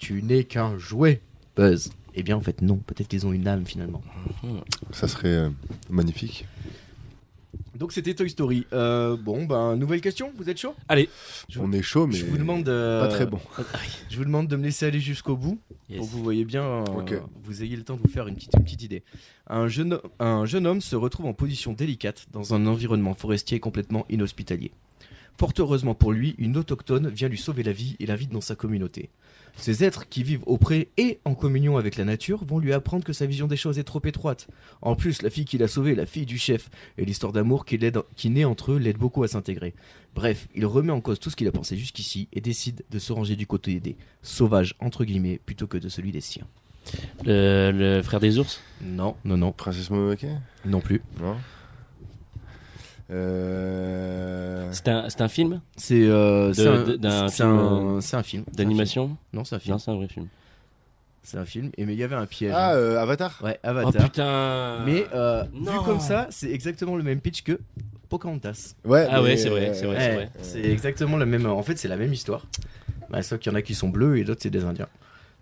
[SPEAKER 1] tu n'es qu'un jouet, Buzz. Eh bien, en fait, non, peut-être qu'ils ont une âme finalement.
[SPEAKER 2] Ça serait euh, magnifique.
[SPEAKER 1] Donc, c'était Toy Story. Euh, bon, ben, nouvelle question, vous êtes chaud Je-
[SPEAKER 2] On est chaud, mais
[SPEAKER 1] Je vous demande. euh,
[SPEAKER 2] pas très bon.
[SPEAKER 1] Je vous demande de me laisser aller jusqu'au bout. pour
[SPEAKER 4] Yes.
[SPEAKER 1] que vous voyez bien, euh,
[SPEAKER 2] Ok.
[SPEAKER 1] vous ayez le temps de vous faire une petite, une petite idée. Un jeune, un jeune homme se retrouve en position délicate dans un environnement forestier complètement inhospitalier. Fort heureusement pour lui, une autochtone vient lui sauver la vie et l'invite dans sa communauté. Ces êtres qui vivent auprès et en communion avec la nature vont lui apprendre que sa vision des choses est trop étroite. En plus, la fille qu'il a sauvée est la fille du chef, et l'histoire d'amour qui, l'aide- qui naît entre eux l'aide beaucoup à s'intégrer. Bref, il remet en cause tout ce qu'il a pensé jusqu'ici et décide de se ranger du côté des sauvages, entre guillemets, plutôt que de celui des siens.
[SPEAKER 4] Le, le frère des ours
[SPEAKER 1] Non, non, non,
[SPEAKER 2] Princesse Mononoke
[SPEAKER 1] non plus.
[SPEAKER 2] Non. Euh...
[SPEAKER 4] C'est un, c'est un film
[SPEAKER 1] C'est euh, c'est un,
[SPEAKER 4] de- d'un
[SPEAKER 1] c'est
[SPEAKER 4] film, euh,
[SPEAKER 1] un- c'est un film.
[SPEAKER 4] d'animation
[SPEAKER 1] Non, c'est un film.
[SPEAKER 4] Non, c'est un vrai film.
[SPEAKER 1] C'est un film. Et mais il y avait un piège.
[SPEAKER 2] Ah,
[SPEAKER 1] hein.
[SPEAKER 2] euh, Avatar
[SPEAKER 1] Ouais,
[SPEAKER 4] Oh
[SPEAKER 1] Avatar.
[SPEAKER 4] putain
[SPEAKER 1] mais euh, vu
[SPEAKER 4] non.
[SPEAKER 1] comme ça, c'est exactement le même pitch que Pocahontas.
[SPEAKER 2] Ouais.
[SPEAKER 4] Ah ouais,
[SPEAKER 2] mais,
[SPEAKER 4] c'est vrai,
[SPEAKER 2] euh,
[SPEAKER 4] c'est vrai. Ouais,
[SPEAKER 1] Ouais, c'est exactement la même. En fait, c'est la même histoire. Bah, sauf qu'il y en a qui sont bleus et d'autres c'est des Indiens.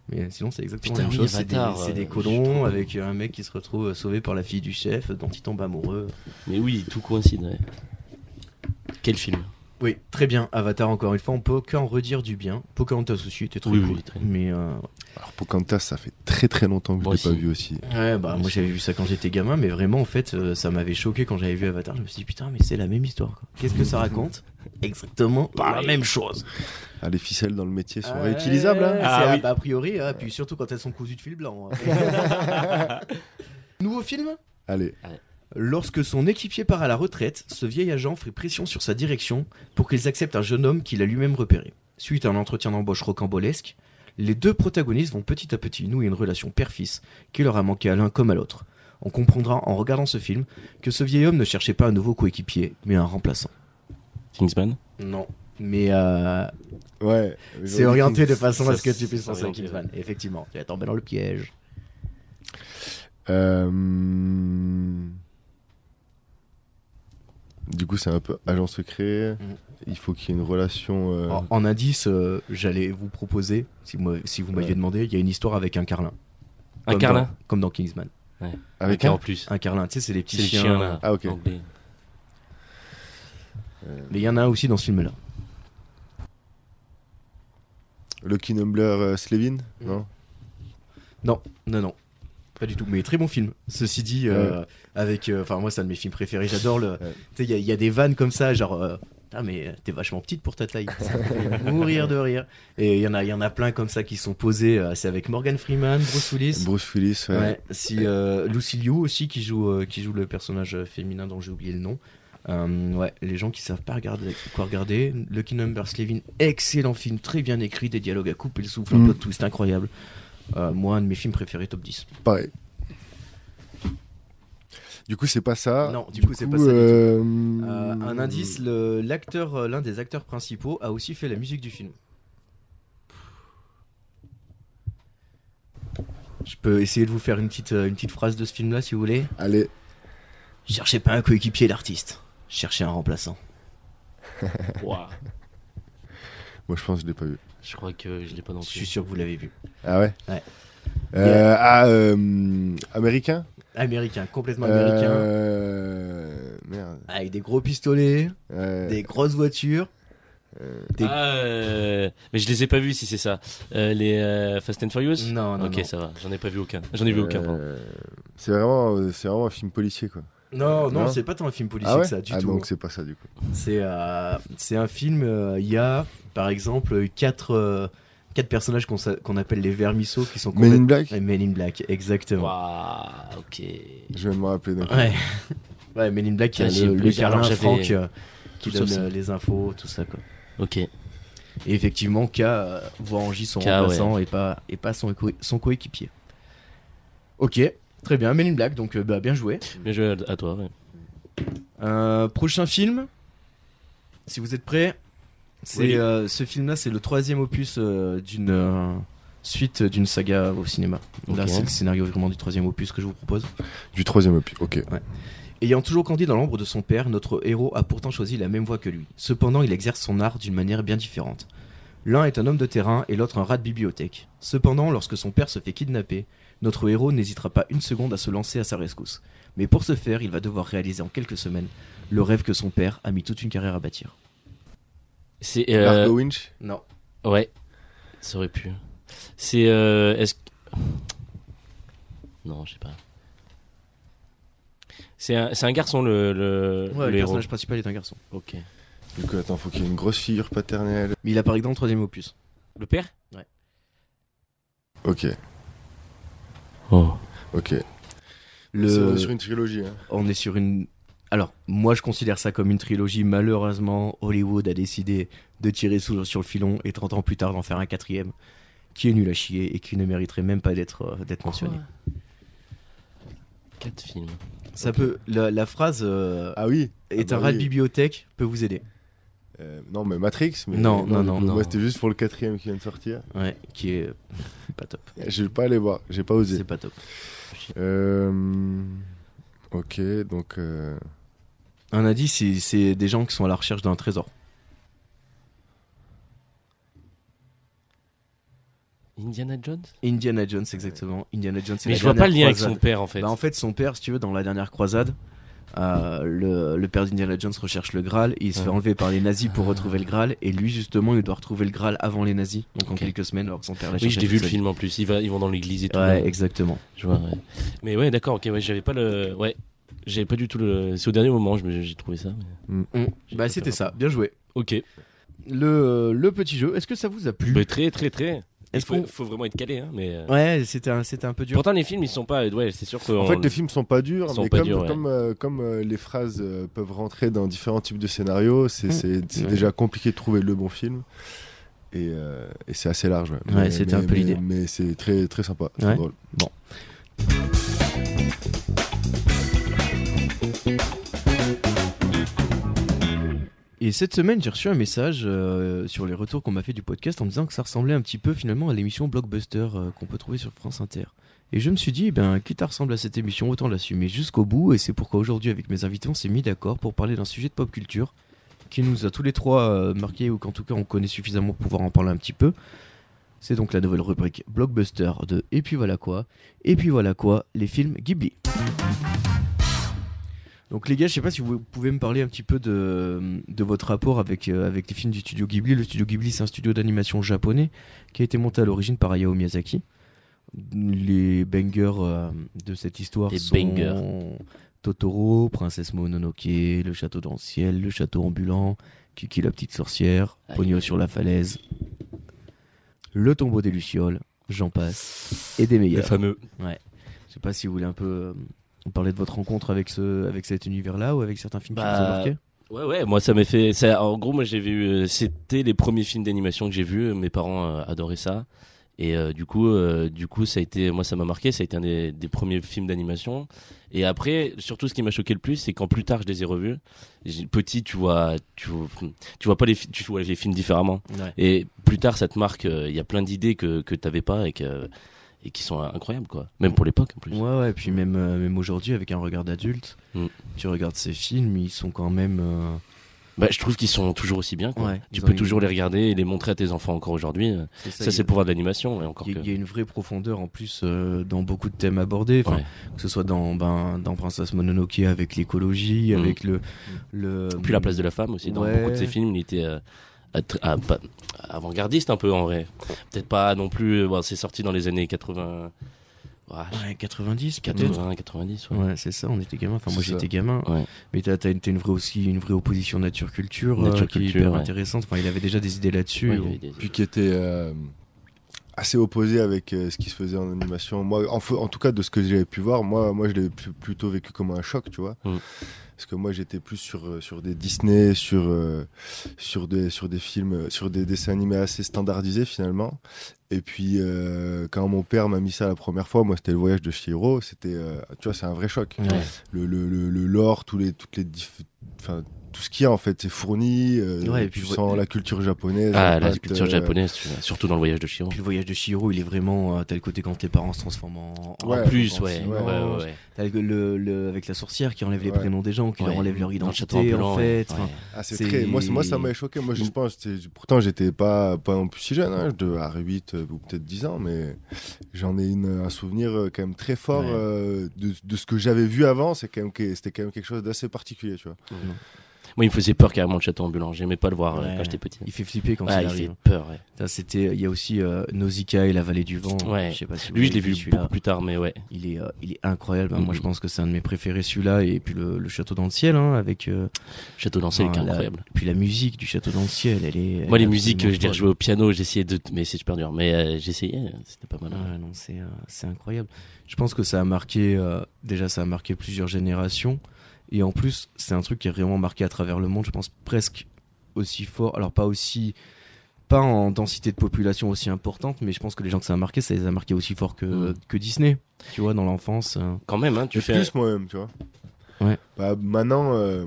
[SPEAKER 1] Mais sinon, c'est exactement
[SPEAKER 4] Putain,
[SPEAKER 1] la même
[SPEAKER 4] oui,
[SPEAKER 1] chose. C'est des,
[SPEAKER 4] Avatar,
[SPEAKER 1] c'est des
[SPEAKER 4] euh, je suis
[SPEAKER 1] colons
[SPEAKER 4] trop
[SPEAKER 1] avec un mec qui se retrouve sauvé par la fille du chef, dont il tombe amoureux.
[SPEAKER 4] Mais oui, tout coïncide. ouais. Quel film
[SPEAKER 1] Oui, très bien. Avatar, encore une fois, on peut qu'en redire du bien. Pocahontas aussi était très
[SPEAKER 4] Oui,
[SPEAKER 1] cool.
[SPEAKER 4] oui, très.
[SPEAKER 1] Mais euh,
[SPEAKER 2] Alors Pocahontas, ça fait très très longtemps que
[SPEAKER 4] Moi
[SPEAKER 2] je l'ai
[SPEAKER 4] aussi.
[SPEAKER 2] pas vu aussi.
[SPEAKER 1] ouais, bah, moi j'avais vu ça quand j'étais gamin, mais vraiment, en fait, euh, ça m'avait choqué quand j'avais vu Avatar. Je me suis dit, putain, mais c'est la même histoire. quoi. Qu'est-ce que ça raconte Exactement pas la
[SPEAKER 4] Ouais.
[SPEAKER 1] même chose.
[SPEAKER 2] Ah, les ficelles dans le métier sont
[SPEAKER 1] Ah,
[SPEAKER 2] réutilisables. hein.
[SPEAKER 1] ouais,
[SPEAKER 4] Ah
[SPEAKER 1] c'est a-
[SPEAKER 4] oui.
[SPEAKER 1] bah, A priori, hein, puis surtout quand elles sont cousues de fil blanc. hein. Nouveau film
[SPEAKER 2] Allez,
[SPEAKER 1] Lorsque son équipier part à la retraite, ce vieil agent fait pression sur sa direction pour qu'ils acceptent un jeune homme qu'il a lui-même repéré. Suite à un entretien d'embauche rocambolesque, les deux protagonistes vont petit à petit nouer une relation père-fils qui leur a manqué à l'un comme à l'autre. On comprendra en regardant ce film que ce vieil homme ne cherchait pas un nouveau coéquipier, mais un remplaçant.
[SPEAKER 4] Kingsman
[SPEAKER 1] Non. Mais euh,
[SPEAKER 2] ouais.
[SPEAKER 1] c'est orienté de façon à ce que tu puisses
[SPEAKER 4] c'est
[SPEAKER 1] penser à
[SPEAKER 4] orienté,
[SPEAKER 1] Kingsman. Effectivement, tu vas tomber dans le piège.
[SPEAKER 2] Euh, Du coup, c'est un peu agent secret.
[SPEAKER 1] Mhm.
[SPEAKER 2] Il faut qu'il y ait une relation. euh,
[SPEAKER 4] Oh,
[SPEAKER 1] En, en indice, euh, j'allais vous proposer, si vous, m'avez- si vous m'aviez
[SPEAKER 2] Ouais.
[SPEAKER 1] demandé, il y a une histoire avec un carlin.
[SPEAKER 4] Un
[SPEAKER 1] Comme
[SPEAKER 4] carlin
[SPEAKER 1] dans- Comme dans Kingsman.
[SPEAKER 2] Avec
[SPEAKER 4] Un
[SPEAKER 2] un.
[SPEAKER 4] en plus.
[SPEAKER 1] Un carlin, tu sais, c'est les petits
[SPEAKER 4] C'est le
[SPEAKER 1] chiens.
[SPEAKER 4] chien
[SPEAKER 1] là.
[SPEAKER 4] là.
[SPEAKER 2] Ah, ok.
[SPEAKER 4] anglais.
[SPEAKER 1] Mais il y en a un aussi dans ce film-là.
[SPEAKER 2] Lucky Numbler euh, Slevin
[SPEAKER 1] Mm.
[SPEAKER 2] Non
[SPEAKER 1] Non, non, non. Pas du tout, mais très bon film. Ceci dit, euh, avec. euh, Enfin, moi, c'est un de mes films préférés. J'adore le.
[SPEAKER 2] Ouais.
[SPEAKER 1] Tu sais, il y a- il y, a des vannes comme ça, genre. euh, Putain, mais t'es vachement petite pour ta taille. Ça me fait mourir de rire. Et il y, en a- il y en a plein comme ça qui sont posés. euh, c'est avec Morgan Freeman, Bruce Willis.
[SPEAKER 2] Bruce Willis, ouais.
[SPEAKER 1] Ouais, si euh, Lucy Liu aussi qui joue euh, qui joue le personnage euh, féminin dont j'ai oublié le nom. Euh, ouais, les gens qui savent pas regarder quoi regarder. Lucky Number Slevin, excellent film, très bien écrit, des dialogues à couper le souffle, un
[SPEAKER 2] Mm.
[SPEAKER 1] plot twist incroyable. Euh, moi, un de mes films préférés, top 10.
[SPEAKER 2] Pareil. Du coup, c'est pas ça.
[SPEAKER 1] Non, du coup, c'est pas ça du tout.
[SPEAKER 2] euh,
[SPEAKER 1] Euh, un indice, le- l'acteur, euh, l'un des acteurs principaux a aussi fait la musique du film. Je peux essayer de vous faire une petite, euh, une petite phrase de ce film-là, si vous voulez.
[SPEAKER 2] Allez,
[SPEAKER 1] Cherchez pas un coéquipier d'artiste, cherchez un remplaçant.
[SPEAKER 4] Ouah.
[SPEAKER 2] moi je pense que je l'ai pas vu.
[SPEAKER 4] Je crois que je l'ai pas non
[SPEAKER 1] Je suis
[SPEAKER 4] plus.
[SPEAKER 1] sûr que vous l'avez vu.
[SPEAKER 2] Ah ouais
[SPEAKER 1] Ouais.
[SPEAKER 2] Euh, Ah, euh, américain
[SPEAKER 1] Américain, complètement américain.
[SPEAKER 2] Euh, Merde.
[SPEAKER 1] Avec des gros pistolets,
[SPEAKER 2] Euh,
[SPEAKER 1] des grosses voitures. Des-
[SPEAKER 4] Ah, euh, mais je les ai pas vus si c'est ça. Euh, les euh, Fast and Furious
[SPEAKER 1] Non, non,
[SPEAKER 4] Ok,
[SPEAKER 1] non.
[SPEAKER 4] ça va. J'en ai pas vu aucun. J'en ai vu aucun. pardon.
[SPEAKER 2] euh, C'est vraiment, euh, c'est vraiment un film policier quoi.
[SPEAKER 1] Non, non,
[SPEAKER 2] Non.
[SPEAKER 1] c'est pas tant un film policier
[SPEAKER 2] ah ouais
[SPEAKER 1] que ça, du
[SPEAKER 2] Ah
[SPEAKER 1] tout. hein.
[SPEAKER 2] donc c'est pas ça du coup.
[SPEAKER 1] C'est euh, c'est un film, euh, il y a par exemple quatre, euh, quatre personnages qu'on sa- qu'on appelle les vermisseaux qui sont
[SPEAKER 2] Men in
[SPEAKER 1] complètement...
[SPEAKER 2] Black
[SPEAKER 1] Men in Black, exactement.
[SPEAKER 4] Ouah, ok.
[SPEAKER 2] Je vais me rappeler. donc.
[SPEAKER 1] Ouais. ouais, Men in Black, il y a
[SPEAKER 4] Putain, j'y ai
[SPEAKER 1] le,
[SPEAKER 4] plus-
[SPEAKER 1] le
[SPEAKER 4] alors
[SPEAKER 1] Carlin
[SPEAKER 4] j'avais
[SPEAKER 1] Franck euh, qui
[SPEAKER 4] tout
[SPEAKER 1] donne
[SPEAKER 4] sauf ça.
[SPEAKER 1] euh, les infos, tout ça quoi.
[SPEAKER 4] Ok.
[SPEAKER 1] Et effectivement, K euh, voit Angie son
[SPEAKER 4] K,
[SPEAKER 1] remplaçant et pas, et pas son, éco- son coéquipier. Ok, très bien, Men in Black, donc euh, bah, bien joué.
[SPEAKER 4] Bien joué à- à toi. ouais.
[SPEAKER 1] Euh, prochain film, si vous êtes prêts, c'est
[SPEAKER 4] Oui.
[SPEAKER 1] euh, ce film-là, c'est le troisième opus euh, d'une euh, suite euh, d'une saga au cinéma. Là,
[SPEAKER 4] Ok.
[SPEAKER 1] c'est le scénario vraiment du troisième opus que je vous propose.
[SPEAKER 2] Du troisième opus. Ok.
[SPEAKER 1] Ayant toujours grandi dans l'ombre de son père, notre héros a pourtant choisi la même voie que lui. Cependant, il exerce son art d'une manière bien différente. L'un est un homme de terrain et l'autre un rat de bibliothèque. Cependant, lorsque son père se fait kidnapper, notre héros n'hésitera pas une seconde à se lancer à sa rescousse. Mais pour ce faire, il va devoir réaliser en quelques semaines le rêve que son père a mis toute une carrière à bâtir.
[SPEAKER 4] C'est.
[SPEAKER 2] Largo
[SPEAKER 4] Euh,
[SPEAKER 2] Winch.
[SPEAKER 1] Non.
[SPEAKER 4] ouais. Ça aurait pu. C'est. euh, Est-ce. que- non, je sais pas. C'est un, c'est un garçon le, le,
[SPEAKER 1] Ouais,
[SPEAKER 4] le
[SPEAKER 1] le
[SPEAKER 4] héros.
[SPEAKER 1] personnage principal est un garçon.
[SPEAKER 4] Ok.
[SPEAKER 2] Du coup attends, faut qu'il y ait une grosse figure paternelle.
[SPEAKER 1] Mais il apparaît que dans le troisième opus.
[SPEAKER 4] Le père
[SPEAKER 2] Ok.
[SPEAKER 4] Oh.
[SPEAKER 2] Ok.
[SPEAKER 1] Le-
[SPEAKER 2] C'est- on est sur une trilogie. Hein.
[SPEAKER 1] On est sur une. Alors, moi, je considère ça comme une trilogie. Malheureusement, Hollywood a décidé de tirer sous, sur le filon et 30 ans plus tard d'en faire un quatrième qui est nul à chier et qui ne mériterait même pas d'être euh, d'être mentionné.
[SPEAKER 4] Quatre films.
[SPEAKER 1] Ça peut. La, la phrase euh,
[SPEAKER 2] Ah oui.
[SPEAKER 1] est
[SPEAKER 2] ah
[SPEAKER 1] un
[SPEAKER 2] bah
[SPEAKER 1] rat de
[SPEAKER 2] oui.
[SPEAKER 1] bibliothèque peut vous aider.
[SPEAKER 2] Euh, non, mais Matrix. Mais
[SPEAKER 1] Non, non,
[SPEAKER 2] du
[SPEAKER 1] non,
[SPEAKER 2] coup,
[SPEAKER 1] non.
[SPEAKER 2] Moi, c'était juste pour le quatrième qui vient de sortir.
[SPEAKER 1] Ouais, qui est euh, pas top.
[SPEAKER 2] Je vais pas aller voir, j'ai pas osé.
[SPEAKER 1] C'est pas top.
[SPEAKER 2] Euh, ok, donc. euh,
[SPEAKER 1] Un indice, c'est- c'est des gens qui sont à la recherche d'un trésor.
[SPEAKER 4] Indiana Jones
[SPEAKER 1] Indiana Jones, exactement. Indiana Jones. c'est
[SPEAKER 4] Mais
[SPEAKER 1] la
[SPEAKER 4] je vois
[SPEAKER 1] dernière
[SPEAKER 4] pas le lien avec
[SPEAKER 1] croisade.
[SPEAKER 4] son père en fait.
[SPEAKER 1] Bah, en fait, son père, si tu veux, dans la dernière croisade, euh, le, le père d'Indiana Jones recherche le Graal. Et il se fait
[SPEAKER 4] Ouais.
[SPEAKER 1] enlever par les nazis pour retrouver le Graal. Et lui, justement, il doit retrouver le Graal avant les nazis. Donc en
[SPEAKER 4] Ok.
[SPEAKER 1] quelques semaines, alors que son père l'a
[SPEAKER 4] oui,
[SPEAKER 1] cherché
[SPEAKER 4] je l'ai vu
[SPEAKER 1] toute
[SPEAKER 4] le
[SPEAKER 1] sa
[SPEAKER 4] film en plus. Ils, va- ils vont dans l'église et
[SPEAKER 1] vie.
[SPEAKER 4] tout.
[SPEAKER 1] Ouais, exactement.
[SPEAKER 4] Je vois, ouais. Mais ouais, d'accord, ok, ouais, j'avais pas le. Ouais, j'avais pas du tout le. C'est au dernier moment, je me- j'ai trouvé ça. mais- J'ai
[SPEAKER 1] Bah,
[SPEAKER 4] pas
[SPEAKER 1] c'était
[SPEAKER 4] fait
[SPEAKER 1] ça. Bien joué.
[SPEAKER 4] Ok.
[SPEAKER 1] Le, euh, le petit jeu, est-ce que ça vous a plu
[SPEAKER 4] Mais très, très, très. Il
[SPEAKER 1] Est-ce
[SPEAKER 4] faut,
[SPEAKER 1] qu'on-
[SPEAKER 4] faut vraiment être calé, hein. Mais... euh,
[SPEAKER 1] Ouais, c'était un, c'était un peu dur.
[SPEAKER 4] Pourtant, les films, ils sont pas. Ouais, c'est sûr que.
[SPEAKER 2] En fait, les films sont pas durs,
[SPEAKER 4] Sont
[SPEAKER 2] mais
[SPEAKER 4] pas
[SPEAKER 2] comme,
[SPEAKER 4] durs, ouais.
[SPEAKER 2] comme, euh, comme, euh, les phrases euh, peuvent rentrer dans différents types de scénarios, c'est
[SPEAKER 1] Mm.
[SPEAKER 2] c'est- c'est
[SPEAKER 1] Ouais.
[SPEAKER 2] déjà compliqué de trouver le bon film. Et, euh, et c'est assez large. Ouais,
[SPEAKER 1] Ouais, c'était un peu
[SPEAKER 2] mais-
[SPEAKER 1] l'idée.
[SPEAKER 2] Mais c'est très, très sympa. très
[SPEAKER 1] Ouais.
[SPEAKER 2] drôle.
[SPEAKER 1] Et cette semaine, j'ai reçu un message euh, sur les retours qu'on m'a fait du podcast en me disant que ça ressemblait un petit peu finalement à l'émission Blockbuster euh, qu'on peut trouver sur France Inter. Et je me suis dit, eh ben, quitte à ressembler à cette émission, autant l'assumer jusqu'au bout. Et c'est pourquoi aujourd'hui, avec mes invités, on s'est mis d'accord pour parler d'un sujet de pop culture qui nous a tous les trois euh, marqué ou qu'en tout cas on connaît suffisamment pour pouvoir en parler un petit peu. C'est donc la nouvelle rubrique Blockbuster de Et puis voilà quoi, et puis voilà quoi, les films Ghibli. Donc les gars, je sais pas si vous pouvez me parler un petit peu de, de votre rapport avec, euh, avec les films du studio Ghibli. Le studio Ghibli, c'est un studio d'animation japonais qui a été monté à l'origine par Hayao Miyazaki. Les bangers euh, de cette histoire
[SPEAKER 4] Les
[SPEAKER 1] sont
[SPEAKER 4] bangers.
[SPEAKER 1] Totoro, Princesse Mononoke, Le Château dans le ciel, Le Château ambulant, Kiki la petite sorcière,
[SPEAKER 4] Aïe.
[SPEAKER 1] Pogno sur la falaise, Le tombeau des lucioles, j'en passe, et des meilleurs.
[SPEAKER 4] fameux.
[SPEAKER 1] Je sais pas si vous voulez un peu euh, parler de votre rencontre avec ce avec cet univers-là ou avec certains films qui
[SPEAKER 4] Bah,
[SPEAKER 1] vous ont marqué.
[SPEAKER 4] Ouais, ouais, moi, ça m'a fait. Ça, en gros, moi, j'ai vu. euh, C'était les premiers films d'animation que j'ai vus. Mes parents euh, adoraient ça. Et euh, du coup, euh, du coup, ça a été, moi, ça m'a marqué. Ça a été un des, des premiers films d'animation. Et après, surtout, ce qui m'a choqué le plus, c'est quand plus tard, je les ai revus. J'ai- Petit, tu vois, tu, tu vois pas les, fi- tu vois les films différemment. Et plus tard, ça te marque. euh, Il y a plein d'idées que que t'avais pas et que et qui sont incroyables, quoi. Même pour l'époque, en plus.
[SPEAKER 1] Ouais, ouais, et puis même, euh, même aujourd'hui, avec un regard d'adulte,
[SPEAKER 4] Mm.
[SPEAKER 1] tu regardes ces films, ils sont quand même. euh,
[SPEAKER 4] Bah, je trouve qu'ils sont toujours aussi bien. Quoi.
[SPEAKER 1] Ouais, ils
[SPEAKER 4] tu
[SPEAKER 1] ont
[SPEAKER 4] peux
[SPEAKER 1] une-
[SPEAKER 4] toujours les regarder et les montrer à tes enfants encore aujourd'hui. euh.
[SPEAKER 1] il
[SPEAKER 4] Ça,
[SPEAKER 1] y
[SPEAKER 4] c'est
[SPEAKER 1] a-
[SPEAKER 4] le pouvoir de l'animation, mais encore
[SPEAKER 1] Il y, a- il
[SPEAKER 4] que.
[SPEAKER 1] y a une vraie profondeur en plus euh, dans beaucoup de thèmes abordés, Enfin,
[SPEAKER 4] Ouais.
[SPEAKER 1] que ce soit dans, ben, dans Princesse Mononoke avec l'écologie,
[SPEAKER 4] Mm.
[SPEAKER 1] avec le, le.
[SPEAKER 4] Puis la place de la femme aussi. Dans
[SPEAKER 1] Ouais.
[SPEAKER 4] beaucoup de ses films, il était euh, à tr- à- pas- avant-gardiste un peu en vrai. Peut-être pas non plus. euh, bon, c'est sorti dans les années 80. ouah,
[SPEAKER 1] Ouais, 90, peut-être.
[SPEAKER 4] 80, 90. Ouais.
[SPEAKER 1] Ouais, c'est ça, on était gamin. Enfin, moi
[SPEAKER 2] C'est ça.
[SPEAKER 1] j'étais gamin.
[SPEAKER 4] Ouais.
[SPEAKER 1] Mais t'as t'as une, t'as une vraie aussi une vraie opposition nature-culture euh,
[SPEAKER 4] Nature-culture,
[SPEAKER 1] qui est hyper
[SPEAKER 4] ouais.
[SPEAKER 1] intéressante. Enfin, il avait déjà des idées là-dessus.
[SPEAKER 4] Ouais, il y avait des-
[SPEAKER 2] Puis qui était euh, assez opposé avec euh, ce qui se faisait en animation. Moi, en, fa- en tout cas, de ce que j'avais pu voir, moi, moi je l'ai pl- plutôt vécu comme un choc, tu vois.
[SPEAKER 4] Mm.
[SPEAKER 2] Parce que moi, j'étais plus sur, euh, sur des Disney, sur, euh, sur, des, sur des films, euh, sur des dessins animés assez standardisés finalement. Et puis, euh, quand mon père m'a mis ça la première fois, moi, c'était le voyage de Shiro. C'était, euh, tu vois, c'est un vrai choc
[SPEAKER 1] Ouais.
[SPEAKER 2] le, le, le, le lore, tous les, toutes les diff- enfin, tout ce qu'il y a en fait, c'est fourni. euh,
[SPEAKER 1] Ouais, et puis
[SPEAKER 2] tu
[SPEAKER 1] vo-
[SPEAKER 2] sens la culture japonaise.
[SPEAKER 4] Ah, la
[SPEAKER 2] l'impact,
[SPEAKER 4] culture
[SPEAKER 2] euh,
[SPEAKER 4] japonaise, tu vois, surtout dans le voyage de Shiro.
[SPEAKER 1] Puis le voyage de Shiro, il est vraiment euh, t'as le côté quand tes parents se transforment en. en-
[SPEAKER 2] Ouais,
[SPEAKER 4] en plus,
[SPEAKER 2] en-
[SPEAKER 4] ouais.
[SPEAKER 2] ouais,
[SPEAKER 4] ouais, ouais, ouais.
[SPEAKER 1] T'as le, le- le- avec la sorcière qui enlève les
[SPEAKER 2] Ouais.
[SPEAKER 1] prénoms des gens, qui leur
[SPEAKER 4] Ouais.
[SPEAKER 1] enlève leur
[SPEAKER 4] Dans le château
[SPEAKER 1] identité en
[SPEAKER 4] ambulant,
[SPEAKER 1] fait.
[SPEAKER 4] ouais,
[SPEAKER 1] Enfin,
[SPEAKER 4] ouais.
[SPEAKER 2] Ah, c'est
[SPEAKER 1] C'est-
[SPEAKER 2] très. Moi, c'est- moi, ça m'avait choqué. Moi, je
[SPEAKER 1] Mm.
[SPEAKER 2] pense. c'est- Pourtant, j'étais pas, pas non plus si jeune, hein, de à 8 euh, ou peut-être 10 ans, mais j'en ai une, un souvenir euh, quand même très fort
[SPEAKER 4] Ouais.
[SPEAKER 2] euh, de, de ce que j'avais vu avant. C'est quand même que- c'était quand même quelque chose d'assez particulier, tu vois.
[SPEAKER 4] Moi, il me faisait peur carrément le château ambulant. J'aimais pas le voir euh,
[SPEAKER 1] Ouais.
[SPEAKER 4] quand j'étais petit.
[SPEAKER 1] Il fait flipper quand
[SPEAKER 4] Ouais,
[SPEAKER 1] il
[SPEAKER 4] il
[SPEAKER 1] arrive.
[SPEAKER 4] fait peur. ouais.
[SPEAKER 1] Putain, C'était, il y a aussi euh, Nausicaa et la vallée du vent.
[SPEAKER 4] Ouais.
[SPEAKER 1] Je sais pas si vous
[SPEAKER 4] Lui, je l'ai
[SPEAKER 1] l'avez
[SPEAKER 4] vu
[SPEAKER 1] celui-là.
[SPEAKER 4] beaucoup plus tard, mais ouais.
[SPEAKER 1] Il est, euh, il est incroyable. hein. Moi,
[SPEAKER 4] Mhm.
[SPEAKER 1] je pense que c'est un de mes préférés, celui-là, et puis le, le château dans le ciel, hein, avec. euh,
[SPEAKER 4] Château dansé,
[SPEAKER 1] enfin,
[SPEAKER 4] c'est
[SPEAKER 1] la-
[SPEAKER 4] incroyable.
[SPEAKER 1] Puis la musique du château dans le ciel, elle est.
[SPEAKER 4] Moi,
[SPEAKER 1] elle est
[SPEAKER 4] les musiques,
[SPEAKER 1] absolument
[SPEAKER 4] je les rejouais au piano, j'essayais de. Mais c'est super dur. Mais euh, j'essayais, c'était pas mal.
[SPEAKER 1] folle.
[SPEAKER 4] hein.
[SPEAKER 1] Ah, non, c'est, euh, c'est incroyable. Je pense que ça a marqué. euh, déjà, ça a marqué plusieurs générations, et en plus, c'est un truc qui est vraiment marqué à travers le monde. Je pense presque aussi fort. Alors pas aussi. Pas en densité de population aussi importante, mais je pense que les gens que ça a marqué, ça les a marqués aussi fort que,
[SPEAKER 4] Mhm.
[SPEAKER 1] que Disney. Tu vois, dans l'enfance. euh.
[SPEAKER 4] Quand même, hein, tu
[SPEAKER 2] Mais
[SPEAKER 4] fais.
[SPEAKER 2] plus moi-même, tu vois.
[SPEAKER 1] Ouais.
[SPEAKER 2] Bah, maintenant, euh,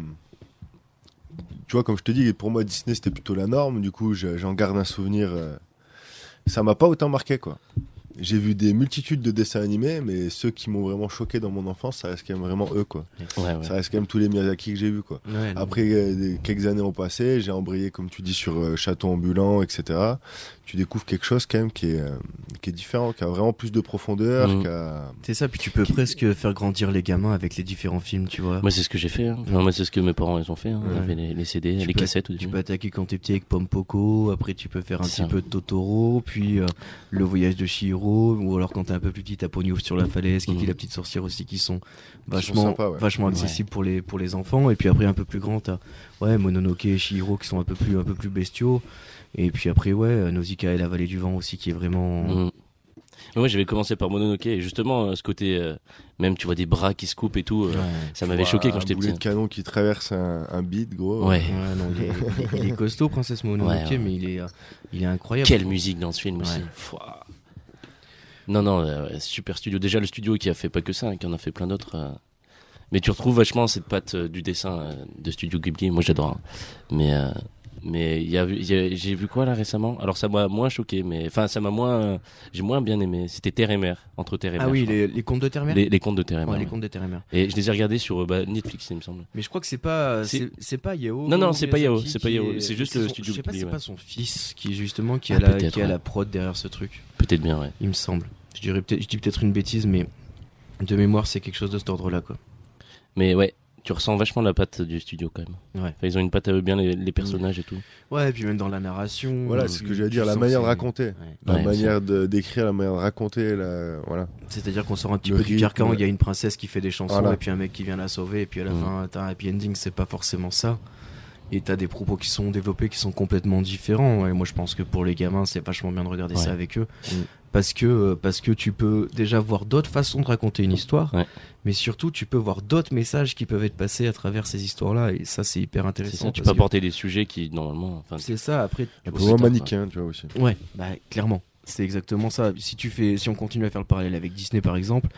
[SPEAKER 2] Bah, tu vois, comme je te dis, pour moi, Disney, c'était plutôt la norme. Du coup, je- j'en garde un souvenir. euh, Ça m'a pas autant marqué, quoi. J'ai vu des multitudes de dessins animés, mais ceux qui m'ont vraiment choqué dans mon enfance, ça reste quand même vraiment eux, quoi.
[SPEAKER 4] Ouais, ouais.
[SPEAKER 2] Ça reste quand même tous les Miyazaki que j'ai vus, quoi. Après, euh, des- quelques années ont passé, j'ai embrayé, comme tu dis, sur euh, Château ambulant, etc. Tu découvres quelque chose quand même qui est, euh, qui est différent, qui a vraiment plus de profondeur,
[SPEAKER 4] Mhm.
[SPEAKER 2] qui a-
[SPEAKER 1] C'est ça, puis tu peux presque faire grandir les gamins avec les différents films, tu vois.
[SPEAKER 4] Moi, c'est ce que j'ai fait. hein. Enfin, moi, c'est ce que mes parents ils ont fait. hein. On
[SPEAKER 1] Ouais.
[SPEAKER 4] avait les, les CD,
[SPEAKER 1] Tu
[SPEAKER 4] les
[SPEAKER 1] peux-
[SPEAKER 4] cassettes. au
[SPEAKER 1] Tu
[SPEAKER 4] début.
[SPEAKER 1] peux attaquer quand t'es petit avec Pompoko, après tu peux faire un
[SPEAKER 4] Mhm. C'est
[SPEAKER 1] petit
[SPEAKER 4] ça.
[SPEAKER 1] peu de Totoro, puis euh, le voyage de Shihiro, ou alors quand t'es un peu plus petit, t'as Pognouf sur la falaise, Kiki
[SPEAKER 4] Mhm.
[SPEAKER 1] la petite sorcière aussi, qui sont vachement,
[SPEAKER 2] sympas, ouais.
[SPEAKER 1] vachement
[SPEAKER 4] Ouais.
[SPEAKER 1] accessibles pour, les, pour les enfants. Et puis après, un peu plus grand, t'as ouais, Mononoke et Shihiro qui sont un peu plus, un peu plus bestiaux. Et puis après, ouais, euh, Nausicaa et la vallée du vent aussi, qui est vraiment.
[SPEAKER 4] Mhm. Mais Moi, j'avais commencé par Mononoke. Et justement, euh, ce côté, euh, même, tu vois, des bras qui se coupent et tout, euh,
[SPEAKER 1] Ouais.
[SPEAKER 4] ça m'avait choqué quand
[SPEAKER 2] un
[SPEAKER 4] j'étais
[SPEAKER 2] boulet
[SPEAKER 4] petit.
[SPEAKER 2] de canon qui traverse un, un bide, gros.
[SPEAKER 4] Ouais.
[SPEAKER 1] Ouais, non, il, est, il est- il est costaud, Princesse Mononoke,
[SPEAKER 4] Ouais, ouais.
[SPEAKER 1] mais il est, euh, il est incroyable.
[SPEAKER 4] Quelle musique dans ce film aussi.
[SPEAKER 1] Ouais.
[SPEAKER 4] Fouah. Non, non, euh, ouais, super studio. Déjà, le studio qui a fait pas que ça, hein, qui en a fait plein d'autres. euh. Mais tu retrouves vachement cette patte euh, du dessin euh, de Studio Ghibli. Moi, j'adore. hein. Mais euh, mais il y a, vu- il y a- j'ai vu quoi là récemment Alors, ça m'a moins choqué, mais enfin, ça m'a moins. euh, j'ai moins bien aimé. C'était Terre et Mer, entre Terre et Mer.
[SPEAKER 1] Ah oui,
[SPEAKER 4] je crois.
[SPEAKER 1] les, les contes de Terre-Mère
[SPEAKER 4] les, les contes de Terre et
[SPEAKER 1] Ouais,
[SPEAKER 4] Mer.
[SPEAKER 1] les
[SPEAKER 4] ouais.
[SPEAKER 1] contes de Terre-Mère.
[SPEAKER 4] Et je les ai regardés sur euh, bah, Netflix, il me semble.
[SPEAKER 1] Mais je crois que c'est pas euh,
[SPEAKER 4] C'est-
[SPEAKER 1] c'est c'est pas Yao.
[SPEAKER 4] Non, non, c'est pas Yao,
[SPEAKER 1] Miyazaki
[SPEAKER 4] c'est pas
[SPEAKER 1] qui
[SPEAKER 4] Yao,
[SPEAKER 1] est-
[SPEAKER 4] c'est juste
[SPEAKER 1] son-
[SPEAKER 4] le studio
[SPEAKER 1] Je sais pas,
[SPEAKER 4] Ghibli,
[SPEAKER 1] c'est
[SPEAKER 4] ouais.
[SPEAKER 1] pas son fils qui justement qui
[SPEAKER 4] Ah,
[SPEAKER 1] a la
[SPEAKER 4] peut-être,
[SPEAKER 1] qui a
[SPEAKER 4] ouais.
[SPEAKER 1] la prod derrière ce truc.
[SPEAKER 4] Peut-être bien, ouais.
[SPEAKER 1] Il me semble. Je dirais peut-être, je dis peut-être une bêtise, mais de mémoire c'est quelque chose de cet ordre-là quoi.
[SPEAKER 4] Mais ouais, tu ressens vachement la patte du studio quand même.
[SPEAKER 1] Ouais.
[SPEAKER 4] Enfin, ils ont une patte à eux bien, les, les personnages et tout.
[SPEAKER 1] Ouais, et puis même dans la narration.
[SPEAKER 2] Voilà,
[SPEAKER 1] euh,
[SPEAKER 2] c'est ce
[SPEAKER 1] tu-
[SPEAKER 2] que j'allais
[SPEAKER 1] tu
[SPEAKER 2] dire, la
[SPEAKER 1] sens
[SPEAKER 2] manière
[SPEAKER 1] que
[SPEAKER 2] de
[SPEAKER 1] c'est-
[SPEAKER 2] raconter.
[SPEAKER 1] Ouais.
[SPEAKER 2] La
[SPEAKER 4] Ouais,
[SPEAKER 2] manière de- d'écrire, la manière de raconter, la, voilà.
[SPEAKER 1] C'est-à-dire qu'on sort un petit
[SPEAKER 2] Le
[SPEAKER 1] peu du
[SPEAKER 2] rythme,
[SPEAKER 1] carcan, il
[SPEAKER 2] ouais.
[SPEAKER 1] y a une princesse qui fait des chansons,
[SPEAKER 2] Voilà.
[SPEAKER 1] et puis un mec qui vient la sauver, et puis à la
[SPEAKER 4] Mhm.
[SPEAKER 1] fin, t'as un happy ending, c'est pas forcément ça. Et t'as des propos qui sont développés, qui sont complètement différents. Et moi, je pense que pour les gamins, c'est vachement bien de regarder
[SPEAKER 4] Ouais. Mm.
[SPEAKER 1] ça avec eux.
[SPEAKER 2] Mhm.
[SPEAKER 1] Parce que, euh, parce que tu peux déjà voir d'autres façons de raconter une histoire,
[SPEAKER 4] Ouais.
[SPEAKER 1] mais surtout, tu peux voir d'autres messages qui peuvent être passés à travers ces histoires-là. Et ça, c'est hyper
[SPEAKER 4] C'est
[SPEAKER 1] intéressant.
[SPEAKER 4] ça, tu
[SPEAKER 1] parce
[SPEAKER 4] peux
[SPEAKER 1] que-
[SPEAKER 4] apporter des sujets qui, normalement. Enfin,
[SPEAKER 1] C'est ça, après.
[SPEAKER 2] Un peu
[SPEAKER 4] aussi,
[SPEAKER 2] moins
[SPEAKER 4] t'as-
[SPEAKER 2] manichéen, tu vois aussi.
[SPEAKER 1] Ouais, bah clairement. C'est exactement ça. Si tu fais, si on continue à faire le parallèle avec Disney par exemple,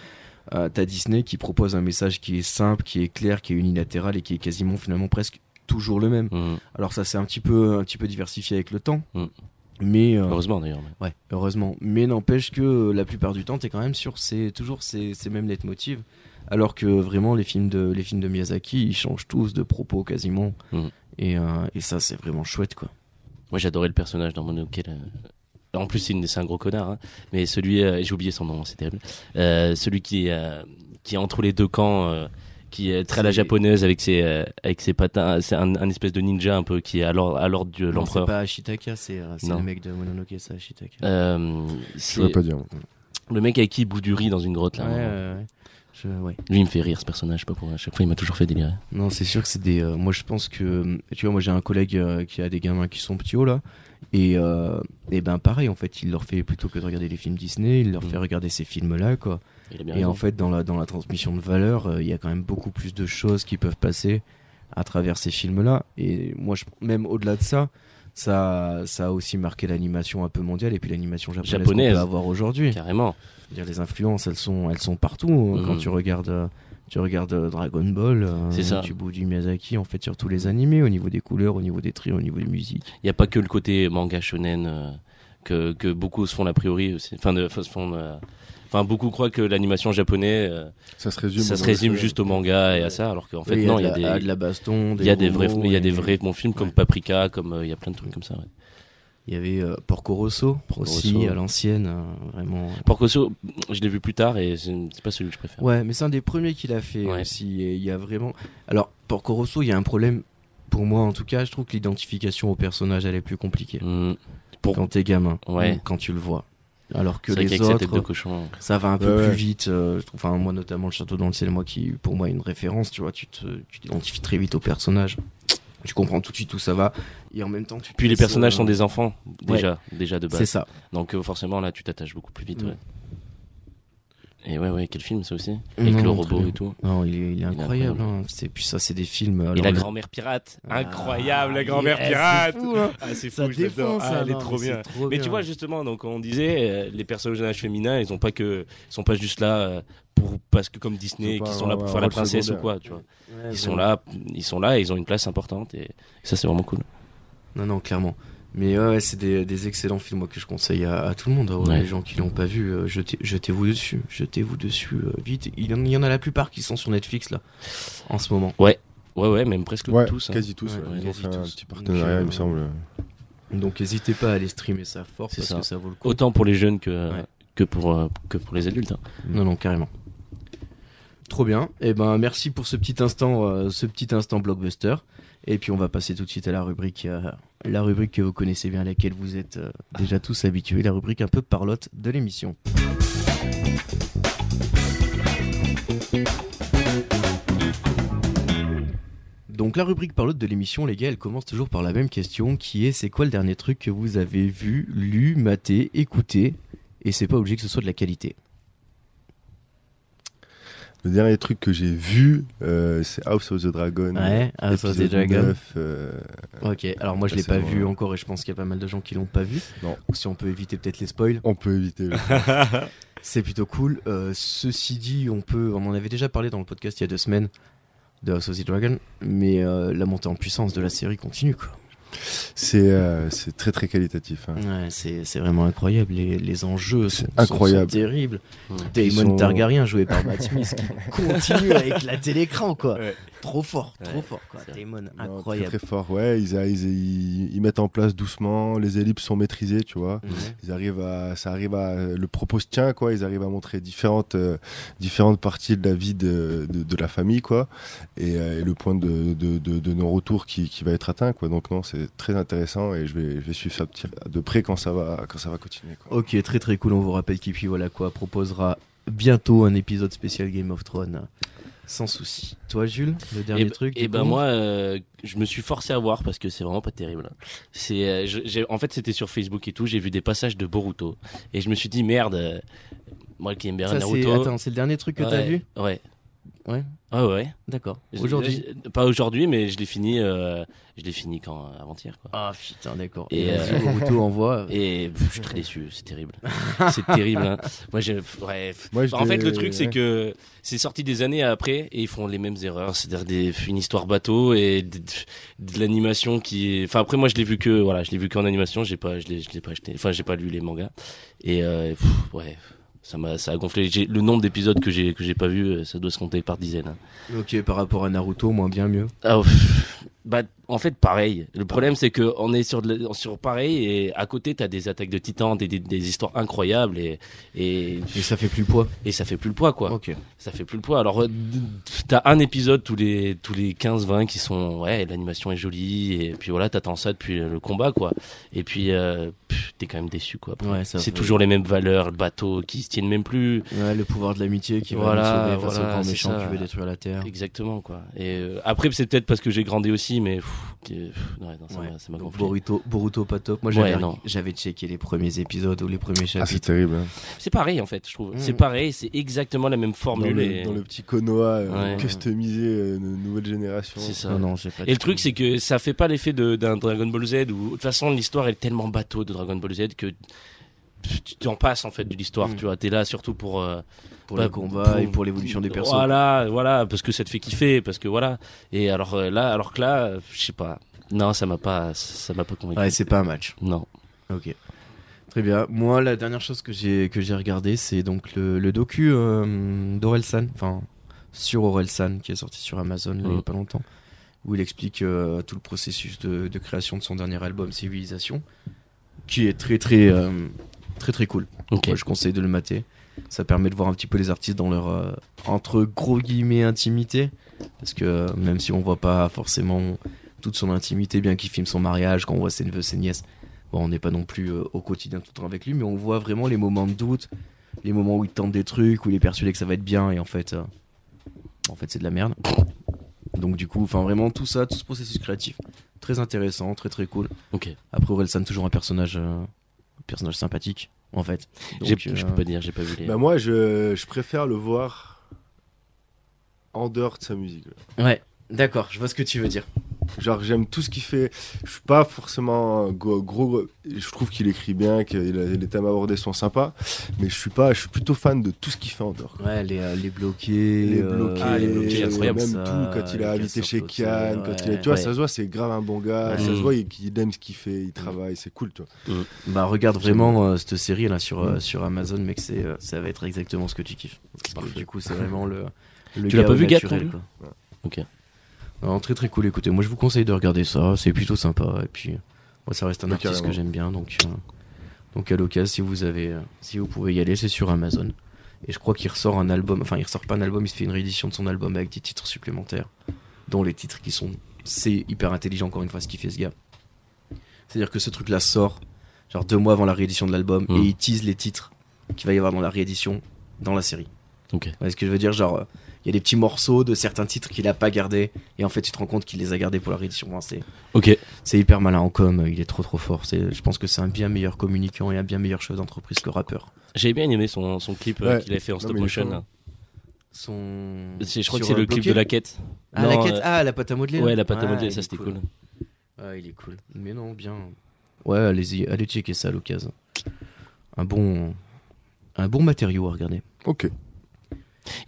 [SPEAKER 1] euh, t'as Disney qui propose un message qui est simple, qui est clair, qui est unilatéral et qui est quasiment finalement presque toujours le même.
[SPEAKER 4] Mhm.
[SPEAKER 1] Alors ça c'est un petit peu, un petit peu diversifié avec le temps,
[SPEAKER 4] Mm.
[SPEAKER 1] mais euh,
[SPEAKER 4] Heureusement d'ailleurs. mais-
[SPEAKER 1] ouais, heureusement. Mais n'empêche que euh, la plupart du temps t'es quand même sur ces, toujours ces, ces mêmes leitmotivs. Alors que vraiment les films de, les films de Miyazaki, ils changent tous de propos quasiment.
[SPEAKER 4] Mm.
[SPEAKER 1] Et, euh, et ça c'est vraiment chouette quoi.
[SPEAKER 4] Moi j'adorais le personnage dans Mononoke. là. En plus, c'est une- c'est un gros connard. hein. Mais celui, euh, j'ai oublié son nom, c'est terrible. Euh, celui qui, euh, qui est entre les deux camps, euh, qui est très à la
[SPEAKER 1] C'est-
[SPEAKER 4] japonaise avec ses, euh, avec ses patins. C'est un, un espèce de ninja un peu qui est à l'ordre à l'ordre de
[SPEAKER 1] Non, c'est
[SPEAKER 4] l'empereur.
[SPEAKER 1] pas Ashitaka, c'est euh, c'est
[SPEAKER 4] Non.
[SPEAKER 1] le mec de Mononoke, c'est Ashitaka.
[SPEAKER 4] Euh,
[SPEAKER 2] Je
[SPEAKER 4] c'est
[SPEAKER 2] veux pas dire.
[SPEAKER 4] le mec avec qui il bout du riz dans une grotte.
[SPEAKER 1] Ouais,
[SPEAKER 4] Là,
[SPEAKER 1] ouais,
[SPEAKER 4] hein.
[SPEAKER 1] ouais. Je- ouais.
[SPEAKER 4] Lui, il me fait rire ce personnage. je sais Pas pour... À chaque fois, il m'a toujours fait délirer.
[SPEAKER 1] Non, c'est sûr que c'est des. euh, moi, je pense que. Tu vois, moi, j'ai un collègue euh, qui a des gamins qui sont petits hauts, là. Et, euh, et ben, pareil, en fait, il leur fait plutôt que de regarder les films Disney, il leur
[SPEAKER 4] Mm.
[SPEAKER 1] fait regarder ces films-là, quoi.
[SPEAKER 4] Il a bien
[SPEAKER 1] Et
[SPEAKER 4] raison.
[SPEAKER 1] en fait, dans la, dans la transmission de valeur, euh, il y a quand même beaucoup plus de choses qui peuvent passer à travers ces films-là. Et moi, je, même au-delà de ça, ça, ça a aussi marqué l'animation un peu mondiale et puis l'animation japonaise,
[SPEAKER 4] Japonaise.
[SPEAKER 1] qu'on peut avoir aujourd'hui.
[SPEAKER 4] Carrément.
[SPEAKER 1] Je veux dire, les influences, elles sont, elles sont partout. hein.
[SPEAKER 4] Mhm.
[SPEAKER 1] Quand tu regardes, euh, tu regardes euh, Dragon Ball, euh,
[SPEAKER 4] C'est ça.
[SPEAKER 1] tu bouges du Miyazaki, en fait, sur tous les animés, au niveau des couleurs, au niveau des traits, au niveau des musiques.
[SPEAKER 4] Il n'y a pas que le côté manga shonen euh, que, que beaucoup se font l'a priori aussi. Enfin, de, se font, euh, enfin, beaucoup croient que l'animation japonais, euh,
[SPEAKER 2] Ça se résume.
[SPEAKER 4] ça se
[SPEAKER 2] au-
[SPEAKER 4] résume juste au manga et à ça, alors qu'en fait,
[SPEAKER 1] Oui,
[SPEAKER 4] non,
[SPEAKER 1] de
[SPEAKER 4] il y a
[SPEAKER 1] la-
[SPEAKER 4] des,
[SPEAKER 1] de la baston,
[SPEAKER 4] il y a des vrais,
[SPEAKER 1] robots,
[SPEAKER 4] il y a des
[SPEAKER 1] et-
[SPEAKER 4] vrais bons films comme
[SPEAKER 1] Ouais.
[SPEAKER 4] Paprika, comme euh, il y a plein de trucs comme ça. Ouais.
[SPEAKER 1] Il y avait euh, Porco Rosso aussi
[SPEAKER 4] Rosso.
[SPEAKER 1] à l'ancienne, euh, vraiment.
[SPEAKER 4] Porco Rosso, je l'ai vu plus tard et c'est c'est pas celui que je préfère.
[SPEAKER 1] Ouais, mais c'est un des premiers qu'il a fait
[SPEAKER 4] Ouais.
[SPEAKER 1] aussi. et il y a vraiment. Alors, Porco Rosso, il y a un problème. Pour moi, en tout cas, je trouve que l'identification au personnage, elle est plus compliquée.
[SPEAKER 4] Mmh.
[SPEAKER 1] Quand t'es gamin,
[SPEAKER 4] Ouais.
[SPEAKER 1] ou quand tu le vois. Alors que
[SPEAKER 4] C'est vrai
[SPEAKER 1] les
[SPEAKER 4] qu'avec sa
[SPEAKER 1] autres.
[SPEAKER 4] tête de cochon.
[SPEAKER 1] ça va un peu
[SPEAKER 2] Ouais, ouais.
[SPEAKER 1] plus vite. euh, je trouve. enfin, moi, notamment, le château dans le ciel, moi, qui pour moi est une référence, tu vois, tu te- tu t'identifies très vite au personnage. Tu comprends tout de suite où ça va. Et en même temps, tu te
[SPEAKER 4] Puis les
[SPEAKER 1] laisses,
[SPEAKER 4] personnages
[SPEAKER 1] euh,
[SPEAKER 4] sont des enfants, déjà, déjà de
[SPEAKER 1] C'est
[SPEAKER 4] base.
[SPEAKER 1] ça. Mm.
[SPEAKER 4] Donc euh, forcément, là, tu t'attaches beaucoup plus vite.
[SPEAKER 1] Mmh.
[SPEAKER 4] ouais. Et ouais, ouais, quel film ça aussi Avec
[SPEAKER 1] Mm. Non,
[SPEAKER 4] le
[SPEAKER 1] très
[SPEAKER 4] robot
[SPEAKER 1] bien.
[SPEAKER 4] et tout.
[SPEAKER 1] Non, il est, il est incroyable.
[SPEAKER 4] incroyable.
[SPEAKER 1] hein. C'est puis ça, c'est des films.
[SPEAKER 4] Et
[SPEAKER 1] alors,
[SPEAKER 4] la
[SPEAKER 1] le-
[SPEAKER 4] grand-mère pirate Incroyable, la
[SPEAKER 1] Ah,
[SPEAKER 4] grand-mère
[SPEAKER 1] yes,
[SPEAKER 4] pirate
[SPEAKER 1] c'est fou, hein.
[SPEAKER 4] Ah, c'est fou,
[SPEAKER 1] Ça
[SPEAKER 4] je l'adore.
[SPEAKER 1] défonce.
[SPEAKER 4] Ah,
[SPEAKER 1] ça,
[SPEAKER 4] elle est
[SPEAKER 1] non,
[SPEAKER 4] trop
[SPEAKER 1] c'est
[SPEAKER 4] bien. Mais tu vois justement, donc on disait, euh, les personnages féminins, ils ont pas que, ils sont pas juste là euh, pour parce que comme Disney,
[SPEAKER 2] Ils ont
[SPEAKER 4] qui
[SPEAKER 2] pas
[SPEAKER 4] sont
[SPEAKER 2] un-
[SPEAKER 4] là pour
[SPEAKER 2] un
[SPEAKER 4] faire la
[SPEAKER 2] rôle
[SPEAKER 4] princesse ou
[SPEAKER 2] secondaire.
[SPEAKER 4] quoi, tu vois. Ils sont là, ils sont là, et ils ont une place importante et ça c'est vraiment cool.
[SPEAKER 1] Non, non, clairement. Mais ouais, ouais, c'est des, des excellents films moi, que je conseille à, à tout le monde. ouais,
[SPEAKER 4] Ouais.
[SPEAKER 1] Les gens qui l'ont pas vu, euh, jetez- jetez-vous dessus. Jetez-vous dessus euh, vite. Il y, en, il y en a la plupart qui sont sur Netflix là, en ce moment.
[SPEAKER 4] Ouais, ouais, même presque
[SPEAKER 2] Ouais,
[SPEAKER 4] tous. hein.
[SPEAKER 2] quasi tous.
[SPEAKER 1] Ouais,
[SPEAKER 2] ouais. Ils ont
[SPEAKER 1] quasi
[SPEAKER 2] fait un
[SPEAKER 1] tous.
[SPEAKER 2] petit partenariat,
[SPEAKER 1] Donc, euh,
[SPEAKER 2] il me semble.
[SPEAKER 1] Donc n'hésitez pas à aller streamer ça fort
[SPEAKER 4] C'est
[SPEAKER 1] parce
[SPEAKER 4] ça.
[SPEAKER 1] que ça vaut le coup.
[SPEAKER 4] Autant pour les jeunes que
[SPEAKER 1] Ouais.
[SPEAKER 4] que pour euh, que pour les adultes. hein.
[SPEAKER 1] Non, non, carrément. Trop bien. Et ben, merci pour ce petit instant, euh, ce petit instant blockbuster. Et puis, on va passer tout de suite à la rubrique, euh, la rubrique que vous connaissez bien, à laquelle vous êtes euh, déjà tous habitués, la rubrique un peu parlotte de l'émission. Donc, la rubrique parlotte de l'émission, les gars, elle commence toujours par la même question, qui est c'est quoi le dernier truc que vous avez vu, lu, maté, écouté Et c'est pas obligé que ce soit de la qualité.
[SPEAKER 2] Le dernier truc que j'ai vu, euh, c'est House of the Dragon.
[SPEAKER 1] Ouais, ah, House of the
[SPEAKER 2] épisode
[SPEAKER 1] Dragon.
[SPEAKER 2] 9, euh,
[SPEAKER 1] Ok, alors moi je l'ai
[SPEAKER 2] Ça,
[SPEAKER 1] pas
[SPEAKER 2] c'est
[SPEAKER 1] vu
[SPEAKER 2] bon.
[SPEAKER 1] encore et je pense qu'il y a pas mal de gens qui l'ont pas vu.
[SPEAKER 2] Non.
[SPEAKER 1] Donc si on peut éviter peut-être les spoils,
[SPEAKER 2] on peut éviter. le-
[SPEAKER 1] c'est plutôt cool. Euh, ceci dit, on peut, on en avait déjà parlé dans le podcast il y a deux semaines de House of the Dragon, mais euh, la montée en puissance de la série continue quoi.
[SPEAKER 2] c'est euh, c'est très très qualitatif. hein.
[SPEAKER 1] Ouais, c'est c'est vraiment incroyable. Les, les enjeux sont,
[SPEAKER 2] C'est incroyable.
[SPEAKER 1] sont- sont terribles.
[SPEAKER 4] Ouais.
[SPEAKER 2] Ils
[SPEAKER 1] Damon
[SPEAKER 2] sont-
[SPEAKER 1] Targaryen joué par Matt Smith qui continue à éclater l'écran quoi.
[SPEAKER 3] Ouais.
[SPEAKER 1] Trop fort, trop
[SPEAKER 4] Ouais,
[SPEAKER 1] fort quoi.
[SPEAKER 4] c'est vrai.
[SPEAKER 1] Damon,
[SPEAKER 2] Non,
[SPEAKER 1] incroyable.
[SPEAKER 2] Très, très fort, ouais. Ils, a- ils, ils- ils mettent en place doucement, les ellipses sont maîtrisées, tu vois.
[SPEAKER 1] Ouais.
[SPEAKER 2] Ils arrivent à, ça arrive à, le propos se tient, quoi. Ils arrivent à montrer différentes, euh, différentes parties de la vie de, de, de la famille, quoi. Et, euh, et le point de, de, de, de non-retour qui, qui va être atteint, quoi. Donc, non, c'est très intéressant et je vais, je vais suivre ça petit- de près quand ça va, quand ça va continuer, quoi.
[SPEAKER 1] Ok, très très cool. On vous rappelle qu'Ipi, voilà quoi, proposera bientôt un épisode spécial Game of Thrones. Sans souci. Toi, Jules, le dernier
[SPEAKER 4] et,
[SPEAKER 1] truc
[SPEAKER 4] Et
[SPEAKER 1] du
[SPEAKER 4] ben
[SPEAKER 1] coup
[SPEAKER 4] moi, euh, je me suis forcé à voir parce que c'est vraiment pas terrible. C'est, euh, je- j'ai- en fait, c'était sur Facebook et tout. J'ai vu des passages de Boruto et je me suis dit merde. euh, moi qui aime bien
[SPEAKER 1] Ça, c'est...
[SPEAKER 4] Naruto.
[SPEAKER 1] Attends, c'est le dernier truc que t'as
[SPEAKER 4] Ouais,
[SPEAKER 1] vu
[SPEAKER 4] Ouais.
[SPEAKER 1] Ouais.
[SPEAKER 4] Ouais ouais.
[SPEAKER 1] D'accord.
[SPEAKER 4] Je-
[SPEAKER 1] Aujourd'hui
[SPEAKER 4] je- Pas aujourd'hui, mais je l'ai fini. euh, je l'ai fini quand euh, avant-hier. quoi.
[SPEAKER 1] Ah putain, d'accord.
[SPEAKER 4] Et,
[SPEAKER 1] Et
[SPEAKER 4] euh,
[SPEAKER 1] vas-y, Boruto envoie.
[SPEAKER 4] Et pff, je suis très déçu. C'est terrible. c'est terrible. hein. Moi, j'ai. Bref.
[SPEAKER 2] Moi, je
[SPEAKER 4] Bah, en fait,
[SPEAKER 2] l'ai-
[SPEAKER 4] le truc, c'est
[SPEAKER 2] ouais.
[SPEAKER 4] que c'est sorti des années après et ils font les mêmes erreurs. C'est-à-dire des, une histoire bateau et de, de- de l'animation qui est. Enfin, après, moi, je l'ai vu que voilà, je l'ai vu qu'en animation. J'ai pas, je l'ai, je l'ai pas acheté. Enfin, j'ai pas lu les mangas. Et euh, pff, ouais, ça m'a, ça a gonflé. J'ai- le nombre d'épisodes que j'ai que j'ai pas vu, euh, ça doit se compter par dizaines. hein.
[SPEAKER 1] Ok, par rapport à Naruto, moins bien mieux.
[SPEAKER 4] Ah, pff, bah, en fait, pareil. Le problème, c'est que on est sur, de la- sur pareil et à côté, t'as des attaques de titans, des, des, des histoires incroyables et, et
[SPEAKER 1] Et ça fait plus le poids.
[SPEAKER 4] et ça fait plus le poids, quoi
[SPEAKER 1] Ok.
[SPEAKER 4] ça fait plus le poids. Alors, euh, t'as un épisode tous les, tous les 15-20 qui sont, ouais, l'animation est jolie, et puis voilà, t'attends ça depuis le combat, quoi. Et puis, euh, pff, t'es quand même déçu, quoi. après.
[SPEAKER 1] Ouais, ça
[SPEAKER 4] c'est
[SPEAKER 1] va.
[SPEAKER 4] toujours les mêmes valeurs, le bateau qui se tiennent même plus.
[SPEAKER 1] Ouais, le pouvoir de l'amitié qui va
[SPEAKER 4] Voilà,
[SPEAKER 1] nous sauver face au
[SPEAKER 4] voilà,
[SPEAKER 1] grand
[SPEAKER 4] c'est
[SPEAKER 1] méchant
[SPEAKER 4] ça.
[SPEAKER 1] qui veut détruire la Terre.
[SPEAKER 4] Exactement, quoi. Et euh, après, c'est peut-être parce que j'ai grandi aussi, mais pff, qui- pff, ouais, non, ça
[SPEAKER 1] Ouais.
[SPEAKER 4] m'a- ça m'a
[SPEAKER 1] Donc,
[SPEAKER 4] gonflé.
[SPEAKER 1] Boruto, Boruto pas top. Moi,
[SPEAKER 4] Ouais,
[SPEAKER 1] j'avais,
[SPEAKER 4] non.
[SPEAKER 1] j'avais checké les premiers épisodes ou les premiers
[SPEAKER 2] Ah, c'est
[SPEAKER 1] chapitres.
[SPEAKER 2] terrible. hein.
[SPEAKER 4] C'est pareil, en fait, je trouve.
[SPEAKER 1] Mm.
[SPEAKER 4] C'est pareil, c'est exactement la même
[SPEAKER 2] Dans
[SPEAKER 4] formule.
[SPEAKER 2] le,
[SPEAKER 4] et-
[SPEAKER 2] dans le petit Konoha euh,
[SPEAKER 4] Ouais.
[SPEAKER 2] customisé, euh, nouvelle génération.
[SPEAKER 4] C'est ça.
[SPEAKER 1] non, non, j'ai pas
[SPEAKER 4] Et le
[SPEAKER 1] checké.
[SPEAKER 4] truc, c'est que ça fait pas l'effet de- d'un Dragon Ball Z où, de toute façon, l'histoire est tellement bateau de Dragon Ball Z que tu- tu t'en passes en fait de l'histoire,
[SPEAKER 1] Mm.
[SPEAKER 4] tu vois. T'es là surtout pour. euh,
[SPEAKER 1] pour
[SPEAKER 4] bah,
[SPEAKER 1] les combats
[SPEAKER 4] pour-
[SPEAKER 1] et pour l'évolution des personnages.
[SPEAKER 4] Voilà, voilà, parce que ça te fait kiffer, parce que voilà. Et alors euh, là, alors que là, euh, je sais pas. Non, ça m'a pas, ça m'a pas convaincu.
[SPEAKER 1] Ouais, c'est pas un match.
[SPEAKER 4] Non.
[SPEAKER 1] Ok. Très bien. Moi, la dernière chose que j'ai que j'ai regardé, c'est donc le, le docu euh, d'Orelsan, enfin sur Orelsan, qui est sorti sur Amazon là, il y a
[SPEAKER 4] Mhm.
[SPEAKER 1] pas longtemps, où il explique euh, tout le processus de, de création de son dernier album Civilisation, qui est très très euh, très très cool.
[SPEAKER 4] Ok.
[SPEAKER 1] Moi, je conseille de le mater. Ça permet de voir un petit peu les artistes dans leur euh, entre gros guillemets intimité, parce que euh, même si on voit pas forcément toute son intimité, bien qu'il filme son mariage, quand on voit ses neveux, ses nièces, bon, on n'est pas non plus euh, au quotidien tout le temps avec lui, mais on voit vraiment les moments de doute, les moments où il tente des trucs, où il est persuadé que ça va être bien, et en fait, euh, en fait, c'est de la merde. Donc du coup, enfin vraiment tout ça, tout ce processus créatif, très intéressant, très très cool.
[SPEAKER 4] Ok.
[SPEAKER 1] Après Orelsan toujours un personnage, euh, personnage sympathique. en fait. Donc,
[SPEAKER 4] J'ai-
[SPEAKER 1] euh,
[SPEAKER 4] Je peux pas dire, j'ai pas vu les.
[SPEAKER 2] Bah, moi, je, je préfère le voir en dehors de sa musique.
[SPEAKER 1] Ouais, d'accord, je vois ce que tu veux dire.
[SPEAKER 2] Genre, j'aime tout ce qu'il fait. Je suis pas forcément gros. gros- je trouve qu'il écrit bien, que il- les thèmes abordés sont sympas. Mais je suis pas. Je suis plutôt fan de tout ce qu'il fait en dehors.
[SPEAKER 1] Ouais, les, euh, les bloqués.
[SPEAKER 2] Les
[SPEAKER 1] euh,
[SPEAKER 2] bloqués,
[SPEAKER 4] ah, les bloqués, incroyable,
[SPEAKER 2] même
[SPEAKER 1] ça,
[SPEAKER 2] tout. Quand il
[SPEAKER 1] les
[SPEAKER 2] a invité
[SPEAKER 1] casseurs
[SPEAKER 2] chez
[SPEAKER 1] sautés,
[SPEAKER 2] Kian, quand il a,
[SPEAKER 1] ouais.
[SPEAKER 2] tu vois,
[SPEAKER 4] Ouais.
[SPEAKER 2] ça se voit, c'est grave un bon gars.
[SPEAKER 4] Ouais.
[SPEAKER 2] Ça
[SPEAKER 4] Mm.
[SPEAKER 2] se voit, il, il aime ce qu'il fait, il travaille, c'est cool, tu vois.
[SPEAKER 1] Bah regarde vraiment euh, cette série là sur,
[SPEAKER 2] Mm.
[SPEAKER 1] euh, sur Amazon mec c'est euh, ça va être exactement ce que tu kiffes. Parce que,
[SPEAKER 4] Parfait.
[SPEAKER 1] du coup c'est vraiment le, le
[SPEAKER 4] Tu l'as
[SPEAKER 1] gars
[SPEAKER 4] pas
[SPEAKER 1] au
[SPEAKER 4] vu, Gad,
[SPEAKER 1] naturel,
[SPEAKER 4] non
[SPEAKER 1] quoi.
[SPEAKER 4] Ok.
[SPEAKER 1] Non, très très cool écoutez moi je vous conseille de regarder ça c'est plutôt sympa et puis euh, moi ça reste un
[SPEAKER 2] Ouais,
[SPEAKER 1] artiste
[SPEAKER 2] carrément.
[SPEAKER 1] que j'aime bien donc euh, donc à l'occasion si vous avez euh, si vous pouvez y aller c'est sur Amazon et je crois qu'il ressort un album enfin il ressort pas un album il se fait une réédition de son album avec des titres supplémentaires dont les titres qui sont c'est hyper intelligent encore une fois ce qu'il fait ce gars c'est à dire que ce truc là sort genre deux mois avant la réédition de l'album
[SPEAKER 4] Mm.
[SPEAKER 1] et il tease les titres qu'il va y avoir dans la réédition dans la série.
[SPEAKER 4] Ok.
[SPEAKER 1] Ouais, ce que je veux dire, genre, euh, il y a des petits morceaux de certains titres qu'il a pas gardés et en fait tu te rends compte qu'il les a gardés pour la réédition. Enfin, c'est,
[SPEAKER 4] Ok.
[SPEAKER 1] c'est hyper malin en com, euh, il est trop trop fort. C'est, je pense que c'est un bien meilleur communicant et un bien meilleur chef d'entreprise que le rappeur.
[SPEAKER 4] J'ai bien aimé son, son clip euh,
[SPEAKER 2] Ouais.
[SPEAKER 4] qu'il a fait en
[SPEAKER 2] Non,
[SPEAKER 4] stop
[SPEAKER 2] mais il est
[SPEAKER 4] motion.
[SPEAKER 2] fort.
[SPEAKER 4] là.
[SPEAKER 1] Son...
[SPEAKER 4] C'est- Je crois que
[SPEAKER 1] sur,
[SPEAKER 4] c'est
[SPEAKER 1] euh,
[SPEAKER 4] le clip
[SPEAKER 1] Bloqué
[SPEAKER 4] de la quête.
[SPEAKER 1] Ah,
[SPEAKER 4] Non,
[SPEAKER 1] la quête,
[SPEAKER 4] euh,
[SPEAKER 1] ah, la pâte à modeler.
[SPEAKER 4] Ouais,
[SPEAKER 1] là.
[SPEAKER 4] la pâte à
[SPEAKER 1] Ah,
[SPEAKER 4] modeler,
[SPEAKER 1] il
[SPEAKER 4] ça
[SPEAKER 1] est
[SPEAKER 4] c'était
[SPEAKER 1] cool.
[SPEAKER 4] cool.
[SPEAKER 1] Ouais, il est cool. Mais non, bien. Ouais, allez-y, allez checker ça à l'occasion. Un bon, un bon matériau à regarder.
[SPEAKER 2] Ok.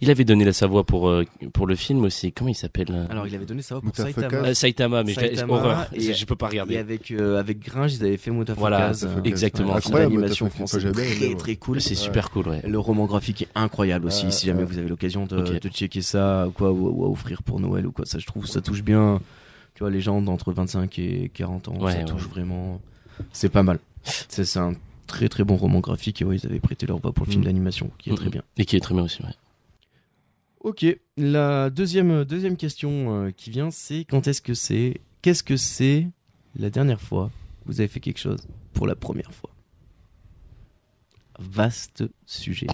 [SPEAKER 4] Il avait donné la sa voix pour, euh, pour le film aussi. Comment il s'appelle euh
[SPEAKER 1] Alors, il avait donné ça pour
[SPEAKER 2] Mutafaka.
[SPEAKER 1] Saitama.
[SPEAKER 4] Euh, Saitama, mais je-
[SPEAKER 1] Saitama
[SPEAKER 4] horreur.
[SPEAKER 1] et-
[SPEAKER 4] Je je peux pas
[SPEAKER 1] Et
[SPEAKER 4] regarder.
[SPEAKER 1] avec, euh, avec Gringe, ils avaient fait Motafakaz.
[SPEAKER 4] Voilà,
[SPEAKER 1] euh,
[SPEAKER 4] exactement.
[SPEAKER 1] un film
[SPEAKER 2] Incroyable,
[SPEAKER 1] d'animation
[SPEAKER 2] Motafakaz,
[SPEAKER 1] français
[SPEAKER 2] j'ai bien aimé,
[SPEAKER 1] très
[SPEAKER 2] moi.
[SPEAKER 1] très cool.
[SPEAKER 4] C'est super cool, ouais.
[SPEAKER 1] Le roman graphique est incroyable aussi.
[SPEAKER 2] Ouais,
[SPEAKER 1] si jamais
[SPEAKER 2] ouais.
[SPEAKER 1] vous avez l'occasion de,
[SPEAKER 4] Ok.
[SPEAKER 1] de checker ça, ou quoi, ou, ou à offrir pour Noël ou quoi, ça je trouve ça touche bien. Tu vois, les gens d'entre 25 et 40 ans,
[SPEAKER 4] Ouais,
[SPEAKER 1] ça
[SPEAKER 4] ouais.
[SPEAKER 1] touche vraiment. C'est pas mal. C'est c'est un très très bon roman graphique et ouais, ils avaient prêté leur voix pour le film
[SPEAKER 2] Mm.
[SPEAKER 1] d'animation qui est très
[SPEAKER 4] Mhm.
[SPEAKER 1] bien.
[SPEAKER 4] Et qui est très bien aussi, ouais.
[SPEAKER 1] Ok, la deuxième, deuxième question euh, qui vient, c'est quand est-ce que c'est Qu'est-ce que c'est la dernière fois que vous avez fait quelque chose pour la première fois Vaste sujet.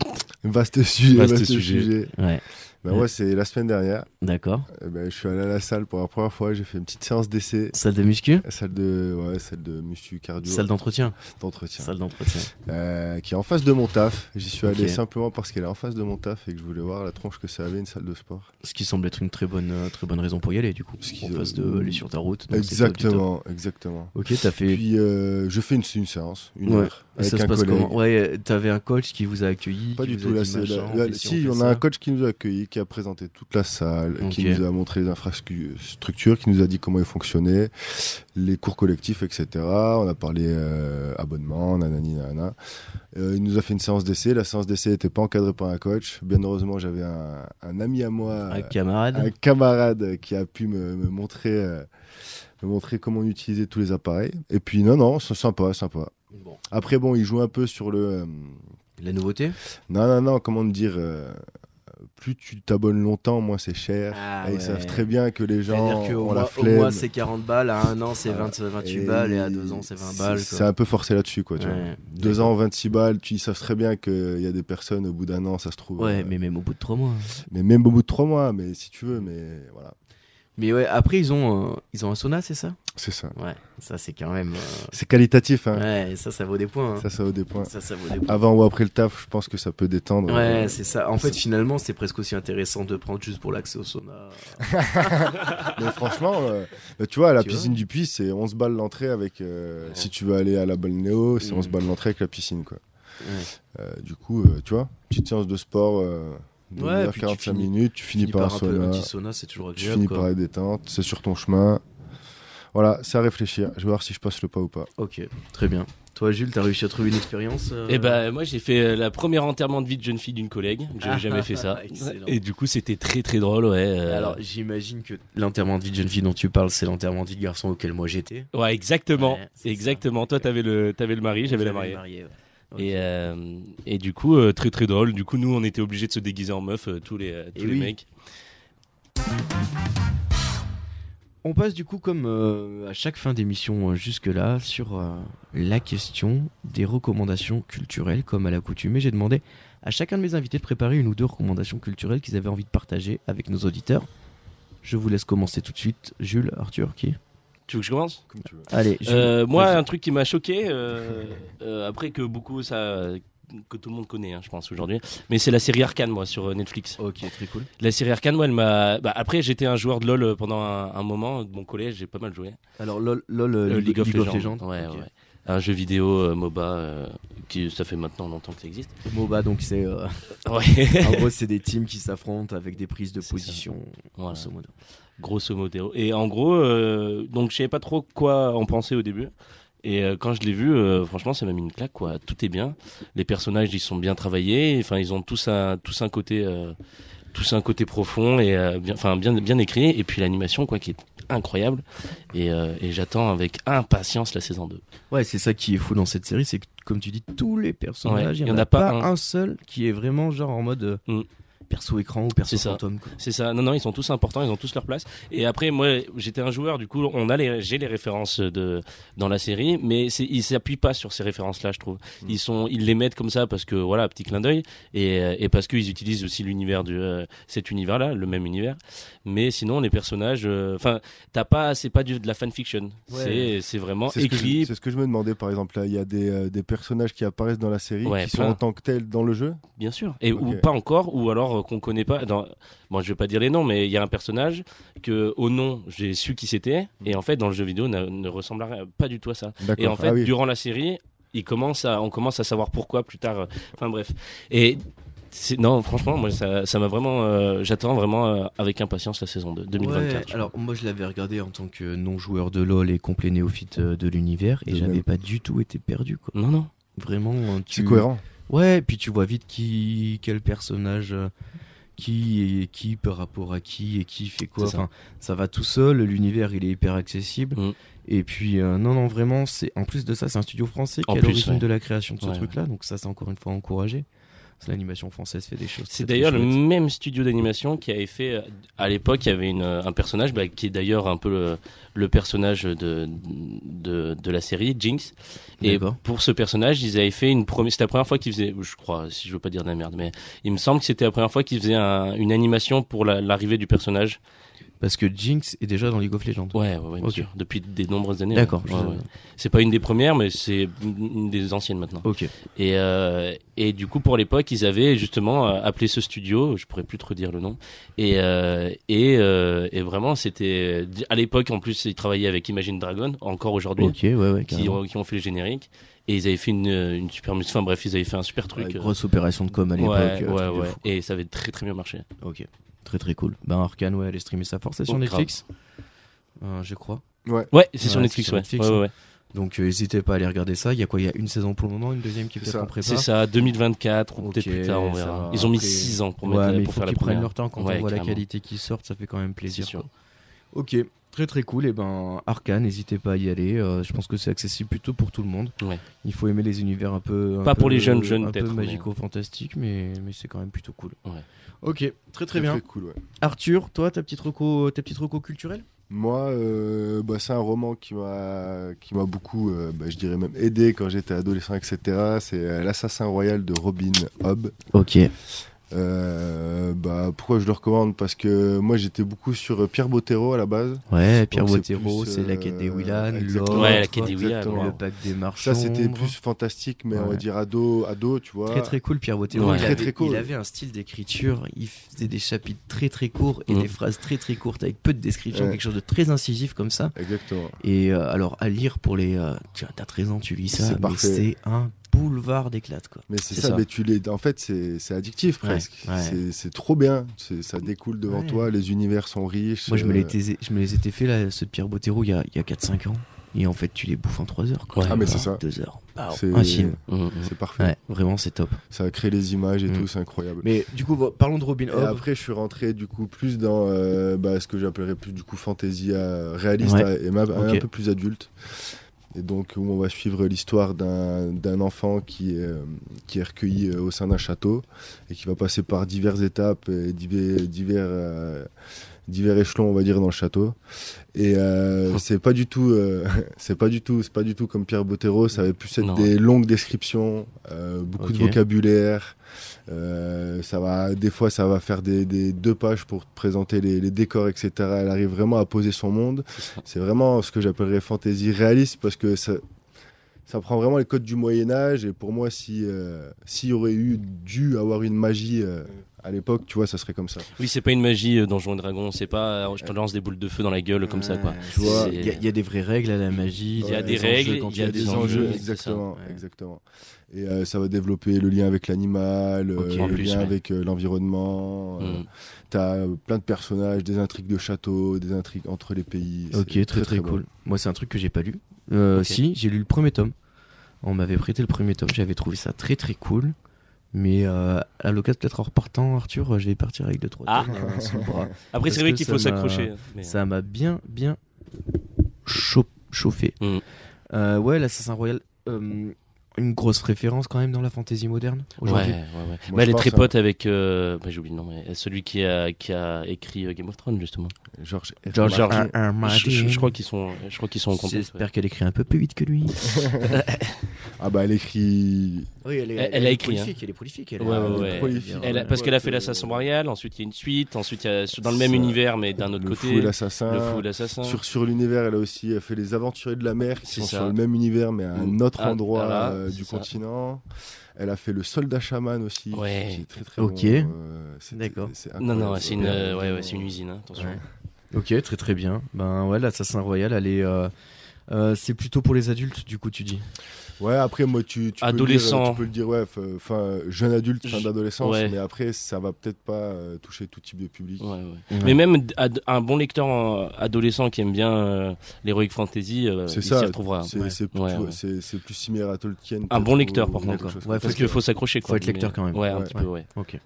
[SPEAKER 2] Vaste sujet.
[SPEAKER 4] Vaste
[SPEAKER 2] Vaste,
[SPEAKER 4] sujet.
[SPEAKER 2] sujet.
[SPEAKER 1] Ouais,
[SPEAKER 2] Bah,
[SPEAKER 1] Ouais.
[SPEAKER 2] moi, c'est la semaine dernière.
[SPEAKER 1] d'accord.
[SPEAKER 2] eh ben, je suis allé à la salle pour la première fois. J'ai fait une petite séance d'essai.
[SPEAKER 1] Salle de muscu
[SPEAKER 2] Salle de, ouais, salle de muscu cardio
[SPEAKER 1] Salle d'entretien
[SPEAKER 2] d'entretien.
[SPEAKER 1] Salle d'entretien.
[SPEAKER 2] Euh, qui est en face de mon taf. J'y suis allé
[SPEAKER 1] Ok.
[SPEAKER 2] simplement parce qu'elle est en face de mon taf et que je voulais voir la tronche que ça avait une salle de sport.
[SPEAKER 1] Ce qui semble être une très bonne, euh, très bonne raison pour y aller, du coup.
[SPEAKER 2] Ce qui- euh,
[SPEAKER 1] En face de aller sur ta route. donc c'est top du top.
[SPEAKER 2] exactement, exactement.
[SPEAKER 1] Ok, t'as fait.
[SPEAKER 2] Puis euh, je fais une, une séance, une
[SPEAKER 1] Ouais.
[SPEAKER 2] heure,
[SPEAKER 1] Et
[SPEAKER 2] avec
[SPEAKER 1] ça se
[SPEAKER 2] un
[SPEAKER 1] passe
[SPEAKER 2] collègue.
[SPEAKER 1] comment Ouais, euh, t'avais un coach qui vous a accueilli.
[SPEAKER 2] Pas
[SPEAKER 1] qui
[SPEAKER 2] du
[SPEAKER 1] vous
[SPEAKER 2] tout
[SPEAKER 1] a
[SPEAKER 2] là,
[SPEAKER 1] dit
[SPEAKER 2] c'est
[SPEAKER 1] machin,
[SPEAKER 2] là-
[SPEAKER 1] on
[SPEAKER 2] là-
[SPEAKER 1] fait ci,
[SPEAKER 2] si on
[SPEAKER 1] fait
[SPEAKER 2] a un
[SPEAKER 1] ça.
[SPEAKER 2] coach qui nous a accueillis, qui a présenté toute la salle, qui
[SPEAKER 1] Ok.
[SPEAKER 2] nous a montré les infrastructures, qui nous a dit comment ils fonctionnaient, les cours collectifs, etc. On a parlé euh, abonnement, nanani nanana. Euh, il nous a fait une séance d'essai. La séance d'essai n'était pas encadrée par un coach. Bien heureusement, j'avais un, un ami à moi,
[SPEAKER 1] Un
[SPEAKER 2] euh,
[SPEAKER 1] camarade.
[SPEAKER 2] un camarade qui a pu me, me montrer. euh, me montrer comment utiliser tous les appareils. Et puis, non, non, c'est sympa, sympa.
[SPEAKER 1] Bon.
[SPEAKER 2] Après, bon, il joue un peu sur le, euh,
[SPEAKER 1] La nouveauté
[SPEAKER 2] non, non, non, comment te dire euh, Plus tu t'abonnes longtemps, moins c'est cher.
[SPEAKER 1] Ah
[SPEAKER 2] et
[SPEAKER 1] ouais.
[SPEAKER 2] ils savent très bien que les gens
[SPEAKER 1] C'est-à-dire qu'au
[SPEAKER 2] ont
[SPEAKER 1] mois,
[SPEAKER 2] la
[SPEAKER 1] au
[SPEAKER 2] flemme.
[SPEAKER 1] mois, c'est 40 balles, à un an c'est
[SPEAKER 2] Ah,
[SPEAKER 1] 20, 28
[SPEAKER 2] et
[SPEAKER 1] balles et à deux ans c'est 20 balles.
[SPEAKER 2] C'est
[SPEAKER 1] quoi.
[SPEAKER 2] un peu forcé là-dessus, quoi. Tu vois.
[SPEAKER 1] Ouais,
[SPEAKER 2] Deux ans, 26 balles, tu, ils savent très bien qu'il y a des personnes au bout d'un an, ça se trouve.
[SPEAKER 1] Ouais,
[SPEAKER 2] euh,
[SPEAKER 1] mais même au bout de 3 mois. hein.
[SPEAKER 2] mais même au bout de trois mois, mais si tu veux, mais voilà.
[SPEAKER 1] Mais ouais, après ils ont, euh, ils ont un sauna, c'est ça
[SPEAKER 2] C'est ça.
[SPEAKER 1] Ouais, ça c'est quand même. euh,
[SPEAKER 2] C'est qualitatif, hein.
[SPEAKER 1] Ouais, ça ça vaut des points. hein.
[SPEAKER 2] Ça, ça vaut des points.
[SPEAKER 1] Ça, ça vaut des points.
[SPEAKER 2] Avant ou après le taf, je pense que ça peut détendre.
[SPEAKER 1] Ouais,
[SPEAKER 2] Euh,
[SPEAKER 1] c'est ça. En fait, finalement, c'est presque aussi intéressant de prendre juste pour l'accès au sauna.
[SPEAKER 2] Mais franchement, euh, bah, tu vois, à la
[SPEAKER 1] Tu
[SPEAKER 2] piscine du puits, c'est 11 balles l'entrée avec. euh,
[SPEAKER 1] Ouais.
[SPEAKER 2] Si tu veux aller à la balnéo, c'est
[SPEAKER 1] Mm.
[SPEAKER 2] 11 balles l'entrée avec la piscine, quoi.
[SPEAKER 1] Ouais.
[SPEAKER 2] Euh, du coup, euh, tu vois, petite séance de sport, euh, de
[SPEAKER 1] Ouais,
[SPEAKER 2] une heure,
[SPEAKER 1] puis tu
[SPEAKER 2] 45
[SPEAKER 1] finis-
[SPEAKER 2] minutes, tu finis, par un
[SPEAKER 1] un, peu-
[SPEAKER 2] sauna,
[SPEAKER 1] un petit sauna, c'est toujours
[SPEAKER 2] tu
[SPEAKER 1] agréable.
[SPEAKER 2] finis
[SPEAKER 1] quoi.
[SPEAKER 2] par la détente, c'est sur ton chemin. Voilà, c'est à réfléchir. Je vais voir si je passe le pas ou pas.
[SPEAKER 1] Ok, très bien. Toi, Jules, t'as réussi à trouver une expérience euh,
[SPEAKER 4] Et bah, moi j'ai fait euh, la première enterrement de vie de jeune fille d'une collègue. J'avais jamais fait ça.
[SPEAKER 1] Ah, Excellent.
[SPEAKER 4] Et du coup, c'était très très drôle, ouais.
[SPEAKER 1] Et
[SPEAKER 4] euh,
[SPEAKER 1] Alors, j'imagine que l'enterrement de vie de jeune fille dont tu parles, c'est l'enterrement de vie de garçon auquel moi j'étais.
[SPEAKER 4] Ouais, exactement.
[SPEAKER 1] Ouais, c'est
[SPEAKER 4] exactement. Toi, t'avais le, t'avais le mari, j'avais la mariée.
[SPEAKER 1] ouais.
[SPEAKER 4] Et,
[SPEAKER 1] Ok.
[SPEAKER 4] euh, et du coup, euh, très très drôle. Du coup, nous, on était obligés de se déguiser en meuf, euh, tous les, euh, tous
[SPEAKER 1] Et
[SPEAKER 4] les
[SPEAKER 1] oui.
[SPEAKER 4] mecs.
[SPEAKER 1] On passe du coup, comme euh, à chaque fin d'émission euh, jusque-là, sur euh, la question des recommandations culturelles, comme à l'accoutumée. J'ai demandé à chacun de mes invités de préparer une ou deux recommandations culturelles qu'ils avaient envie de partager avec nos auditeurs. Je vous laisse commencer tout de suite. Jules, Arthur, qui
[SPEAKER 4] Tu veux que je commence
[SPEAKER 2] Comme tu veux.
[SPEAKER 5] Allez, je-
[SPEAKER 4] Euh, Moi,
[SPEAKER 5] vas-y.
[SPEAKER 4] un truc qui m'a choqué, euh, euh, après que beaucoup ça, que tout le monde connaît, hein, je pense aujourd'hui, mais c'est la série Arcane, moi, sur euh, Netflix.
[SPEAKER 1] Ok, très cool.
[SPEAKER 4] La série Arcane, moi, elle m'a. bah, après, j'étais un joueur de LoL euh, pendant un, un moment de mon collège, j'ai pas mal joué.
[SPEAKER 1] Alors, LOL, LOL, euh,
[SPEAKER 4] Euh,
[SPEAKER 1] League, League of Legends.
[SPEAKER 4] Ouais,
[SPEAKER 1] Ok.
[SPEAKER 4] ouais. Un jeu vidéo euh, MOBA euh, qui ça fait maintenant longtemps que ça existe.
[SPEAKER 1] MOBA, donc c'est. euh,
[SPEAKER 4] Ouais.
[SPEAKER 1] en gros, c'est des teams qui s'affrontent avec des prises de
[SPEAKER 4] C'est ça.
[SPEAKER 1] position.
[SPEAKER 4] Voilà.
[SPEAKER 1] grosso modo.
[SPEAKER 4] Grosso modo. Et en gros, euh, donc je savais pas trop quoi en penser au début. Et euh, quand je l'ai vu, euh, franchement, ça m'a mis une claque. Quoi. Tout est bien. Les personnages, ils sont bien travaillés. Enfin, ils ont tous un, tous un côté, euh, tous un côté profond et euh, bien, enfin bien, bien écrit. Et puis l'animation, quoi, qui est incroyable. Et, euh, et j'attends avec impatience la saison 2.
[SPEAKER 1] Ouais, c'est ça qui est fou dans cette série, c'est que, comme tu dis, tous les personnages, il
[SPEAKER 4] Ouais,
[SPEAKER 1] n'y en, a pas, un. seul qui est vraiment genre en mode euh,
[SPEAKER 4] Mm.
[SPEAKER 1] perso écran ou perso
[SPEAKER 4] C'est ça.
[SPEAKER 1] fantôme. quoi.
[SPEAKER 4] C'est ça. Non, non, ils sont tous importants. Ils ont tous leur place. Et après, moi, j'étais un joueur. Du coup, on a les, j'ai les références de dans la série, mais c'est, ils s'appuient pas sur ces références-là, je trouve.
[SPEAKER 2] Mm.
[SPEAKER 4] Ils sont, ils les mettent comme ça parce que voilà, petit clin d'œil, et, euh, et parce qu'ils utilisent aussi l'univers du euh, cet univers-là, le même univers. Mais sinon, les personnages, euh, enfin, t'as pas, c'est pas du, de la fanfiction. C'est, c'est vraiment
[SPEAKER 2] C'est ce, que
[SPEAKER 4] écrit.
[SPEAKER 2] je- c'est ce que je me demandais par exemple. Là, il y a des, euh, des personnages qui apparaissent dans la série
[SPEAKER 4] Ouais,
[SPEAKER 2] qui
[SPEAKER 4] plein.
[SPEAKER 2] sont en tant que tels dans le jeu.
[SPEAKER 4] Bien sûr. Et ou
[SPEAKER 2] Ok.
[SPEAKER 4] pas encore, ou alors euh, qu'on connaît pas. Dans... Bon, je vais pas dire les noms, mais il y a un personnage que, au nom, j'ai su qui c'était, et en fait, dans le jeu vidéo, n'a- ne ressemble à rien- pas du tout à ça.
[SPEAKER 2] Mm. D'accord.
[SPEAKER 4] Et en fait,
[SPEAKER 2] Ah oui.
[SPEAKER 4] durant la série, il commence à, on commence à savoir pourquoi plus tard. euh, Enfin bref. Et c'est- non, franchement, moi, ça ça m'a vraiment. euh, J'attends vraiment euh, avec impatience la saison 2, 2024.
[SPEAKER 1] Ouais, alors moi je l'avais regardé en tant que non-joueur de LoL et complet néophyte euh, de l'univers et
[SPEAKER 2] De
[SPEAKER 1] j'avais
[SPEAKER 2] même.
[SPEAKER 1] pas du tout été perdu quoi.
[SPEAKER 4] Non, non.
[SPEAKER 1] Vraiment hein, tu...
[SPEAKER 2] c'est cohérent.
[SPEAKER 1] Ouais, puis tu vois vite qui quel personnage euh, qui est qui par rapport à qui et qui fait quoi.
[SPEAKER 4] C'est ça.
[SPEAKER 1] Enfin, ça va tout seul, l'univers il est hyper accessible.
[SPEAKER 4] Mm.
[SPEAKER 1] Et puis euh, non non vraiment c'est en plus de ça c'est un studio français qui
[SPEAKER 4] En
[SPEAKER 1] est à
[SPEAKER 4] plus,
[SPEAKER 1] l'origine
[SPEAKER 4] ouais.
[SPEAKER 1] de la création de ce
[SPEAKER 4] Ouais,
[SPEAKER 1] truc là donc ça c'est encore une fois encouragé. Parce que L'animation française fait des choses.
[SPEAKER 4] C'est
[SPEAKER 1] très,
[SPEAKER 4] d'ailleurs
[SPEAKER 1] très
[SPEAKER 4] le
[SPEAKER 1] chouettes.
[SPEAKER 4] même studio d'animation qui avait fait euh, à l'époque il y avait une, euh, un personnage bah, qui est d'ailleurs un peu le, le personnage de, de de la série Jinx et
[SPEAKER 1] D'accord.
[SPEAKER 4] pour ce personnage ils avaient fait une première c'était la première fois qu'ils faisaient je crois si je veux pas dire de la merde mais il me semble que c'était la première fois qu'ils faisaient un- une animation pour la- l'arrivée du personnage
[SPEAKER 1] Parce que Jinx est déjà dans League of Legends.
[SPEAKER 4] ouais ouais, ouais, bien
[SPEAKER 1] Ok.
[SPEAKER 4] sûr. depuis des nombreuses années
[SPEAKER 1] D'accord.
[SPEAKER 4] ouais.
[SPEAKER 1] je-
[SPEAKER 4] Ouais, ouais. c'est pas une des premières mais c'est une des anciennes maintenant
[SPEAKER 1] Ok.
[SPEAKER 4] et, euh, et du coup, pour l'époque, ils avaient justement euh, appelé ce studio, je pourrais plus te redire le nom. Et, euh, et, euh, et vraiment, c'était. À l'époque, en plus, ils travaillaient avec Imagine Dragon, encore aujourd'hui,
[SPEAKER 1] Ok, ouais, ouais.
[SPEAKER 4] qui,
[SPEAKER 1] carrément.
[SPEAKER 4] ont- qui ont fait le générique. Et ils avaient fait une, une super musique. Enfin bref, ils avaient fait un super truc.
[SPEAKER 1] Ouais,
[SPEAKER 4] euh,
[SPEAKER 1] grosse opération de com à l'époque.
[SPEAKER 4] ouais,
[SPEAKER 1] euh,
[SPEAKER 4] ouais,
[SPEAKER 1] truc de
[SPEAKER 4] ouais.
[SPEAKER 1] fou.
[SPEAKER 4] Et ça avait très très bien marché.
[SPEAKER 1] Ok, très très cool. Ben Arkane, ouais, elle est streamée ça force c'est sur
[SPEAKER 4] Oh,
[SPEAKER 1] Netflix. Euh, je crois.
[SPEAKER 4] Ouais, c'est
[SPEAKER 1] Ouais,
[SPEAKER 4] sur Netflix,
[SPEAKER 1] c'est sur
[SPEAKER 4] ouais.
[SPEAKER 1] Netflix,
[SPEAKER 4] Ouais, ouais,
[SPEAKER 1] hein.
[SPEAKER 4] ouais.
[SPEAKER 1] Donc euh, n'hésitez pas à aller regarder ça. Il y a quoi Il y a une saison pour le moment, une deuxième qui est
[SPEAKER 2] C'est
[SPEAKER 1] peut-être
[SPEAKER 2] ça.
[SPEAKER 1] en prépa.
[SPEAKER 4] C'est ça, 2024 ou
[SPEAKER 1] Ok,
[SPEAKER 4] peut-être plus tard, on
[SPEAKER 1] ça
[SPEAKER 4] verra.
[SPEAKER 1] va.
[SPEAKER 4] Ils ont mis
[SPEAKER 1] Après-
[SPEAKER 4] 6 ans pour,
[SPEAKER 1] Ouais,
[SPEAKER 4] mettre,
[SPEAKER 1] mais
[SPEAKER 4] la-
[SPEAKER 1] il
[SPEAKER 4] pour
[SPEAKER 1] faut
[SPEAKER 4] faire la
[SPEAKER 1] qu'ils prennent
[SPEAKER 4] première.
[SPEAKER 1] leur temps quand
[SPEAKER 4] Ouais,
[SPEAKER 1] on voit
[SPEAKER 4] carrément.
[SPEAKER 1] la qualité qui sort, ça fait quand même plaisir.
[SPEAKER 4] C'est sûr.
[SPEAKER 1] quoi. Ok, très très cool. Et ben Arkane, n'hésitez pas à y aller. Euh, je pense que c'est accessible plutôt pour tout le monde.
[SPEAKER 4] Ouais.
[SPEAKER 1] Il faut aimer les univers un peu. un
[SPEAKER 4] Pas
[SPEAKER 1] peu-
[SPEAKER 4] pour les jeunes, jeunes,
[SPEAKER 1] Un peu
[SPEAKER 4] peut-être, mais-
[SPEAKER 1] magico-fantastique, mais, mais c'est quand même plutôt cool.
[SPEAKER 4] Ouais.
[SPEAKER 1] Ok, très très bien.
[SPEAKER 2] Très cool, ouais.
[SPEAKER 1] Arthur, toi, ta petite reco, ta petite reco culturelle
[SPEAKER 2] Moi, euh, bah, c'est un roman qui m'a qui m'a beaucoup, euh, bah, je dirais même aidé quand j'étais adolescent, etc. C'est euh, L'Assassin Royal de Robin Hobb.
[SPEAKER 1] Ok.
[SPEAKER 2] Euh, bah, pourquoi je le recommande Parce que moi, j'étais beaucoup sur euh, Pierre Bottero à la base.
[SPEAKER 1] Ouais, Pierre
[SPEAKER 2] Donc, c'est
[SPEAKER 1] Bottero,
[SPEAKER 2] plus,
[SPEAKER 1] c'est la
[SPEAKER 2] euh,
[SPEAKER 1] quête des Willan,
[SPEAKER 2] exactement.
[SPEAKER 1] l'or,
[SPEAKER 4] Ouais, la quête des Willan,
[SPEAKER 2] Exactement.
[SPEAKER 4] ouais.
[SPEAKER 1] le pack des marchands.
[SPEAKER 2] Ça, c'était plus fantastique, mais on va
[SPEAKER 1] Ouais.
[SPEAKER 2] dire ado, ado, tu vois.
[SPEAKER 1] Très très cool Pierre Bottero.
[SPEAKER 4] Ouais.
[SPEAKER 1] il,
[SPEAKER 4] Très,
[SPEAKER 1] avait,
[SPEAKER 2] très cool.
[SPEAKER 1] il avait un style d'écriture, il faisait des chapitres très très courts et
[SPEAKER 4] Mhm.
[SPEAKER 1] des phrases très très courtes avec peu de description,
[SPEAKER 2] Ouais.
[SPEAKER 1] quelque chose de très incisif comme ça.
[SPEAKER 2] Exactement.
[SPEAKER 1] Et euh, alors à lire pour les... euh, tiens, t'as 13 ans, tu lis
[SPEAKER 2] C'est
[SPEAKER 1] ça, mais
[SPEAKER 2] parfait.
[SPEAKER 1] c'est un boulevard d'éclate quoi.
[SPEAKER 2] Mais c'est
[SPEAKER 1] C'est
[SPEAKER 2] ça,
[SPEAKER 1] ça.
[SPEAKER 2] mais tu les. En fait, c'est c'est addictif
[SPEAKER 1] Ouais,
[SPEAKER 2] presque.
[SPEAKER 1] ouais.
[SPEAKER 2] C'est- C'est trop bien. C'est- Ça découle devant
[SPEAKER 1] Ouais.
[SPEAKER 2] toi. Les univers sont riches.
[SPEAKER 1] Moi je me, les
[SPEAKER 2] euh,
[SPEAKER 1] étais- je me les étais fait là, ceux de Pierre Bottero il y a, il y a 4-5 ans. Et en fait tu les bouffes en 3 heures quoi.
[SPEAKER 4] Ouais. Ah,
[SPEAKER 2] mais c'est ça.
[SPEAKER 1] 2 heures. Bah,
[SPEAKER 2] C'est-
[SPEAKER 1] un film.
[SPEAKER 4] Mhm.
[SPEAKER 2] C'est parfait.
[SPEAKER 1] Ouais, vraiment c'est top.
[SPEAKER 2] Ça crée les images et
[SPEAKER 1] Mm.
[SPEAKER 2] tout. C'est incroyable.
[SPEAKER 1] Mais du coup vo- parlons de Robin
[SPEAKER 2] Et
[SPEAKER 1] Hood.
[SPEAKER 2] après, je suis rentré du coup plus dans euh, bah, ce que j'appellerais plus du coup fantasy euh, réaliste
[SPEAKER 1] Ouais.
[SPEAKER 2] euh, et même un
[SPEAKER 1] Ok.
[SPEAKER 2] peu plus adulte. Et donc, où on va suivre l'histoire d'un d'un enfant qui est, euh, qui est recueilli euh, au sein d'un château et qui va passer par diverses étapes et divers, divers, euh, divers échelons, on va dire, dans le château. Et
[SPEAKER 1] Oh.
[SPEAKER 2] euh, c'est pas du tout, euh, c'est pas du tout, c'est pas du tout comme Pierre Bottero. Ça va plus être
[SPEAKER 4] Non.
[SPEAKER 2] des longues descriptions, euh, beaucoup de
[SPEAKER 1] Ok.
[SPEAKER 2] vocabulaire. Euh, ça va, des fois, ça va faire des, des deux pages pour te présenter les, les décors, etc. Elle arrive vraiment à poser son monde. C'est vraiment ce que j'appellerais fantaisie réaliste parce que ça, ça prend vraiment les codes du Moyen Âge. Et pour moi, si euh, s'il y aurait eu dû avoir une magie euh, à l'époque, tu vois, ça serait comme ça.
[SPEAKER 4] Oui, c'est pas une magie euh, Donjons et Dragons, c'est pas euh, je te lance des boules de feu dans la gueule comme ça quoi.
[SPEAKER 2] Tu vois,
[SPEAKER 4] C'est-
[SPEAKER 1] Il y, a- il y a des vraies règles à la magie.
[SPEAKER 2] Il y a des
[SPEAKER 4] règles,
[SPEAKER 1] enjeux quand
[SPEAKER 4] il y a
[SPEAKER 1] tu
[SPEAKER 4] des
[SPEAKER 1] fais
[SPEAKER 4] enjeux, c'est ça,
[SPEAKER 2] exactement,
[SPEAKER 1] ouais.
[SPEAKER 2] exactement. Et euh, ça va développer le lien avec l'animal, euh,
[SPEAKER 1] Ok.
[SPEAKER 2] le
[SPEAKER 4] En plus,
[SPEAKER 2] lien
[SPEAKER 4] ouais.
[SPEAKER 2] avec euh, l'environnement. euh,
[SPEAKER 4] Mm.
[SPEAKER 2] T'as euh, plein de personnages, des intrigues de châteaux, des intrigues entre les pays.
[SPEAKER 1] Ok,
[SPEAKER 2] C'est
[SPEAKER 1] très très,
[SPEAKER 2] bon.
[SPEAKER 1] cool. Moi, c'est un truc que j'ai pas lu. Euh,
[SPEAKER 4] Ok.
[SPEAKER 1] Si, j'ai lu le premier tome. On m'avait prêté le premier tome. J'avais trouvé ça très très cool. Mais euh, à l'occasion, peut-être en repartant, Arthur, euh, je vais partir avec deux trois
[SPEAKER 4] Ah.
[SPEAKER 1] tomes euh, sous le bras.
[SPEAKER 4] Après
[SPEAKER 1] Parce
[SPEAKER 4] c'est vrai
[SPEAKER 1] que
[SPEAKER 4] qu'il
[SPEAKER 1] ça
[SPEAKER 4] faut
[SPEAKER 1] m'a-
[SPEAKER 4] s'accrocher. hein, mais-
[SPEAKER 1] Ça m'a bien bien chaud- chauffé.
[SPEAKER 4] Mm.
[SPEAKER 1] Euh, ouais, l'Assassin Royal. euh, une grosse référence quand même dans la fantasy moderne
[SPEAKER 4] Ouais, ouais,
[SPEAKER 1] aujourd'hui.
[SPEAKER 4] ouais.
[SPEAKER 2] Moi,
[SPEAKER 4] Bah, elle
[SPEAKER 2] je
[SPEAKER 4] est
[SPEAKER 2] pense,
[SPEAKER 4] très
[SPEAKER 2] hein.
[SPEAKER 4] pote avec euh, bah, j'ai oublié le nom, mais celui qui a qui a écrit euh, Game of Thrones justement.
[SPEAKER 2] George,
[SPEAKER 4] George
[SPEAKER 2] Martin.
[SPEAKER 4] R. R.
[SPEAKER 1] Un
[SPEAKER 4] Je, je-
[SPEAKER 1] Martin.
[SPEAKER 4] je crois qu'ils sont je crois qu'ils sont en contact. ouais.
[SPEAKER 1] J'espère qu'elle écrit un peu plus vite que lui.
[SPEAKER 2] Ah bah elle écrit.
[SPEAKER 1] Oui,
[SPEAKER 4] Elle- elle elle a est écrit, prolifique,
[SPEAKER 1] elle est prolifique.
[SPEAKER 4] elle est- Ouais, ouais,
[SPEAKER 2] elle est
[SPEAKER 4] ouais.
[SPEAKER 2] prolifique.
[SPEAKER 4] Elle a- hein. parce qu'elle a fait
[SPEAKER 2] Ouais,
[SPEAKER 4] l'assassin
[SPEAKER 2] euh,
[SPEAKER 4] royal, ensuite il y a une suite, ensuite il y a dans le
[SPEAKER 2] C'est
[SPEAKER 4] même
[SPEAKER 2] ça.
[SPEAKER 4] univers mais d'un autre
[SPEAKER 2] le
[SPEAKER 4] côté.
[SPEAKER 2] fou et l'assassin.
[SPEAKER 4] le fou et l'assassin.
[SPEAKER 2] Sur, sur l'univers, elle a aussi euh, fait les aventuriers de la mer qui
[SPEAKER 4] C'est
[SPEAKER 2] sont
[SPEAKER 4] ça.
[SPEAKER 2] sur le même univers mais à un
[SPEAKER 4] Mm.
[SPEAKER 2] autre
[SPEAKER 4] Ah,
[SPEAKER 2] endroit
[SPEAKER 4] ah,
[SPEAKER 2] euh,
[SPEAKER 4] c'est
[SPEAKER 2] du
[SPEAKER 4] ça.
[SPEAKER 2] continent. Elle a fait le soldat chaman aussi.
[SPEAKER 4] Ouais.
[SPEAKER 2] Qui est très très
[SPEAKER 1] Ok.
[SPEAKER 2] bon. euh, c'est-
[SPEAKER 1] D'accord.
[SPEAKER 2] c'est
[SPEAKER 4] Non
[SPEAKER 2] incroyable.
[SPEAKER 4] non, ouais, c'est une
[SPEAKER 2] Vraiment.
[SPEAKER 4] euh, ouais, ouais, c'est une usine hein, attention.
[SPEAKER 1] Ouais. Ok, très très bien. Ben ouais, l'Assassin Royal, elle est. euh, euh, c'est plutôt pour les adultes, du coup, tu dis.
[SPEAKER 2] Ouais, après, moi, tu, tu peux le dire,
[SPEAKER 4] Adolescent.
[SPEAKER 2] tu peux le dire, ouais, f- enfin, euh, jeune adulte, fin
[SPEAKER 4] Je-
[SPEAKER 2] d'adolescence,
[SPEAKER 4] ouais.
[SPEAKER 2] mais après, ça va peut-être pas euh, toucher tout type de public.
[SPEAKER 4] Ouais, ouais. Mais même d- ad- un bon lecteur euh, adolescent qui aime bien euh, l'heroic fantasy, euh,
[SPEAKER 2] C'est
[SPEAKER 4] il s'y
[SPEAKER 2] ça.
[SPEAKER 4] retrouvera.
[SPEAKER 2] C'est
[SPEAKER 1] Ouais.
[SPEAKER 2] c'est plus,
[SPEAKER 4] Ouais,
[SPEAKER 2] tu vois,
[SPEAKER 4] ouais.
[SPEAKER 2] c'est- c'est plus similaire à Tolkien.
[SPEAKER 4] Un
[SPEAKER 2] peut-être,
[SPEAKER 4] bon
[SPEAKER 2] ou-
[SPEAKER 4] lecteur, par
[SPEAKER 2] ou
[SPEAKER 4] contre,
[SPEAKER 2] quelque
[SPEAKER 4] quoi.
[SPEAKER 2] chose
[SPEAKER 1] Ouais,
[SPEAKER 2] comme
[SPEAKER 4] Parce
[SPEAKER 2] ça.
[SPEAKER 4] qu'il faut s'accrocher. quoi.
[SPEAKER 1] Faut être
[SPEAKER 4] Mais-
[SPEAKER 1] lecteur quand même.
[SPEAKER 4] Ouais, un
[SPEAKER 1] Ouais.
[SPEAKER 4] petit peu, ouais.
[SPEAKER 1] Ok.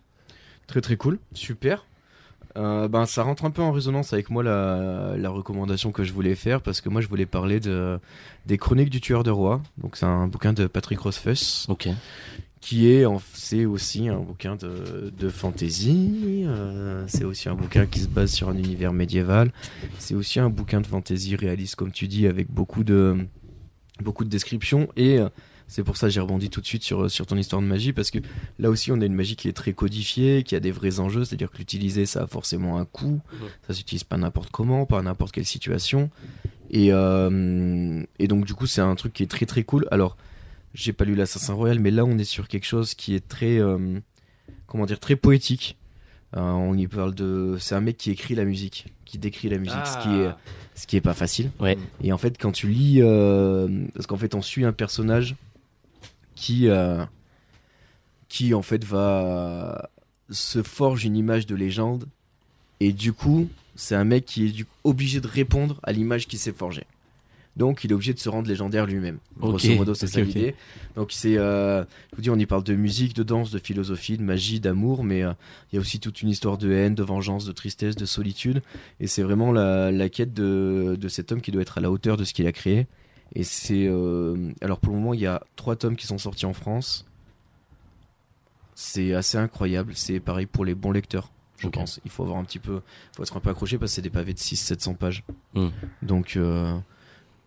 [SPEAKER 1] Très très cool, super. Euh, ben ça rentre un peu en résonance avec moi la, la recommandation que je voulais faire parce que moi je voulais parler de des chroniques du tueur de roi. Donc c'est un bouquin de Patrick Rothfuss
[SPEAKER 4] Ok.
[SPEAKER 1] qui est en- c'est aussi un bouquin de, de fantasy, euh, c'est aussi un bouquin qui se base sur un univers médiéval, c'est aussi un bouquin de fantasy réaliste comme tu dis avec beaucoup de beaucoup de descriptions et euh, c'est pour ça que j'ai rebondi tout de suite sur, euh, sur ton histoire de magie parce que là aussi on a une magie qui est très codifiée, qui a des vrais enjeux, c'est-à-dire que l'utiliser ça a forcément un coût,
[SPEAKER 4] Ouais.
[SPEAKER 1] ça s'utilise pas n'importe comment, pas à n'importe quelle situation et, euh, et donc du coup c'est un truc qui est très très cool. Alors j'ai pas lu l'Assassin Royal, mais là on est sur quelque chose qui est très, euh, comment dire, très poétique. Euh, on y parle de, c'est un mec qui écrit la musique, qui décrit la musique,
[SPEAKER 4] Ah.
[SPEAKER 1] ce qui est, ce qui est pas facile.
[SPEAKER 4] Ouais.
[SPEAKER 1] Et en fait, quand tu lis, euh, parce qu'en fait, on suit un personnage qui, euh, qui en fait va euh, se forge une image de légende, et du coup, c'est un mec qui est du- obligé de répondre à l'image qui s'est forgée. Donc, il est obligé de se rendre légendaire lui-même. Grosso
[SPEAKER 4] Ok,
[SPEAKER 1] modo, c'est
[SPEAKER 4] ok,
[SPEAKER 1] ça
[SPEAKER 4] ok.
[SPEAKER 1] l'idée. Donc, c'est, euh, je vous dis, on y parle de musique, de danse, de philosophie, de magie, d'amour, mais euh, il y a aussi toute une histoire de haine, de vengeance, de tristesse, de solitude. Et c'est vraiment la, la quête de, de cet homme qui doit être à la hauteur de ce qu'il a créé. Et c'est. euh, alors pour le moment, il y a trois tomes qui sont sortis en France. C'est assez incroyable. C'est pareil pour les bons lecteurs, je
[SPEAKER 4] Ok.
[SPEAKER 1] pense. Il faut avoir un petit peu. faut être un peu accroché parce que c'est des pavés de 600-700 pages.
[SPEAKER 4] Hmm.
[SPEAKER 1] Donc. euh,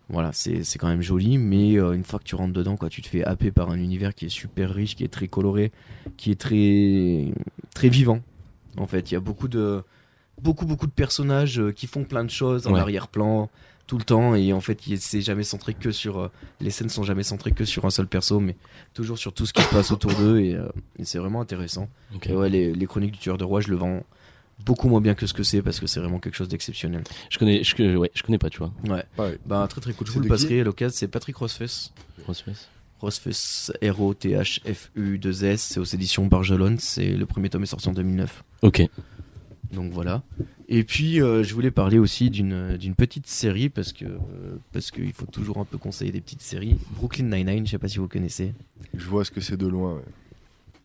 [SPEAKER 1] voilà, c'est c'est quand même joli, mais euh, une fois que tu rentres dedans, quoi, tu te fais happer par un univers qui est super riche, qui est très coloré, qui est très très vivant. En fait, il y a beaucoup de beaucoup beaucoup de personnages euh, qui font plein de choses en
[SPEAKER 4] Ouais.
[SPEAKER 1] arrière-plan tout le temps et en fait, il- c'est jamais centré que sur euh, les scènes sont jamais centrées que sur un seul perso, mais toujours sur tout ce qui se passe autour d'eux et, euh, et c'est vraiment intéressant.
[SPEAKER 4] Ok.
[SPEAKER 1] Et euh, ouais, les, les chroniques du tueur de roi, je le vends beaucoup moins bien que ce que c'est parce que c'est vraiment quelque chose d'exceptionnel.
[SPEAKER 4] Je connais, je, ouais, je connais pas, tu vois.
[SPEAKER 1] Ouais.
[SPEAKER 2] Pareil.
[SPEAKER 4] ben
[SPEAKER 1] Bah très très cool. Je
[SPEAKER 2] C'est
[SPEAKER 1] vous le
[SPEAKER 2] de qui
[SPEAKER 1] passerai à l'occasion. C'est Patrick Rossfess.
[SPEAKER 4] Crossface.
[SPEAKER 1] Rothfuss, R-O-T-H-F-U-2-S, c'est aux éditions Bargelone, c'est le premier tome est sorti en 2009.
[SPEAKER 4] Ok.
[SPEAKER 1] Donc voilà. Et puis euh, je voulais parler aussi d'une d'une petite série parce que euh, parce qu'il faut toujours un peu conseiller des petites séries. Brooklyn Nine-Nine, je sais pas si vous connaissez.
[SPEAKER 2] Je vois ce que c'est de loin. ouais.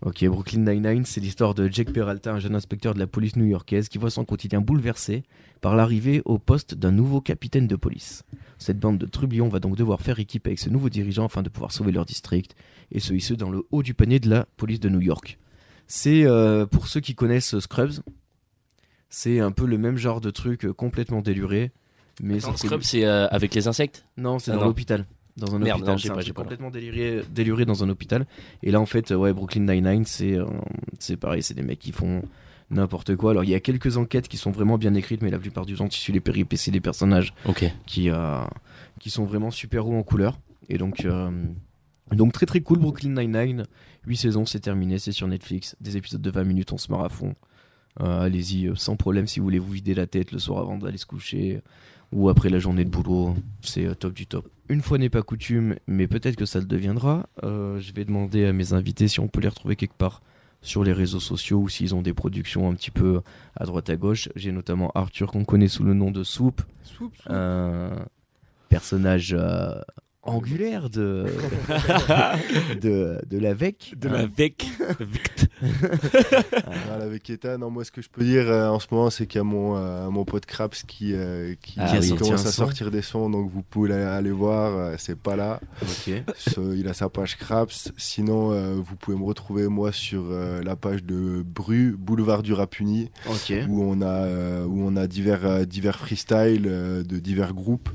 [SPEAKER 1] Ok, Brooklyn Nine-Nine, c'est l'histoire de Jack Peralta, un jeune inspecteur de la police new-yorkaise qui voit son quotidien bouleversé par l'arrivée au poste d'un nouveau capitaine de police. Cette bande de trublions va donc devoir faire équipe avec ce nouveau dirigeant afin de pouvoir sauver leur district, et ce, issu dans le haut du panier de la police de New York. C'est, euh, pour ceux qui connaissent Scrubs, C'est un peu le même genre de truc euh, complètement déluré. Mais
[SPEAKER 4] Attends,
[SPEAKER 1] c'est-
[SPEAKER 4] Scrub, c'est euh, avec les insectes
[SPEAKER 1] Non, c'est
[SPEAKER 4] Ah,
[SPEAKER 1] dans
[SPEAKER 4] non.
[SPEAKER 1] l'hôpital. Dans un
[SPEAKER 4] Merde,
[SPEAKER 1] hôpital,
[SPEAKER 4] non, j'ai
[SPEAKER 1] c'est un
[SPEAKER 4] pas,
[SPEAKER 1] truc
[SPEAKER 4] j'ai pas, là.
[SPEAKER 1] complètement déliré, déluré dans un hôpital. Et là, en fait, euh, ouais, Brooklyn Nine-Nine, c'est euh, c'est pareil, c'est des mecs qui font n'importe quoi. Alors, il y a quelques enquêtes qui sont vraiment bien écrites, mais la plupart du temps, tu suis les péripéties des personnages
[SPEAKER 4] Ok.
[SPEAKER 1] qui, euh, qui sont vraiment super hauts en couleur. Et donc, euh, donc très très cool, Brooklyn Nine-Nine. 8 saisons, c'est terminé, c'est sur Netflix. Des épisodes de 20 minutes, on se marre à fond. Euh, Allez-y, euh, sans problème, si vous voulez vous vider la tête le soir avant d'aller se coucher ou après la journée de boulot, c'est euh, top du top. Une fois n'est pas coutume, mais peut-être que ça le deviendra, euh, je vais demander à mes invités si on peut les retrouver quelque part sur les réseaux sociaux ou s'ils ont des productions un petit peu à droite à gauche. J'ai notamment Arthur qu'on connaît sous le nom de Soupe,
[SPEAKER 4] Ah.
[SPEAKER 1] un personnage euh, angulaire de, de, de l'AVEC.
[SPEAKER 4] De
[SPEAKER 1] hein.
[SPEAKER 4] la VEC.
[SPEAKER 2] Voilà, avec Ethan, non, moi ce que je peux dire euh, en ce moment, c'est qu'il y a mon, euh, mon pote Craps qui, euh, qui,
[SPEAKER 4] Ah
[SPEAKER 2] qui
[SPEAKER 4] oui.
[SPEAKER 1] Sorti
[SPEAKER 2] commence
[SPEAKER 1] un
[SPEAKER 2] à
[SPEAKER 1] son.
[SPEAKER 2] sortir des sons, donc vous pouvez aller, aller voir, euh, c'est pas là.
[SPEAKER 1] Ok.
[SPEAKER 2] Ce- il a sa page Craps. Sinon, euh, vous pouvez me retrouver moi sur euh, la page de Bru, Boulevard du Rapuni,
[SPEAKER 1] Ok.
[SPEAKER 2] où on a, euh, où on a divers, euh, divers freestyles euh, de divers groupes,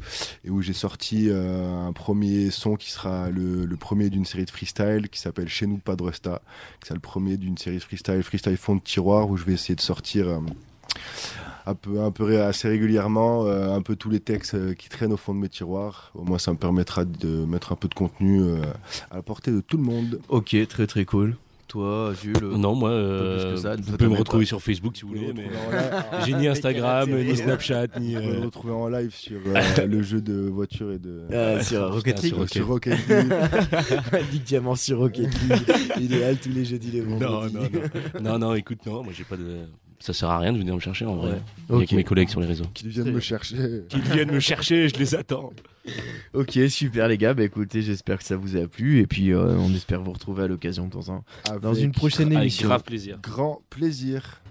[SPEAKER 2] et où j'ai sorti euh, un premier son qui sera le, le premier d'une série de freestyle qui s'appelle Chez nous pas de Resta, qui sera le premier d'une série de freestyle, freestyle fond de tiroir, où je vais essayer de sortir. euh, un peu, un peu ré- assez régulièrement, euh, un peu tous les textes euh, qui traînent au fond de mes tiroirs. Au moins, ça me permettra de mettre un peu de contenu euh, à la portée de tout le monde.
[SPEAKER 1] Ok, très très cool. Toi, Jules
[SPEAKER 4] Non, moi, euh,
[SPEAKER 1] Pas plus que ça,
[SPEAKER 4] vous
[SPEAKER 1] toi,
[SPEAKER 4] pouvez
[SPEAKER 1] t'en
[SPEAKER 4] me
[SPEAKER 1] mets
[SPEAKER 4] retrouver
[SPEAKER 1] pas. Ah,
[SPEAKER 4] sur Facebook si vous
[SPEAKER 2] Vous pouvez
[SPEAKER 4] voulez.
[SPEAKER 2] me
[SPEAKER 4] mais-
[SPEAKER 2] retrouver en live-
[SPEAKER 4] J'ai ni Instagram, ni Snapchat, ni.
[SPEAKER 2] vous pouvez me
[SPEAKER 4] euh,
[SPEAKER 2] retrouver en live sur euh, le jeu de voiture et de.
[SPEAKER 1] Euh, sur Rocket
[SPEAKER 4] Putain,
[SPEAKER 1] League.
[SPEAKER 4] Ah, sur Rocket
[SPEAKER 2] Sur Rocket League.
[SPEAKER 1] Ligue Diamant sur Rocket League. Idéal tous les jeudis les
[SPEAKER 4] Non, non, non. non, non, écoute, non, moi j'ai pas de. Ça sert à rien de venir me chercher en vrai.
[SPEAKER 1] Ouais.
[SPEAKER 4] Il y a
[SPEAKER 1] Ok.
[SPEAKER 4] que mes collègues sur les réseaux.
[SPEAKER 2] qui viennent me chercher.
[SPEAKER 4] Qu'ils viennent me chercher, je les attends.
[SPEAKER 1] Ok, super les gars. Bah écoutez, j'espère que ça vous a plu. Et puis euh, on espère vous retrouver à l'occasion dans, un, dans
[SPEAKER 2] avec
[SPEAKER 1] une prochaine
[SPEAKER 4] Avec
[SPEAKER 1] émission.
[SPEAKER 4] grave plaisir.
[SPEAKER 2] Grand plaisir.